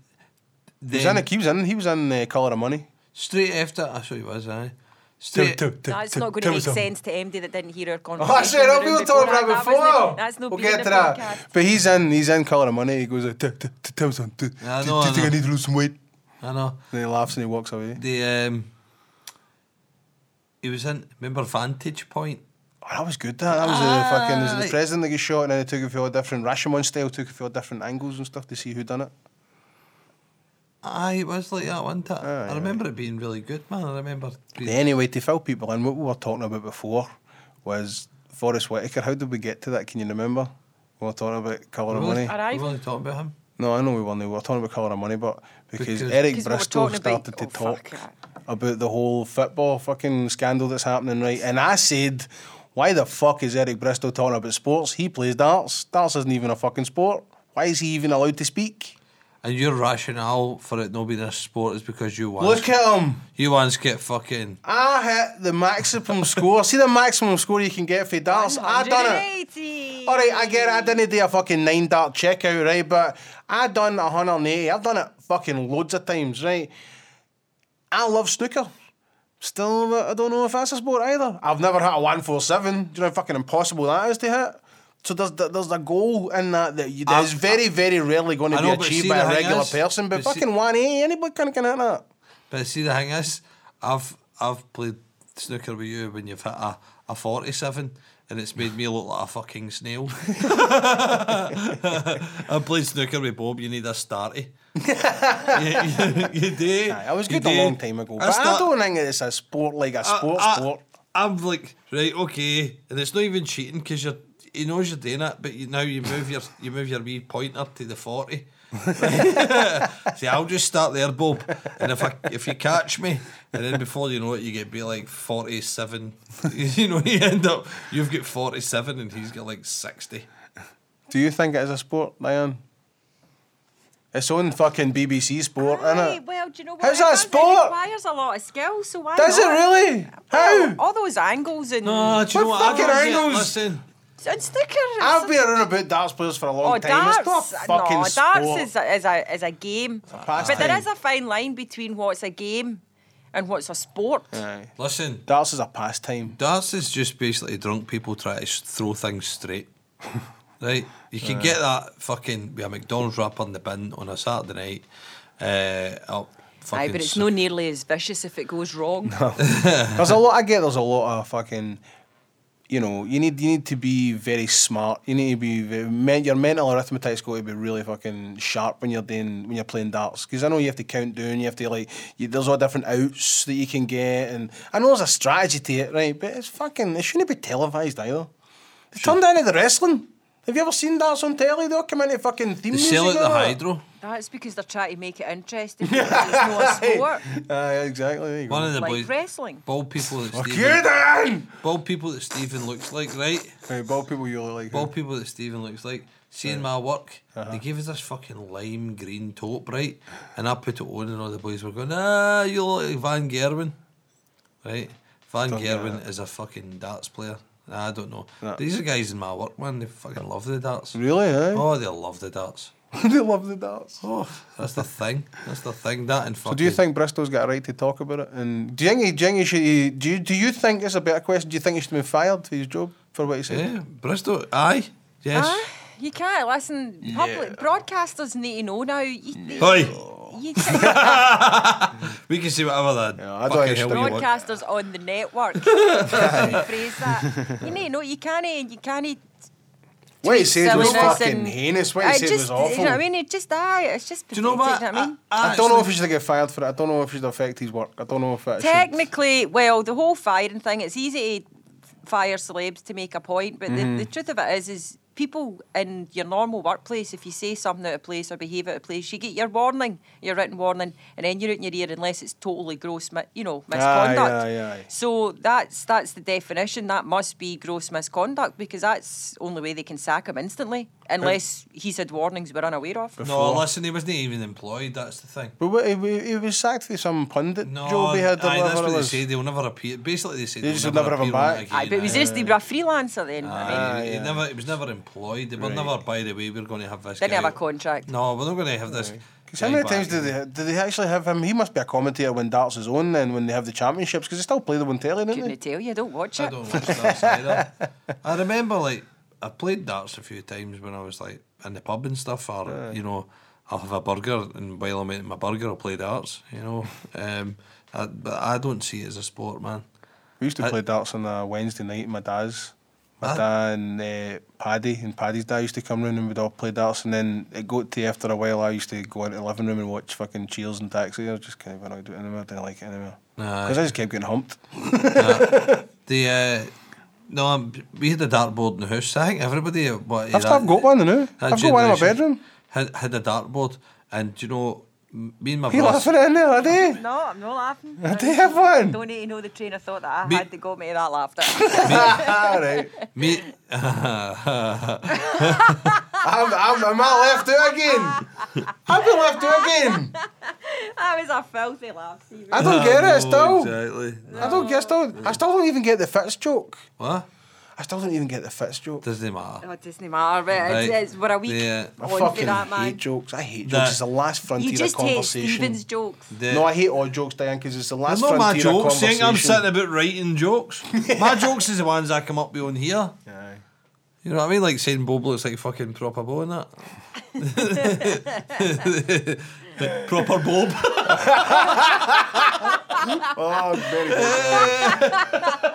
He was in.
then,
He was in. He was in uh, Color of Money.
straight after, I sure he was, aye. Straight,
That's not going to make sense to MD that didn't hear our
Oh, that's
conversation.
it.
in the
I'll be
room
able to talk
beforehand.
about it
That wasn't-
before.
That's no
we'll
being
get to
the
that.
podcast.
But he's in. He's in Color of Money. He goes, "Uh, "T- t- t- Thompson, t- do
I
do
know,
you
I
think I
know.
need to lose some weight?"
I know.
And he laughs and he walks away.
The, um, he was in, remember Vantage Point?
Oh, that was good. That that was
Ah,
the fucking. Was it the
Aye.
president that got shot, and then they took it for all different Rashomon style, took it for all different angles and stuff to see who done it.
Aye, it was like that, wasn't it?
Aye,
I
aye.
remember it being really good, man. I remember.
But anyway, to fill people in, what we were talking about before was Forrest Whitaker. How did we get to that? Can you remember? We were talking about Color of
We've
Money.
only- we've
Arrival.
only talked about him.
No, I know we won. the- We were talking about colour of money, but because,
Because-
Eric
Because we were
Bristol
talking about-
started to
oh, fuck
talk
that.
about the whole football fucking scandal that's happening, right? And I said, why the fuck is Eric Bristol talking about sports? He plays darts. Darts isn't even a fucking sport. Why is he even allowed to speak?
And your rationale for it not being a sport is because you once
Look at him.
you once get fucking
I hit the maximum score. See the maximum score you can get for darts. I done it.
180.
All right, I get it. I didn't do a fucking nine dart checkout, right? But I done 180. I've done it fucking loads of times, right? I love snooker. Still, I don't know if that's a sport either. I've never hit a 147. Do you know how fucking impossible that is to hit? So there's there's a goal in that that you, that is
I've-
very very rarely going
I
to be
know, but see
achieved by
the
a
thing
regular
is-
person. But
but see-
fucking 180, anybody can can hit that.
But see, the thing is, I've I've played snooker with you when you've hit a, a forty-seven, and it's made me look like a fucking snail. I played snooker with Bob. You need a starty. you, you, you do.
Aye, I was
you
good
do.
a
Uh,
long time ago, but I
start-
don't think it's a sport like a sport
I-
sport.
I'm like, right, okay, and it's not even cheating because you're. He knows you're doing it, but you, now you move your you move your wee pointer to the forty. See, I'll just start there, Bob, and if I if you catch me, and then before you know it, you get be like forty seven. You know, you end up you've got forty seven, and he's got like sixty.
Do you think it is a sport, Lion? It's on fucking BBC Sport,
Aye,
innit?
well, do you know what?
How's
I
that a
found
sport?
It requires a lot of skill, so why
Does it
not?
really?
Well,
How?
All those angles and,
No, do you know
What
what? I
fucking
don't get-
angles?
Listen,
and stickers.
I've been around about darts players for a long
Oh,
time.
darts!
It's not a fucking
no,
sport.
darts is a, is a is a game, but
pastime.
there is a fine line between what's a game and what's a sport.
Aye.
listen.
Darts is a pastime.
Darts is just basically drunk people try to s- throw things straight. right? You can get that fucking with a McDonald's wrapper in the bin on a Saturday night. Uh, up
Aye,
fucking
but it's
s-
no nearly as vicious if it goes wrong.
There's a lot. I get. There's a lot of fucking. You know, you need you need to be very smart. You need to be very, men, your mental arithmetic's got to be really fucking sharp when you're doing when you're playing darts. Because I know you have to count down. You have to like you, there's all different outs that you can get, and I know there's a strategy to it, right? But it's fucking it shouldn't be televised either. They turned into the wrestling. Have you ever seen darts on telly? They all come into fucking theme
They
music.
sell
and
out the
all that.
hydro.
That's because they're trying to make it interesting. because it's not a sport.
Aye, exactly. There you
One
go.
of the
Like
boys,
wrestling.
bald people that
Fuck
Stephen,
you, then.
bald people that Stephen looks like, right?
Hey, bald people, you look like.
Bald people that Stephen looks like. Seeing my work,
Uh-huh.
they gave us this fucking lime green taupe, right? And I put it on, and all the boys were going, "Ah, you look like Van Gerwen, right? Van
Don't get
Gerwen is a fucking darts player. Nah, I don't know. These are guys in my work, man. They fucking love the darts.
Really? Eh?
Oh, they love the darts.
they love the darts.
Oh, that's the thing. That's the thing. That and fucking.
So do you think Bristol's got a right to talk about it? And do you think, do you think he should? Do you, do you think it's a better question? Do you think he should have been fired for his job for what he said?
Yeah, Bristol. Aye. Yes.
Ah, you can't listen. Public broadcasters need to know now. You,
Oi.
you,
We can see whatever the
Yeah, I don't
fucking hell
understand.
we want.
broadcasters on the network. Let me phrase that. You need to know you can't. You can't.
What he said was
silliness
fucking
and-
heinous. What he
I
said was
just,
awful.
You know what I mean? It just aye, it's just.
Do you know what? Ah,
pathetic, I mean,
I don't know if he should get fired for it. I don't know if it should affect his work. I don't know if it should.
technically, well, the whole firing thing. It's easy to fire celebs to make a point, but
Mm-hmm.
the, the truth of it is, is people in your normal workplace, if you say something out of place or behave out of place, you get your warning, your written warning, and then you're out in your ear unless it's totally gross, mi- you know, misconduct.
aye, aye.
So that's that's the definition. That must be gross misconduct because that's the only way they can sack him instantly, unless he's had warnings we're unaware of.
No, listen, he wasn't even employed. That's the thing.
But what, he, he he was sacked for some pundit
No,
job he had. or
aye, that's
whatever
what
it
they
was.
say. They'll never appear. Basically, they say
They
they'll
just
never,
would never have him
appear on
back.
it again.
Aye, but it was just they were a freelancer then. I mean,
Aye,
Ah,
it
yeah.
never, it was never employed. They were never, by the way, we're going to have this.
Didn't
guy.
have a contract.
No, we're not going to have this.
'Cause how
guy
many
back.
times do they do they actually have him? He must be a commentator when darts is on and when they have the championships because they still play them on telly, don't
couldn't
they?
tell you. Don't watch
I
it.
don't watch darts either. I remember like I played darts a few times when I was like in the pub and stuff, or you know, I'll have a burger and while I'm eating my burger, I'll play darts. You know, um, I, but I don't see it as a sport, man.
We used to
I-
play darts on a Wednesday night at my dad's. My
Huh?
dad and uh, Paddy and Paddy's dad used to come round and we'd all play darts. And then it got to after a while, I used to go into the living room and watch fucking Cheers and Taxi. I was just kind of annoyed with it anymore. I didn't like it anymore.
Nah.
Because I just kept getting humped.
The uh, no, um, we had a dartboard in the house. I think everybody. What,
I've, I've got one now. I've got one in my bedroom.
had, had a dartboard, and do you know, m- me and my
You
brothers-
laughing in there, are they?
No, I'm not laughing.
Are they having?
Don't need to know the train of thought that I
Me-
had to go me that laughter.
All right.
me,
I'm, I'm, am I left out again? I've been left out again.
that was a filthy laugh, Stephen.
I don't get it
No,
still.
Exactly.
I don't get still. I still don't even get the Fitz joke.
What?
I still don't even get the Fitz joke.
Doesn't matter.
Oh, it doesn't matter, but
Right.
it's, it's, we're a week
Yeah.
I
on
fucking
to Oh, that,
hate
man.
jokes. I hate
That-
jokes. It's the last frontier
You
of
just hate
conversation.
Stephen's jokes.
The-
No, I hate all jokes, Diane, because it's the last
It's not my
frontier of
jokes. You think
conversation.
I'm sitting about writing jokes. my jokes is the ones I come up with on here.
Aye.
You know what I mean? Like saying Bob looks like fucking proper Bo and that. proper Bob.
Oh, very good.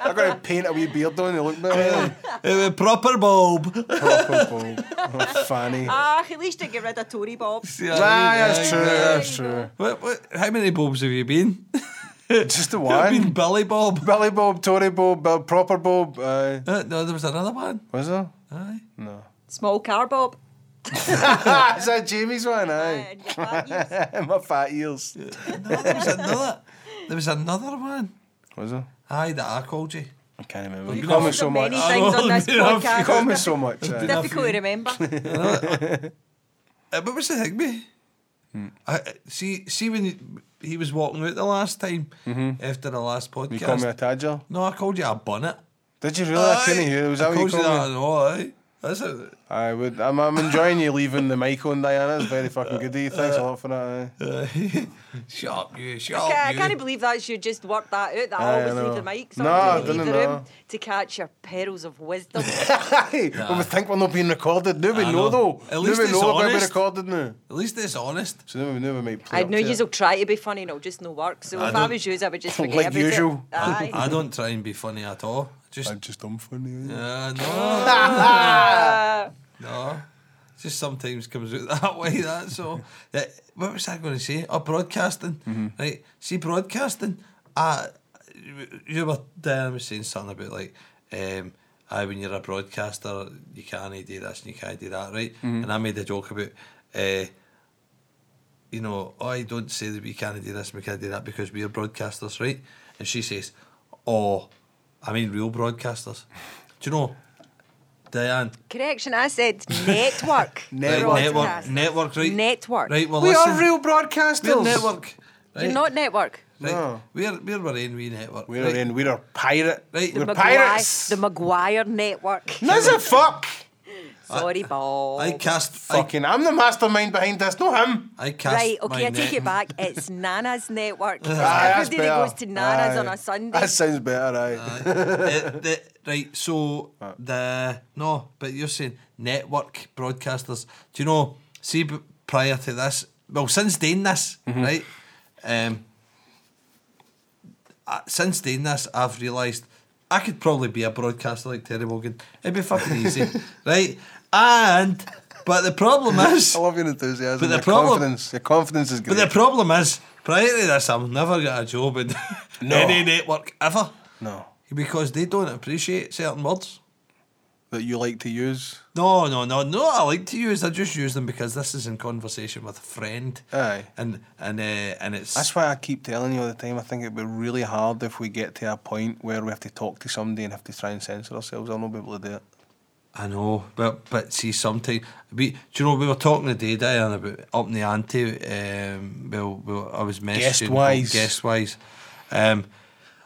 I'm going to paint a wee beard on you. Look better.
Eh, proper Bob.
Proper bald. Oh, Fanny. Aye,
Ah, at least I get rid of Tory Bob.
that's true. That's true.
uh, What, what, how many Bobs have you been?
Just the
I've been
one.
Billy Bob.
Billy Bob, Tory Bob, Bill, proper Bob. Uh,
Uh, no, there was another one.
was there?
Aye.
No.
Small car Bob.
Ah, is that Jamie's one? Aye.
And your fat ears.
My fat ears.
No, there was another. There was another one.
Was there?
Aye, that I called you.
I can't remember. You
You've
call me
asked
so
many
much.
I
things on
know,
this
you know, if you
You call
podcast.
me so much. uh, aye.
Difficult to remember.
Uh, what was the Higby?
Hmm.
I, I- see, see when he, he was walking out the last time after the last podcast.
Mm-hmm. You call me a tadger?
no, I called you a bonnet.
Did you really? I couldn't hear. Was that
I
what you
called you
called
that.
me?
No, aye. That's it.
I would. I'm, I'm enjoying you leaving the mic on, Diana. It's very fucking good. of you. Thanks
Uh,
a lot for that. eh? aye.
Aye. shut up, uh, you. Shut
I
up,
can't, I
you.
can't believe that you just worked that out. That
Aye, Oh, I
I always
know.
leave the mic.
No, I
leave the
didn't know.
room to catch your perils of wisdom.
Aye. Well, we think we're not being recorded. Now we
I
know,
know.
though.
At
now
least
we
it's
know we're going to be
honest.
recorded now.
At least it's honest.
So now we, now we might play.
I
up
know
to
you
it.
will try to be funny, no, just no work. So
I
if I
don't-
was you, I would just forget
Like
about
usual.
it. Aye.
I don't try and be funny at all. Just
I'm just unfunny. aye.
uh, no,
Uh,
no. Just sometimes comes out that way. That's all. That, what was I going to say? Oh, broadcasting. Right. See, broadcasting. I, you were Diana was saying something about like, um, I when you're a broadcaster, you can't do this and you can't do that, right? And I made a joke about. Uh, you know, "Oh, I don't say that we can't do this and we can't do that because we are broadcasters, right? And she says, Oh, I mean real broadcasters. Do you know, Diane,
correction, I said network.
Network.
right, network,
broadcasters.
network, right?
Network.
Right, well,
We
listen,
are real
we're
broadcasters.
network. Right,
You're not network.
right.
No.
We're, we're, we're in we network.
We're
right?
in. We're pirate.
Right. The
We're
Maguire-
pirates.
The Maguire Network.
That's a fuck.
Sorry, Bob.
I cast, I,
Fucking, I'm the mastermind behind this, not him.
I cast
Right, okay,
my
I take
net.
it back. It's Nana's network. It's
Aye, that's
Everybody that
better.
goes to Nana's
Aye.
on a Sunday.
That sounds better, aye.
the, the, right, so the no, but you're saying network broadcasters. Do you know? See, b- prior to this, well, since doing this,
Mm-hmm.
right? Um, uh, since doing this, I've realised I could probably be a broadcaster like Terry Wogan. It'd be fucking easy, right? And but the problem is,
I love your enthusiasm.
But the
your
problem-
confidence, your confidence is
but
great.
the problem is, prior to this, I've never got a job in
No.
any network ever
no,
because they don't appreciate certain words.
that you like to use.
No, no, no, no. I like to use. I just use them because this is in conversation with a friend.
Aye.
And and uh, and it's
That's why I keep telling you all the time. I think it'd be really hard if we get to a point where we have to talk to somebody and have to try and censor ourselves. I'll not be able to do it.
I know, but but see, sometimes we. Do you know we were talking today, Diane, about up in the ante? Um, well, well, I was messaging
Guest-wise.
guest wise, um,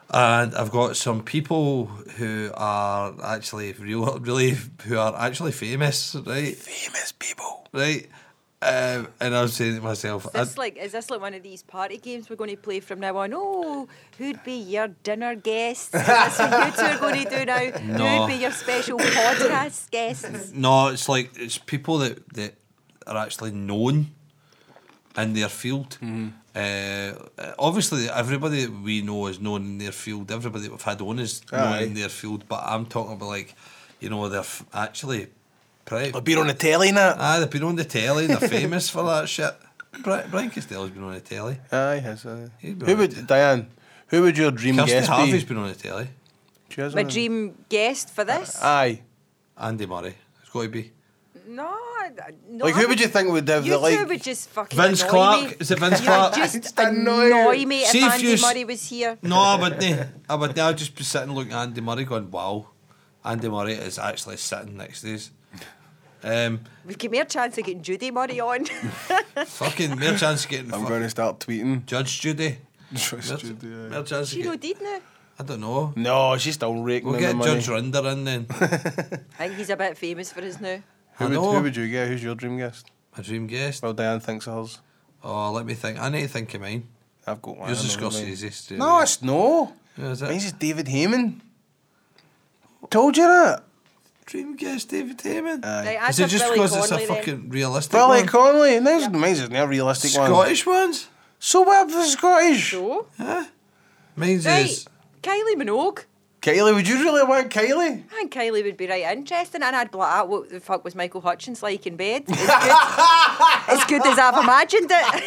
and I've got some people who are actually real, really who are actually famous, right?
Famous people.
Right. Um, and I was saying to myself, I-
Is this like is this like one of these party games we're going to play from now on? Oh, who'd be your dinner guests? Is this what you two are going to do now?
No.
Who'd be your special podcast guests?
No, it's like it's people that that are actually known in their field. Uh, obviously, everybody that we know is known in their field. Everybody that we've had on is known
Aye.
in their field. But I'm talking about like, you know, they're f- actually pretty.
I've been on the telly now.
Ah, they've been on the telly. They're famous for that shit. Bri- Brian Costello's been on the telly.
Aye, yes. aye.
He'd be
Who
on
would Diane? Who would your dream
Kirsty
guest
Harvey's
be?
been on the telly.
She has
My
one.
Uh,
dream guest for this?
Aye.
Andy Murray. It's got to be.
No, no,
Like, who
I
would you think would have
you
the, like-
two would just fucking
Vince
annoy
Clark?
Me.
Is it Vince
You'd
Clark?
Just
annoy you.
annoy me
See
if
if
Andy
you s-
Murray was here.
No, ah, I wouldn't. I would I'd just be sitting looking at Andy Murray going, wow, Andy Murray is actually sitting next to us. Um,
We've got more chance of getting Judy Murray on.
fucking, mere chance of getting
I'm
fuck-
going to start tweeting.
Judge Judy.
Trust
Mere,
Judy, aye.
mere chance of
she no
get,
did now.
I don't know.
No, she's still raking
We'll
in
get
the money.
Judge Rinder in then.
I think he's a bit famous for his now.
I
Who would,
know.
who would you get? Who's your dream guest?
My dream guest.
Well, Diane thinks of hers.
Oh, let me think. I need to think of mine.
I've got one.
Yours is
I know mine.
Scorsese's. straight
No,
away.
it's no.
Yeah, is it?
Mine's is David Heyman. Told you that.
Dream guest David Heyman.
Aye.
Right, I'd
is it
have
just
Billy
because it's a
Connolly then.
fucking realistic
Billy
one?
Connolly. Mine's, mine's is not a realistic one.
Scottish ones?
So what if the Scottish?
So,
Mine's
right,
is.
Kylie Minogue.
Kylie, would you really want Kylie?
I think Kylie would be right interesting, and I'd be like, "Ah, what the fuck was Michael Hutchins like in bed? As good, as, good as I've imagined it.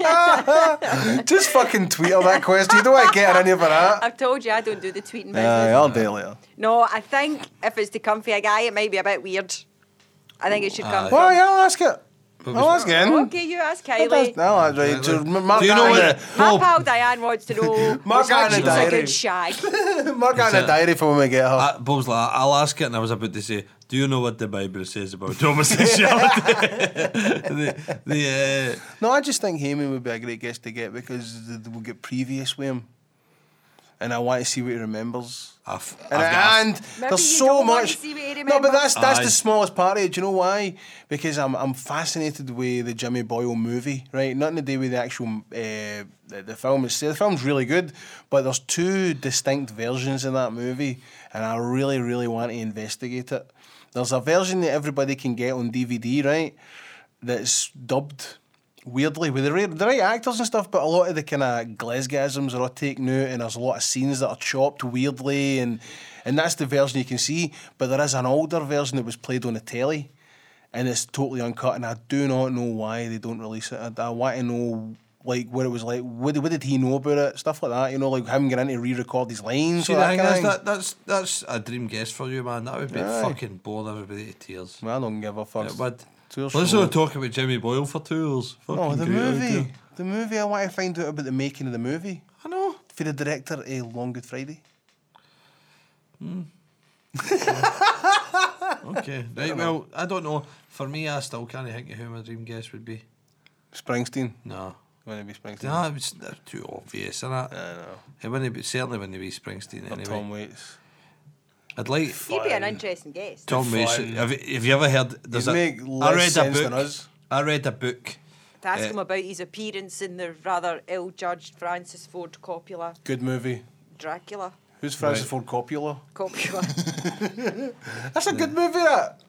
Just fucking tweet her that question. You don't want to get her any for that.
I've told you I don't do the tweeting business.
Aye, I'll do it later.
No, I think if it's to come for a guy, it might be a bit weird. I think it should come.
Aye.
from-
Well, yeah, I'll ask it. I'll ask it.
Okay, you ask Kylie.
No, I'll right.
Do
So,
you
Mark
know
Anna-
what?
My
Bob,
pal Diane wants to know.
Mark
was
Anna
Hutchins a
Diary.
good shag.
Mark out a
it?
diary for when we get her.
I, Bob's like, I'll ask it, and I was about to say, do you know what the Bible says about homosexuality? the, the, uh,
No, I just think Heyman would be a great guest to get because th- th- we'll get previous with him. And I want to see what he remembers.
I've, I've
And,
got,
and
Maybe
there's
you
so
don't want
much.
to see what he
no, but
remembers.
that's that's
Aye.
the smallest part of it. Do you know why? Because I'm I'm fascinated with the Jimmy Boyle movie, right? Nothing to do with the actual uh, the, the film. It's, the film's really good, but there's two distinct versions in that movie, and I really really want to investigate it. There's a version that everybody can get on DVD, right? That's dubbed weirdly with the right, the right actors and stuff, but a lot of the kind of glazgasms are all taken out, and there's a lot of scenes that are chopped weirdly, and and that's the version you can see. But there is an older version that was played on the telly, and it's totally uncut, and I do not know why they don't release it. I, I want to know. Like what it was like. What, what did he know about it? Stuff like that. You know, like him getting to re-record his lines.
see,
or
the
that
thing
kind of
is,
thing.
that, that's, that's a dream guest for you, man. That would be
Aye.
fucking boring everybody to tears.
Well, I don't give a fuck.
It would.
Tours
Let's
show.
not talk about Jimmy Boyle for two hours. Fucking
Oh, the
great
movie.
idea.
The movie. I want to find out about the making of the movie.
I know.
For the director a Long Good Friday.
Okay, right, well, I don't know. For me, I still can't think of who my dream guest would be.
Springsteen.
No.
When it be Springsteen.
No, it was that's too obvious, isn't it?
I know.
It wouldn't be, certainly wouldn't be Springsteen
Or
anyway.
Tom Waits.
I'd like
He'd be an interesting guest.
Tom
Fine.
Waits. Have, you- have you ever heard? There's a,
make
I
less
read
sense
a book.
than us.
I read a book.
To ask
Eh.
him about his appearance in the rather ill-judged Francis Ford Coppola
Good movie.
Dracula.
Who's Francis
Right.
Ford Coppola?
Coppola.
That's a good movie, that.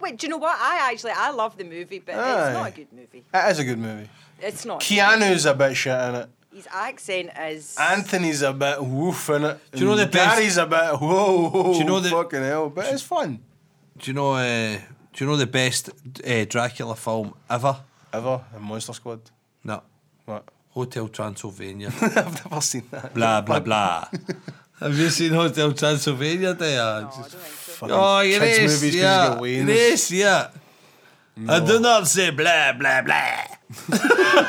Wait, do you know what? I actually I love the movie, but
Aye.
it's not a good movie.
That is a good movie.
It's not.
Keanu's a bit shit in it.
His accent is.
Anthony's a bit woof in it.
Do you know the
And
best-
Gary's a bit whoa, whoa,
Do you know the-
fucking hell, but it's fun.
Do you know? Uh, do you know the best uh, Dracula film ever?
Ever in Monster Squad?
No,
What?
Hotel Transylvania.
I've never seen that.
blah blah blah. have you seen Hotel Transylvania? There.
No, I don't think so.
Fucking
Oh, it
kids
is,
movies 'cause you
yeah,
get away in
it
this.
is, yeah. I do not say blah blah blah.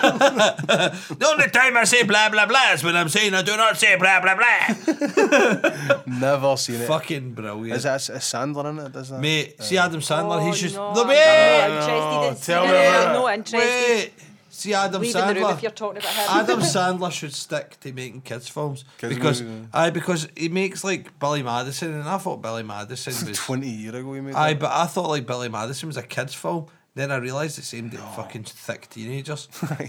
the only time I say blah blah blah is when I'm saying I do not say blah blah blah.
Never seen it.
Fucking brilliant.
Is that a Sandler in it? Does that?
Mate, see
Eh.
Adam Sandler,
Oh,
he's just
no,
the
I'm
mate.
not interested.
tell
in
me
seeing it.
about
I'm
it.
not interested.
Wait, see Adam
Leaving the room if you're
Sandler.
talking about him.
Adam Sandler should stick to making kids films
Kids
because
movies,
I because he makes like Billy Madison and I thought Billy Madison was
Twenty year ago, he made.
I
that.
but I thought like Billy Madison was a kids film. Then I realised it seemed
Oh.
like fucking thick teenagers. Do you know what I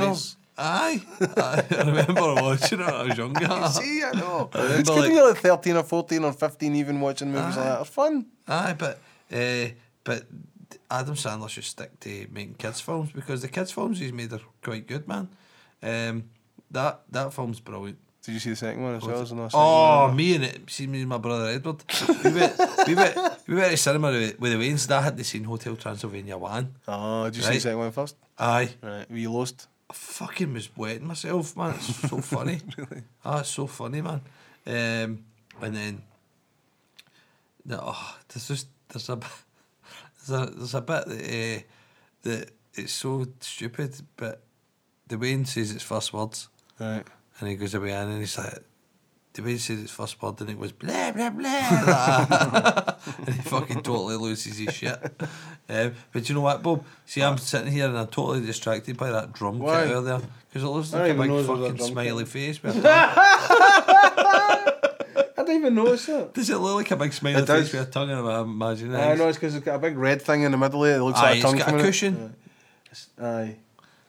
mean?
Stoners.
Aye, I I remember watching it when I was younger.
See, I know.
I
it's
remember,
good when
like-
you're like 13 or 14 or 15 even watching movies like that. It's fun.
Aye, but uh, but Adam Sandler should stick to making kids films because the kids films he's made are quite good, man. Um, that that film's brilliant.
Did you see the second one as well?
Oh, me and it, see me and my brother Edward. We went, we went, we went to cinema with, with the Waynes. and I hadn't seen Hotel Transylvania one.
oh, did you see the
Right.
second one first?
Aye,
Right. Were you lost?
I fucking was wetting myself, man. It's so funny. really? Ah, it's so funny, man. Um, and then No, oh, there's just there's a bit- there's a there's a bit that, uh, that it's so stupid, but the Wayne says its first words,
right?
And he goes away and then he's like, the Wayne says its first word, and it was blah blah blah, and he fucking totally loses his shit. Um, but you know what, Bob? See, I'm sitting here and I'm totally distracted by that drum kit
Why?
over there because it looks
I
like a
don't even know
big
there's a
fucking
drum kit.
smiley face. with a tongue.
I didn't even notice it.
Does it look like a big smiley
It
face
does.
with a tongue? I imagine.
I know it's because it's got a big red thing in the middle of it. It looks
Aye,
like a
it's
tongue
got a
coming out.
cushion.
Yeah. It's- Aye.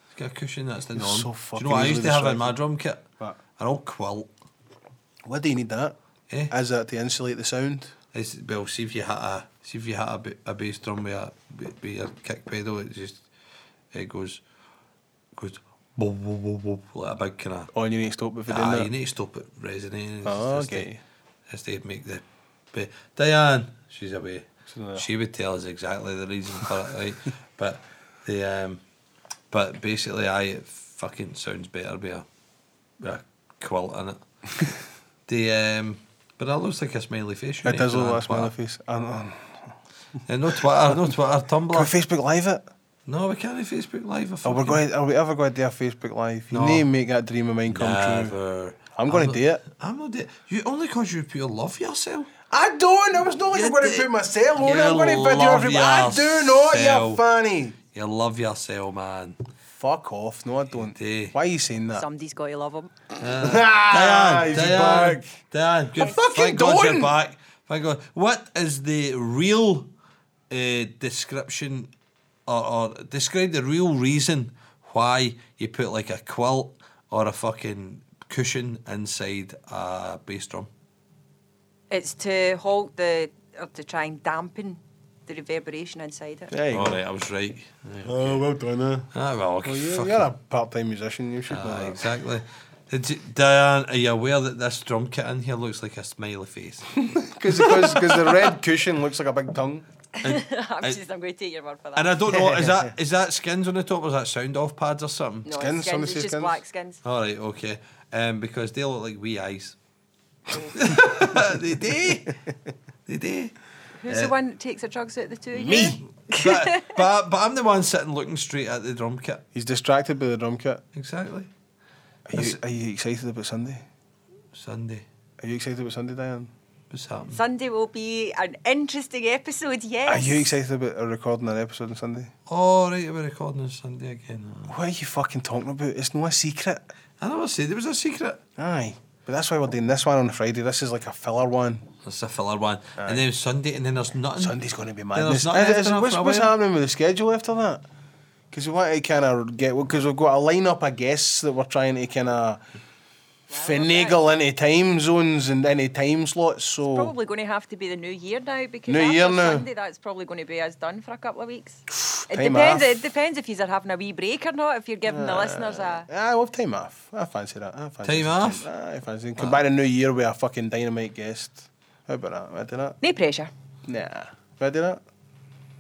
It's got a cushion, that's the
It's
norm.
so
Do
fucking
you know what I
easily
used to have in
distracted.
my drum kit?
What?
An old quilt.
Why do you need that?
Eh?
Is that to insulate the sound?
It's, well, see if you hit a see if you hit a, ba- a bass drum with a with your kick pedal, it just it goes goes boop, boop, boop, boop, like a big kind of.
Oh, and you need to stop it for
Ah, you
doing that.
need to stop it resonating. It's
Oh,
just to-
okay.
just to make the. But Diane, she's away.
She's away.
She would tell us exactly the reason for it, right? But the um, but basically, I it fucking sounds better with a, with a quilt in it. the um, but that looks like a smiley face. you
It
know,
does look
on
like a smiley
Twitter.
face. I don't know.
Eh, no Twitter, no Twitter,
Can we
Tumblr.
Facebook Live it?
No, we can't do Facebook Live. I
Are we,
fucking-
Oh, going, are we ever going to do a Facebook Live? You
No.
need to make that dream of mine come true.
Never.
I'm gonna
not-
do it.
I'm not do it. You only because you pure love for yourself.
I don't. I was not
You
gonna
did-
it.
you love yourself.
funny.
You love yourself, man.
Fuck off. No, I don't.
do.
Why are you saying that?
Somebody's got to love him.
Ah, he's
Uh, Diane,
back.
Diane, good.
I fucking
Thank God you're
don't.
back. Thank God. What is the real uh, description or, or describe the real reason why you put like a quilt or a fucking cushion inside a bass drum?
It's to hold the, or to try and dampen the reverberation inside it.
There you
All
go.
right, I was right. Yeah.
Oh, well done. eh?
Ah, well,
Well,
fucking-
you're, you're a part-time musician. You should know
Ah,
that.
exactly. Did you, Diane, are you aware that this drum kit in here looks like a smiley face?
Because the red cushion looks like a big tongue.
I'm,
I-
just, I'm going to take your word for that.
And I don't know, is that is that skins on the top? Or is that sound off pads or something?
no, it's
Skins, somebody
skins. It's
say
just
skins?
black skins.
All right, okay. Um, because they look like wee eyes. they do. They do.
Who's
Uh,
the one that takes the drugs out of the two of you?
But, but, but I'm the one sitting looking straight at the drum kit.
He's distracted by the drum kit.
Exactly.
Are you,
That's-
are you excited about Sunday?
Sunday.
Are you excited about Sunday, Diane?
What's happening?
Sunday will be an interesting episode, yes.
Are you excited about uh, recording an episode on Sunday?
All right, we're recording on Sunday again.
What are you fucking talking about? It's not a secret.
I never said there was a secret.
Aye. But that's why we're doing this one on Friday. This is like a filler one.
That's a filler one. And then Sunday, and then there's nothing.
Sunday's going to be madness.
there's nothing
Is-
after
is-
that
what's
for a
what's
while.
happening with the schedule after that? Because we want to kind of get because we've got a lineup of guests that we're trying to kind of finagle into time zones and any time slots. So
Probably going to have to be the new year now because
New
after
year now.
Sunday that's probably going to be us done for a couple of weeks. It
Time
depends.
off.
It depends if you're having a wee break or not. If you're giving the listeners a
I love Ah, time off. I fancy that. I fancy
Time
some Ah,
off?
I fancy. Combine a new year with a fucking dynamite guest. How about that? Would I do that?
no pressure.
Nah. Would I do that?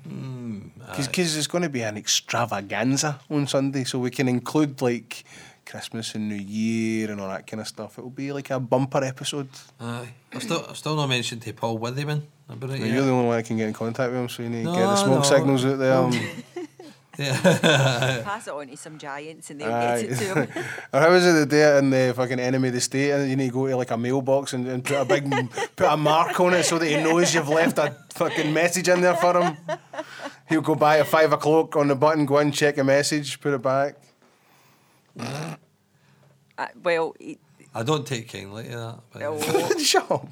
Hmm,
Because it's going to be an extravaganza on Sunday, so we can include like Christmas and New Year and all that kind of stuff. It will be like a bumper episode.
Aye. I've still, I've still not mentioned to Paul Witherman about it
Now,
yet.
You're the only one that can get in contact with him, so you need to
No,
get the smoke
no.
signals out there. Um,
Pass it on to some giants and they'll
aye.
get it to them.
or how is it the day in the fucking enemy of the state, and you need to go to like a mailbox and, and put a big put a mark on it so that he knows you've left a fucking message in there for him. He'll go by at five o'clock on the button, go and check a message, put it back.
Uh, well, it-
I don't take kindly to that. But uh,
oh,
Shut up.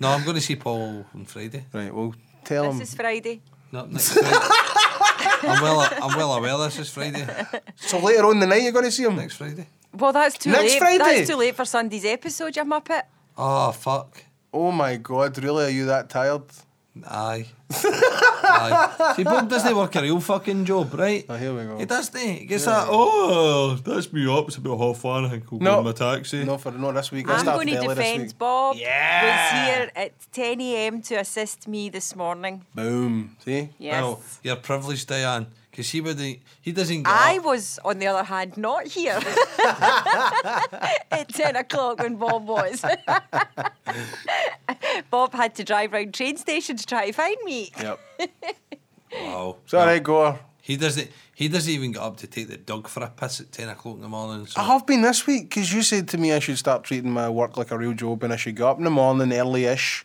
No, I'm going to see Paul on Friday.
Right, well, tell him.
this is Friday.
Not next Friday. I'm well. I'm well aware. This is Friday.
So later on in the night, you're going to see him.
Next Friday.
Well, that's too
Next
late.
Friday.
That's too late for Sunday's episode, you muppet.
Oh fuck.
Oh my God, really? Are you that tired?
Aye. Aye. See, Bob doesn't work a real fucking job, right?
Oh, here we go.
He doesn't. He gets that. Oh, that's me up. It's about half one. I think I'll
No.
go in my taxi.
No, for no this week.
I'm
Let's
going to
start early this
defend
week.
Bob.
Yeah.
Was here at 10 a.m. to assist me this morning.
Boom. See?
Yes.
Well, Oh, you're privileged, Diane, because he wouldn't. He doesn't. Get
I
up.
was, on the other hand, not here at 10 o'clock when Bob was. Bob had to drive round train stations to try to find me.
Yep.
Wow.
It's all right, Gore.
He doesn't. He doesn't even get up to take the dog for a piss at ten o'clock in the morning. So
I have been this week because you said to me I should start treating my work like a real job and I should get up in the morning early ish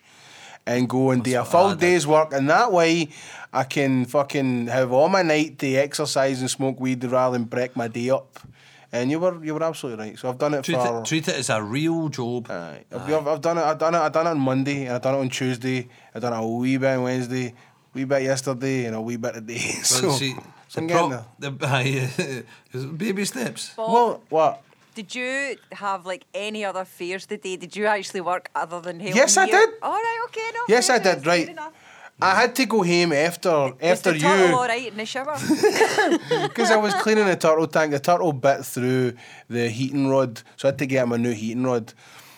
and go and do a full day's work. And that way I can fucking have all my night to exercise and smoke weed rather than break my day up. And you were you were absolutely right. So I've done it
treat
for.
it, treat it as a real job.
Aye. I've, I've, I've done it. I've done it. I've done it on Monday, and I've done it on Tuesday. I've done it a wee bit on Wednesday, wee bit yesterday, and a wee bit today.
But
so,
see,
so I'm
the
getting
pro-
there.
the- aye, it's baby steps.
Bob,
Well, what?
did you have like any other fears today? Did you actually work other than helping
Yes, I
you?
did.
All right, okay, no.
Yes,
fair
I did.
enough, fair
Right.
enough.
I had to go home after after
Was the turtle all
you
right in the shower?
because I was cleaning the turtle tank. The turtle bit through the heating rod, so I had to get him a new heating rod.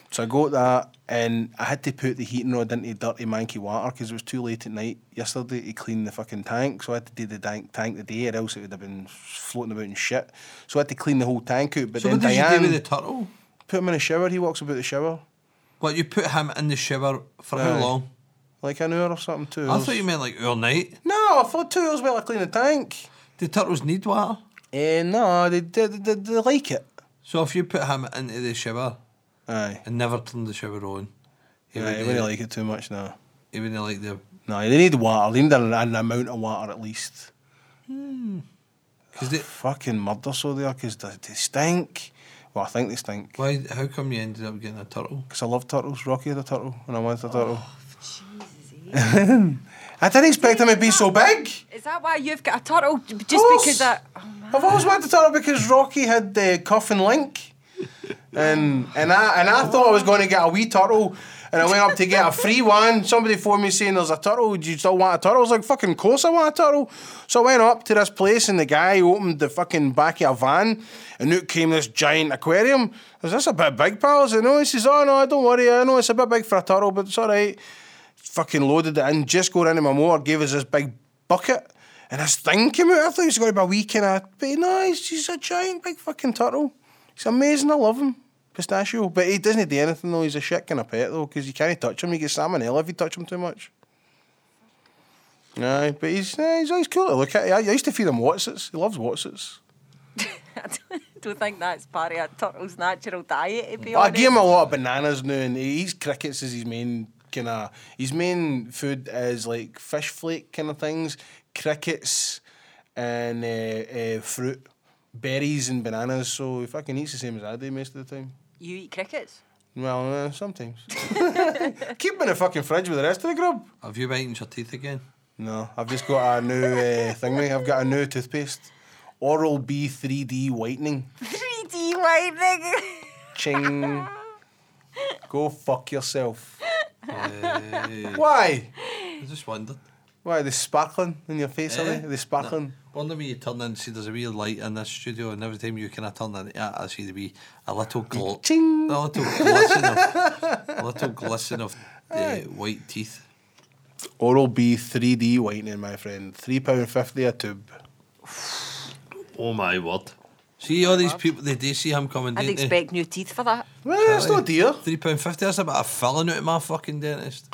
So I got that, and I had to put the heating rod into dirty manky water because it was too late at night yesterday to clean the fucking tank. So I had to do the tank tank today, or else it would have been floating about in shit. So I had to clean the whole tank out. But
So
then
what did
Diane
you do with the turtle?
put him in the shower. He walks about the shower
What you put him in the shower for
Aye.
how long?
like an hour or something. Two.
I
hours.
thought you meant like all night.
No, I thought two hours while I clean the tank.
Do turtles need water?
Eh, no, they, they, they, they like it.
So if you put him into the shower
Aye.
and never turn the shower on, he
Yeah, I
wouldn't,
wouldn't like it too much now.
he wouldn't like the.
No, they need water. They need an, an amount of water at least.
Cause they,
Fucking murder so they are because they, they stink. Well, I think they stink.
why? How come you ended up getting a turtle?
Because I love turtles. Rocky had a turtle and I wanted a turtle. I didn't expect him to be so big.
Is that why you've got a turtle? J- Just
Course.
because I. Oh,
I've always wanted a turtle because Rocky had the cuff and link. And and I and I thought I was going to get a wee turtle, and I went up to get a free one. Somebody phoned me saying there's a turtle. Do you still want a turtle? I was like, fucking course I want a turtle. So I went up to this place, and the guy opened the fucking back of a van, and out came this giant aquarium. I was this a bit big, pal? I said, no. He says, oh no, don't worry. I know it's a bit big for a turtle, but it's all right fucking loaded it in, just going into my motor, gave us this big bucket, and this thing came out. I thought he was going to be a wee kind of, but no, he's, he's a giant, big fucking turtle. He's amazing, I love him. Pistachio. But he doesn't do anything though, he's a shit kind of pet though, because you can't touch him, he gets salmonella if you touch him too much. Aye, but he's eh, he's always cool to look at. I, I used to feed him Watsits. He loves Watsits.
I don't- don't think that's part of a turtle's natural diet, to be
But I
honest.
give him a lot of bananas now, and he eats crickets as his main kind of his main food is like fish flake kind of things, crickets, and uh, uh, fruit, berries and bananas. So he fucking eats the same as I do most of the time.
You eat crickets?
Well, uh, sometimes. Keep 'em in the fucking fridge with the rest of the grub.
Have you biting your teeth again?
No, I've just got a new uh, thing. mate. I've got a new toothpaste, Oral B 3D whitening.
3D lightning.
Ching. Go fuck yourself. Eh. Why?
I just wondered.
Why are they sparkling in your face? Are
Eh,
they? Are they sparkling?
Wonder when you turn in, see there's a wee light in this studio, and every time you kind of turn in, yeah, I see the wee a little gl-
Ching.
a little glisten of a little glisten of uh, white teeth.
Oral B 3D whitening, my friend. £3.50 a tube.
Oh my word! See all these people, they do see him coming.
Eh,
I'd
don't they?
expect new teeth for that.
Well, that's no dear.
Three pound fifty. That's about a filling out of my fucking dentist.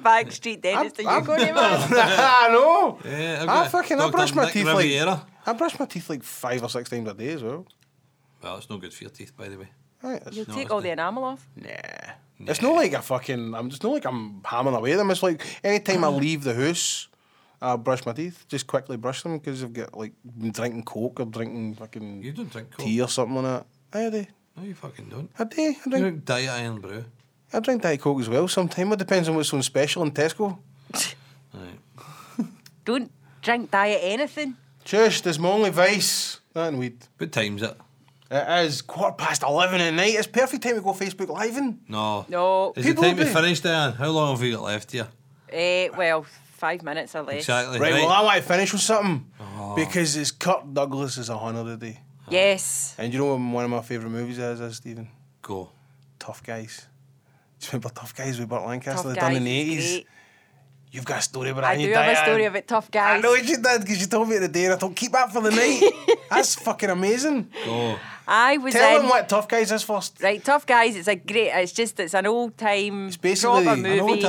Backstreet dentist, are you
I'm-
going to man?
I know.
Yeah, I've
I
got
Ah, fucking I
Dr.
brush my
Eh, Nick
teeth
Riviera.
like I brush my teeth like five or six times a day as well.
Well, it's no good for your teeth, by the way.
Right, that's-
You'll
No,
take
it's
all
not.
the enamel off.
Nah. It's not like I fucking. I'm just not like I'm hammering away at them. It's like anytime I leave the house, I brush my teeth. Just quickly brush them because I've got like been drinking coke or drinking fucking
You don't drink coke.
tea or something like that. Aye, I do.
No, you fucking don't.
I do. I
You
drink.
drink diet iron brew.
I drink diet coke as well. Sometimes it depends on what's on special in Tesco.
Right.
Don't drink diet anything.
Shush, there's my only vice. That and weed.
What time's it?
It is quarter past eleven at night. It's perfect time to go Facebook Live in.
No.
No.
Is
People
it time to
do.
finish, Diane? How long have you got left here?
Eh, well, five minutes or less.
Exactly.
Right, well, I want to finish with something
Oh.
because it's Kirk Douglas is a honor today.
Yes.
And you know what one of my favourite movies is, is Stephen?
Go.
Tough Guys. Do you remember Tough Guys with Burt Lancaster?
Tough
they done
guys.
in the
is
80s.
great.
You've got a story about
I
it,
do
you
have a
Diane.
story of it, tough guys.
I know what you did because you told me the day and I thought, keep that for the night. That's fucking amazing.
Go.
I was
Tell
in.
him what Tough Guys is first.
Right, Tough Guys. It's a great. It's just it's an old time
Basically,
proper movie.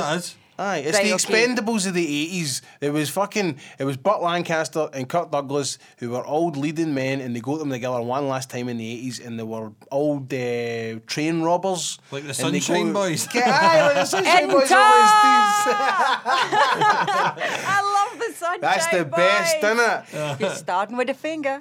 Aye, it's
Right,
the
okay.
Expendables of the 80s. It was fucking, it was Burt Lancaster and Kirk Douglas who were old leading men and they got them together one last time in the 80s and they were old uh, train robbers.
Like the
And they
Sunshine Boys.
Get, aye, like the Sunshine
In
Boys.
time!
Always
I love the sunshine.
That's the
Boys.
best, innit?
You're starting with a finger.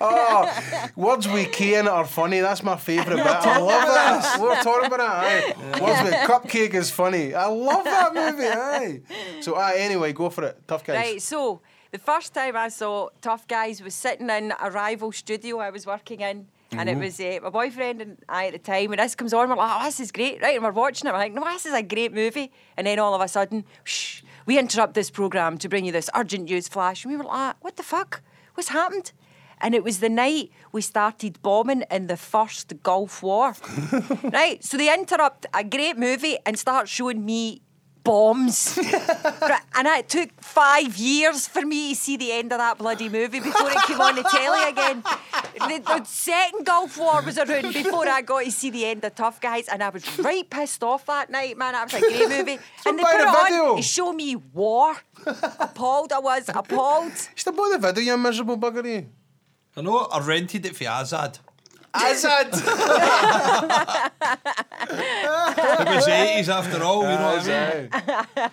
Oh, words with K in it are funny. That's my favourite bit. I love that. We're talking about it. Aye. Words with cupcake is funny. I love that movie. Aye. So aye, anyway, go for it. Tough guys.
Right, so the first time I saw Tough Guys was sitting in a rival studio I was working in. And it
Mhm.
was uh, my boyfriend and I at the time. And this comes on, we're like, oh, this is great, right? And we're watching it. We're like, no, this is a great movie. And then all of a sudden, shh, we interrupt this programme to bring you this urgent news flash. And we were like, "Ah, what the fuck? What's happened? And it was the night we started bombing in the first Gulf War. right? So they interrupt a great movie and start showing me bombs. Right, and it took five years for me to see the end of that bloody movie before it came on the telly again. The, the second Gulf War was around before I got to see the end of Tough Guys, and I was right pissed off that night, man. That was a great movie. and they
buy
put
the
it on
video.
to show me war. appalled, I was appalled.
Just about the video, you miserable bugger. You.
I know, I rented it for Azad.
Azad.
It was 80s after all, you know what I mean?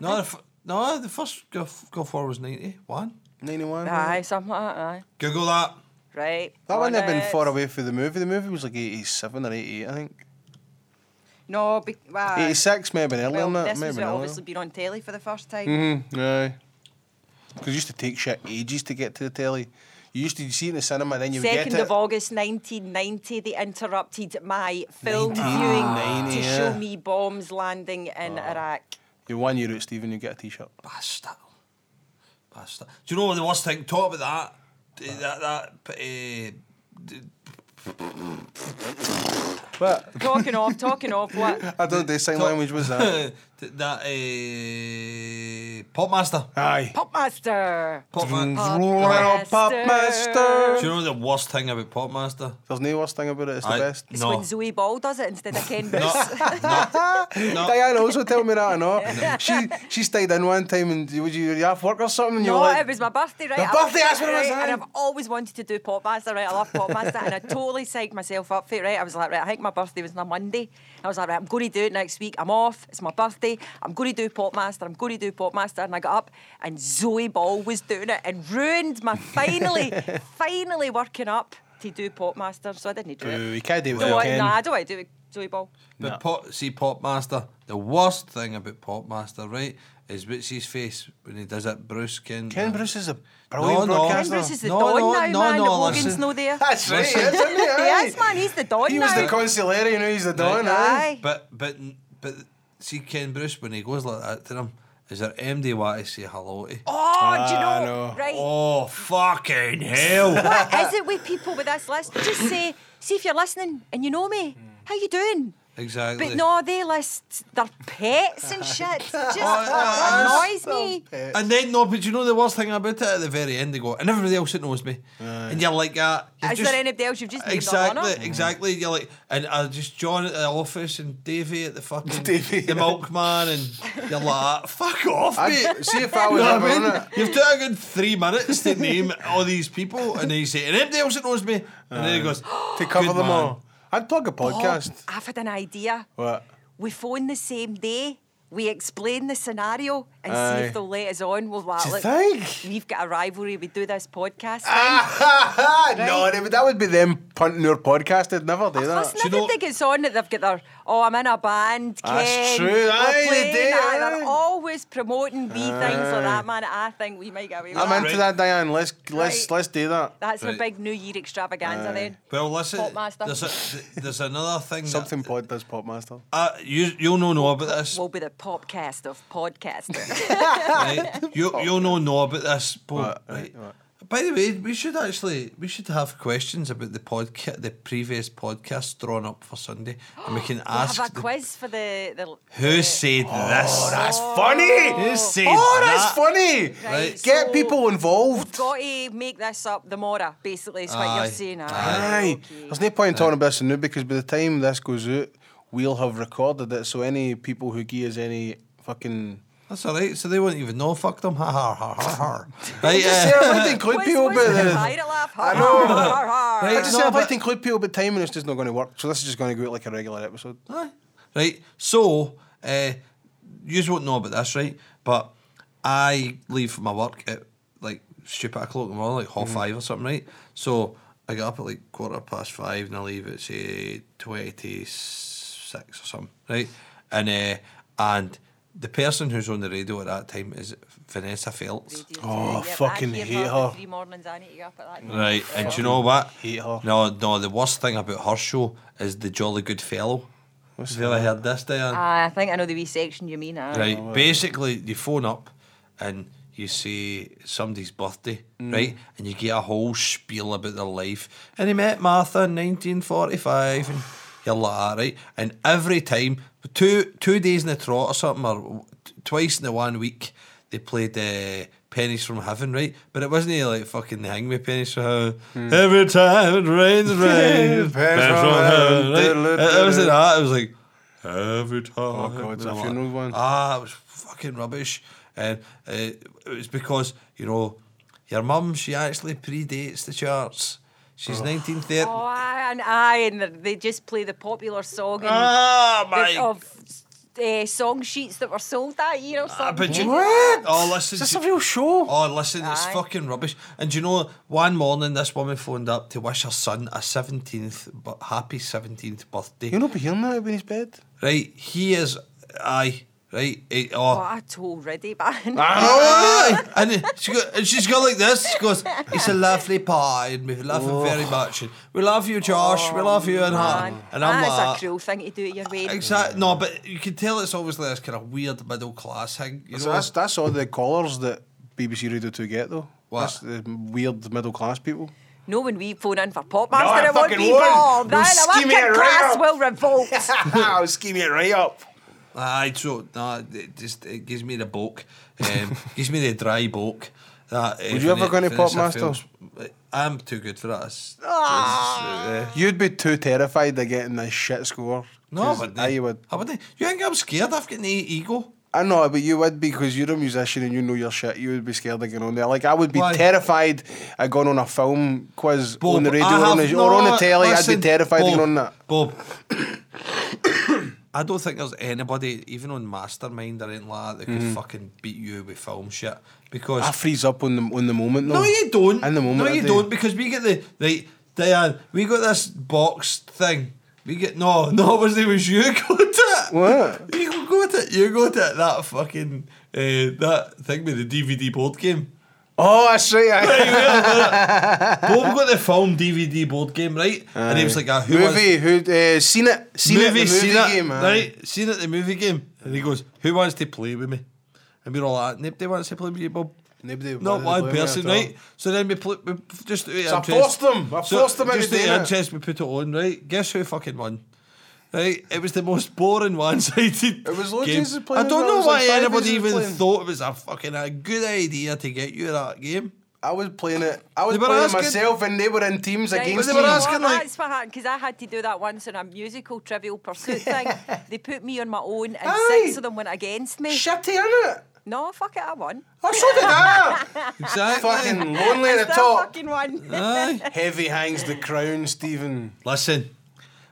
No, the, f- no, the first Gulf, Gulf War was 91.
91.
Aye, something like that, aye.
Google that.
Right.
That wouldn't have been
on
far
it.
away for the movie. The movie was like 87 or 88, I think.
No, be, well,
86, maybe earlier
well,
than that.
this
Maybe
was
earlier.
obviously been on telly for the first time.
Mm-hmm. Yeah. Because you used to take shit ages to get to the telly. You used to see it in the cinema, then you would get
Second
it.
of August 1990, they interrupted my film viewing
1990,
to
yeah. Oh.
show me bombs landing in Iraq.
you won your route, Stephen, you get a t shirt.
Bastard. Bastard. Do you know what the worst thing? Talk about that. Eh, That, that, eh, d-
But
Talking off, talking off. What?
I don't know, sign language was that.
that, eh, Popmaster.
Aye.
Popmaster.
Popmaster.
Pop, pop
Do you
master.
know the worst thing about Popmaster?
There's no worst thing about it, it's the
Aye.
best.
It's
No.
when Zoe Ball does it instead of Ken Bruce.
No.
Diane also told me that, I know. She she stayed in one time and you- would you, you have work or something? And you
No,
were like,
it was my birthday, right?
The
I-
birthday, that's what it was,
right, And
aye.
I've always wanted to do Popmaster, right? I love Popmaster, and I totally psyched myself up for it, right? I was like, right, I think my birthday was on a Monday. I was like, right, I'm going to do it next week. I'm off. It's my birthday. I'm going to do Popmaster. I'm going to do Popmaster. And I got up, and Zoe Ball was doing it and ruined my finally, finally working up to do Popmaster. So I didn't Uh, do it.
Boo, you can't do it
Don't
with
want,
Ken.
nah, I don't want to do it. with Zoe Ball.
But Pop, see, Popmaster, the worst thing about Popmaster, right, is what's his face when he does it, Bruce Ken. uh,
Ken Bruce is a brilliant
no.
broadcaster.
That's
Ken Bruce is the
no,
Don
no,
now,
no,
man.
no,
Logan's
listen.
no there.
That's right,
Listen.
isn't he?
He
Aye.
is, man. He's the Don
He
now.
was the consigliere, you know, he's the don, aye.
Aye.
But but but see Ken Bruce when he goes like that to him, is there MD want to say hello to?
Oh, do you
Ah,
know?
no. Oh.
Right.
Oh, fucking hell.
What is it with people with this list? Just say, see if you're listening and you know me.
Hmm.
How you doing?
Exactly.
But no, they list their pets and shit.
Oh,
Just annoys me.
And then no, but you know the worst thing about it at the very end they go, and everybody else that knows me, and you're like that. you're
Is
just-
there anybody else you've just named on
Exactly,
honour?
exactly. You're like, and uh, just John at the office and Davy at the fucking
Davey.
the milkman, and you're like, fuck off, mate.
I'd- See if I
You
was
know
ever
what
on
I mean?
it.
You've took a good three minutes to name all these people, and then you say, and anybody else that knows me, and then he goes,
Uh, To cover
"Good
them
man."
all. I'd plug a podcast.
Oh, I've had an idea.
What?
We phone the same day. We explain the scenario and
Aye.
see if they'll let us on. We'll like,
Do you
look,
think? Ah,
we've got a rivalry. We do this podcast. thing.
No, they would- that would be them punting their podcast. They'd never do that.
Listen, everything gets on that they've got their, oh, I'm in a band, Ken.
That's true,
we're
aye, they
playing,"
do,
aye,
aye.
They're always promoting wee things like that, man. I think we might get away with
I'm
that.
into that, Diane. Let's let's
Right.
let's do that.
That's my
Right.
big New Year extravaganza then.
Well, listen,
Popmaster.
there's, a, there's another thing.
Something
That,
pod does, Popmaster.
uh, you you'll no know about this.
We'll be the podcast of podcasting.
right? You you'll no know about this. But,
What,
right,
right, what?
By the way, we should actually we should have questions about the podcast, the previous podcast drawn up for Sunday, and we can ask
have a
the-
quiz for the, the
who said this.
That's er funny.
Who said
Oh, that's
that?
funny.
Right,
Get
so-
people involved.
got to make this up the mora basically is what
Aye.
you're saying aye,
Aye.
okay.
There's no point talking about this now because by the time this goes out, we'll have recorded it. So any people who give us any fucking.
That's all right. So they won't even know. Fuck them. Ha ha ha ha ha. right.
Just
Uh,
say I'd like to include
Quiz,
people,
quiz
but.
with a
uh,
pirate laugh.
I know.
Har, har, har.
I
Right.
just
No,
said I'd like
but-
to include people, but timing is just not going to work. So this is just going to go out like a regular episode.
Aye. Right. So, uh, you won't know about this, right? But I leave for my work at like stupid o'clock in the morning, like half
Mm.
five or something, right? So I get up at like quarter past five and I leave at say twenty six or something, right? And uh, and the person who's on the radio at that time is Vanessa Feltz.
Radio
Oh,
today, yeah,
fucking
I give
hate
the
her.
Three mornings I need to get up at that. time.
Right, and do you know what?
hate her.
No, no. The worst thing about her show is the Jolly Good Fellow. Have you ever heard this, Diane?
Aye, I think I know the wee section you mean. aye.
Right. Basically, you phone up and you say somebody's birthday,
Mm.
right? And you get a whole spiel about their life. And he met Martha in 1945 and you're like that, right? And every time, two two days in the trot or something, or w- t- twice in the one week, they played uh, Pennies from Heaven, right? But it wasn't uh, like fucking the Hang Me Pennies from Heaven. Every time it rains, it rains.
Hmm. Pennies from heaven,
right? It- It was
diddle-diddle.
that. It was like, every time.
Oh, God, it's a
I'm like,
funeral one.
Ah, it was fucking rubbish. And uh, it was because, you know, your mum, she actually predates the charts. She's 1930.
Oh, aye, and aye, and the- they just play the popular song
er-
and
Ah,
the-
my.
of uh, song sheets that were sold that year or
Ah,
something.
but you,
What?
Oh, listen.
Is this
to-
a real show?
Oh, listen, it's
Aye.
fucking rubbish. And do you know, one morning this woman phoned up to wish her son a 17th, but happy 17th birthday.
You'll not be hearing that when he's bed.
right, he is, aye, right, eh, oh.
Oh, I told Riddy, but
Ah, Aye. and then she go, and she's got like this. She goes, "It's a lovely pie, and we love it very much. And we love you, Josh. we love you, and her."
Oh, man,
And I'm
that is a
like,
cruel thing to do at your wedding.
exactly. No, but you can tell it's obviously this kind of weird middle class thing. You
So
know,
that's, that's all the callers that BBC Radio 2 get, though.
What?
That's the weird middle class people.
No, when we phone in for
I
Popmaster, it won't
fucking
be
won't.
Bob.
We'll
Then the
skim it
working
right
class
up.
will revolt.
I'll scheme it right up.
aye. So nah, it just it gives me the bulk. Um, gives me the dry bulk. That, uh,
Would you ever go to
Vanessa
Popmaster?
Films- uh, I'm too good for that. It's-
Ah!
it's, uh,
You'd be too terrified of getting this shit score.
no,
'Cause
but
I would.
I wouldn't. You think I'm scared? I've got an ego.
I know, but you would be because you're a musician and you know your shit. You would be scared of going on there. Like I would be
Why?
terrified of going on a film quiz
Bob,
on the radio
I
or on
have
the, or on the
not-
telly. I'd
listen,
be terrified
Bob,
of going on that.
Bob, I don't think there's anybody, even on Mastermind or anything like that, that could fucking beat you with film shit. Because
Mm-hmm. I freeze up on the on the moment.
no,
though.
you don't.
In the moment,
no, you
I do.
not because we get the right, Diane. We got this boxed thing. We get no, no. It was it was you got it?
What?
You got it. You got it. That fucking uh, that thing with the DVD board game.
Oh, that's right. I,
Bob got the film DVD board game right, and he was like, uh, "Who wants-
movie, who uh, seen it? Seen it? The movie
seen it,
game, aye.
right? Seen it at the movie game, and he goes, "Who wants to play with me?" And we're all like, "Nobody wants to play with you, Bob."
Nobody wanted
Not
to
one
play with
person,
me at all.
right? So then we, pl- we just out of
So I
interest-
forced them. I forced them into
Just out of
doing it.
interest, we put it on, right? Guess who fucking won? Right, it was the most boring one-sided.
It was loads
game.
of us playing
I
it,
don't
it
know
was
why
like five
anybody
of us
even
playing.
thought it was a fucking a good idea to get you that game.
I was playing it. I was
They were
playing it
asking-
myself, and they were in teams
Right,
against
they were
me.
asking- like-
that's what happened because I had to do that once on a musical Trivial Pursuit thing. They put me on my own, and
Aye.
six of them went against me.
Shitty, innit?
No, fuck it, I won.
I so did that.
Exactly.
Fucking lonely at the
I
top.
fucking won.
Aye.
Heavy hangs the crown, Stephen.
Listen,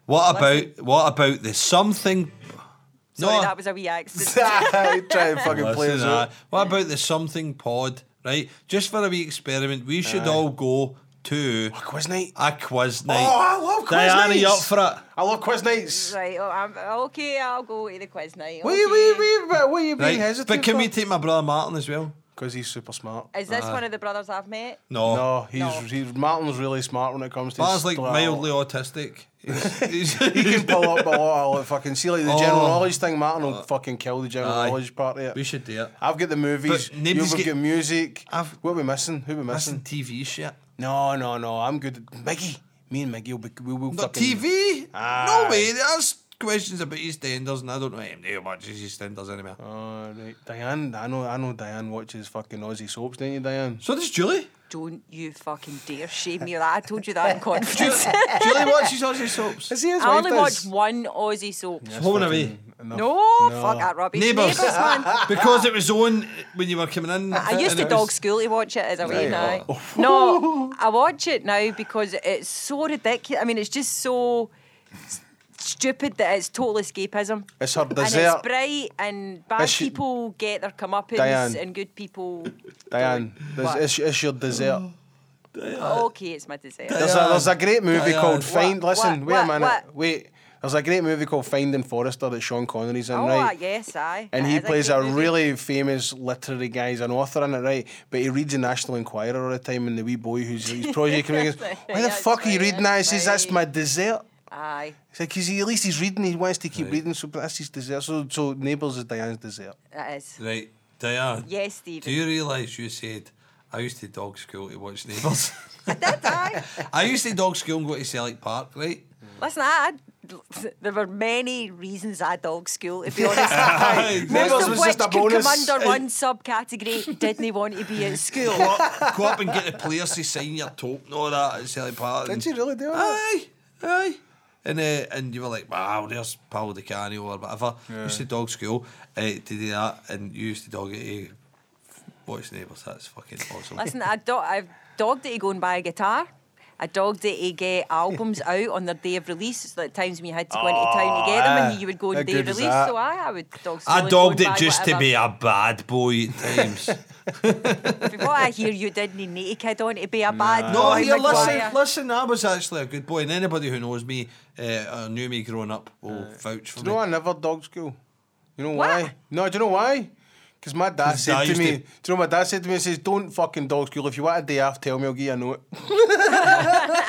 what about what about the something?
Sorry,
No,
that was a wee accident.
Try and fucking
listen
play us
to
out.
that. What about the something pod? Right, just for a wee experiment, we should all go to
Quiz night.
a quiz night.
Oh, I love quiz
Diana,
nights.
you up for it?
I love quiz nights.
right, oh, I'm, okay, I'll go to the quiz night.
Wait,
okay.
wait, wait, but what are you being
Right,
hesitant
but can
for?
we take my brother Martin as well?
because he's super smart.
Is this
Uh.
one of the brothers I've met?
No.
No, he's,
No.
he's Martin's really smart when it comes to.
Bar's Oh. like
stuff.
mildly autistic. He's- he's-
He can pull up a lot of fucking see like the general
Oh.
knowledge thing. Martin will fucking kill the general
Aye.
knowledge part of it.
we should do it.
I've got the movies.
But
You've
nobody's
got
get-
music.
I've-
What are we missing? Who are we
That's
missing?
some TV shit.
No, no, no. I'm good. at- Miggy. Me and Miggy will be. We will
Not
fucking-
TV?
Aye.
No way. There's questions about EastEnders, and I don't know him too much as EastEnders anymore.
Oh, right. Diane, I know, I know. Diane watches fucking Aussie soaps, don't you, Diane?
So does Julie.
Don't you fucking dare shame me. I told you that in confidence.
Julie watches Aussie soaps.
Is he his
I
wife
only watch
does?
one Aussie soap. No,
Home and away.
fuck that rubbish.
Neighbours.
man.
Because it was on when you were coming in.
I used
and
to
it
dog
was-
school to watch it as a wee
Right.
now. No, I watch it now because it's so ridiculous. I mean, it's just so s- stupid that it's total escapism.
It's her
And
dessert.
it's bright, and bad
Is she-
people get their comeuppance,
Diane.
and good people.
Diane, there's,
What?
it's, it's your dessert.
Mm.
Oh, Okay, it's my dessert.
There's a, there's a great movie
Diane.
called Find.
What,
Listen,
what,
wait a
what,
minute.
what?
Wait. There's a great movie called Finding Forrester that Sean Connery's in,
oh,
right?
yes, aye.
And
It
he
is
plays
good
a,
movie.
really famous literary guy. He's an author in it, right? But he reads the National Enquirer all the time, and the wee boy who's his project coming in goes,
That's
"Why the
right,
fuck are you
that's
reading that?" He says, "That's
right.
my dessert."
Aye,
It's like, cause he, at least he's reading. He wants to keep reading, so that's his dessert. So, so neighbours is Diane's dessert.
that is.
Right, Diane.
Yes,
Do
Stephen.
you realise you said I used to dog school to watch Neighbours?
Aye.
I used to dog school and go to Selleck Park, right?
Listen, I, I, there were many reasons I dog school, to be honest.
Neighbours
Most of
was
which
just a
could
bonus.
come under one subcategory, didn't want to be at school.
go, up, go up and get the players to sign your token and all that at Selly Park.
Did
and-
you really do that?
Aye, aye. And, uh, and you were like, wow, there's Paul De Canio or whatever. Used to dog school uh, to do that, and you used to dog it to watch Neighbours. That's fucking awesome.
Listen, I do- I've dogged it to go and buy a guitar. I dogged it to get albums out on their day of release. So that times when you had to go into town to get them,
aye.
Ah,
and you would go
How
on day
good
of
is
release.
that?
So I, I would dog school.
I
and go and
dogged it
buy
just to
whatever.
be a bad boy at times.
From what I hear, you didn't need a kid on to be a bad
No,
Oh,
boy.
here,
Maguire.
listen, listen, I was actually a good boy, and anybody who knows me uh, or knew me growing up will vouch for
Uh, Do you know
me.
I never dog school? You know
What?
why? No, do you know why? Because my dad
'Cause
said
Dad
to
used
me, do
to-
you know what my dad said to me? He says, don't fucking dog school. If you want a day off, tell me, I'll give you a note. so
Do-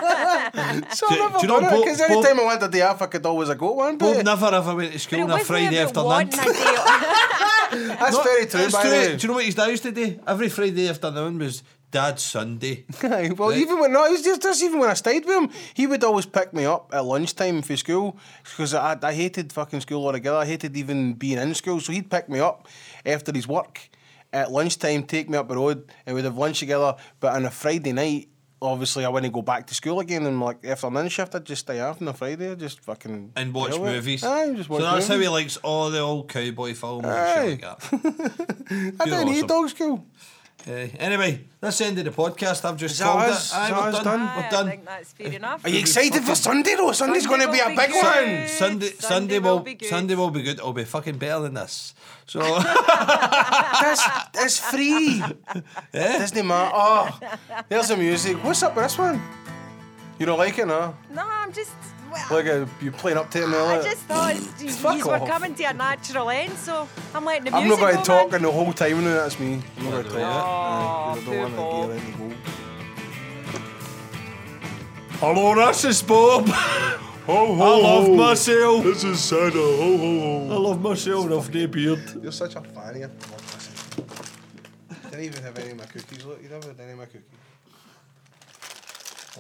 I never
do you know Bob-
Because any
Bob-
time I wanted a day off, I could always go one.
Bob
But
never ever went to
But
school
it
on a
wasn't
Friday
about
afternoon.
wanting a day off.
that's very true,
It's
by
true.
the
Do you know what his dad used to do? Every Friday afternoon was Dad's Sunday.
way. well, even when no, it was just, just even when I stayed with him, he would always pick me up at lunchtime for school because I, I hated fucking school altogether. I hated even being in school, so he'd pick me up after his work at lunchtime, take me up the road, and we'd have lunch together. But on a Friday night, obviously, I wouldn't go back to school again, and like afternoon shift, I'd just stay off on a Friday, I'd just fucking
And watch
deal with it.
movies.
Aye, just watch
so that's
movies.
how he likes all the old cowboy films and shit like that.
I
You're
didn't need
awesome.
dog school.
Eh, anyway, that's the end of the podcast. I've just
that
called
us?
it. Aye,
Is that
we're
us
done.
done?
Aye,
We're
I
done.
think that's fair enough.
Are you excited for Sunday though? Sunday's going to be a
will
big
be good.
one.
Sunday, Sunday,
Sunday
will,
will be good.
Sunday will be good. It'll be fucking better than this. So
That's, that's free.
Eh?
Disney man. Oh, there's the music. What's up with this one? You don't like it, no?
No, I'm just. Well,
Like uh, you playing up to it and all
I
that.
just thought you
Fuck
were
off.
coming to a natural end, so I'm letting the
I'm not
music
going to
go, man.
talk in the whole time. No, that's me. I'm not going to
Yeah.
talk.
Oh,
Aye, 'cause I
poor
don't
Bob.
want to hear any hope.
hello, this is Bob.
Ho,
er I
ho,
love
ho.
myself.
This is Santa. Ho, ho,
I
ho.
love myself. I've no beard.
You're such a fan of your listen. Didn't even have any of my cookies. Look, you never had any of my cookies.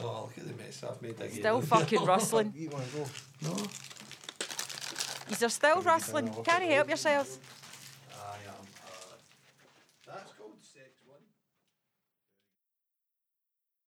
Oh, look at the mess I've made again.
Still fucking rustling.
Eat one and go.
You're still rustling. Can't help yourselves.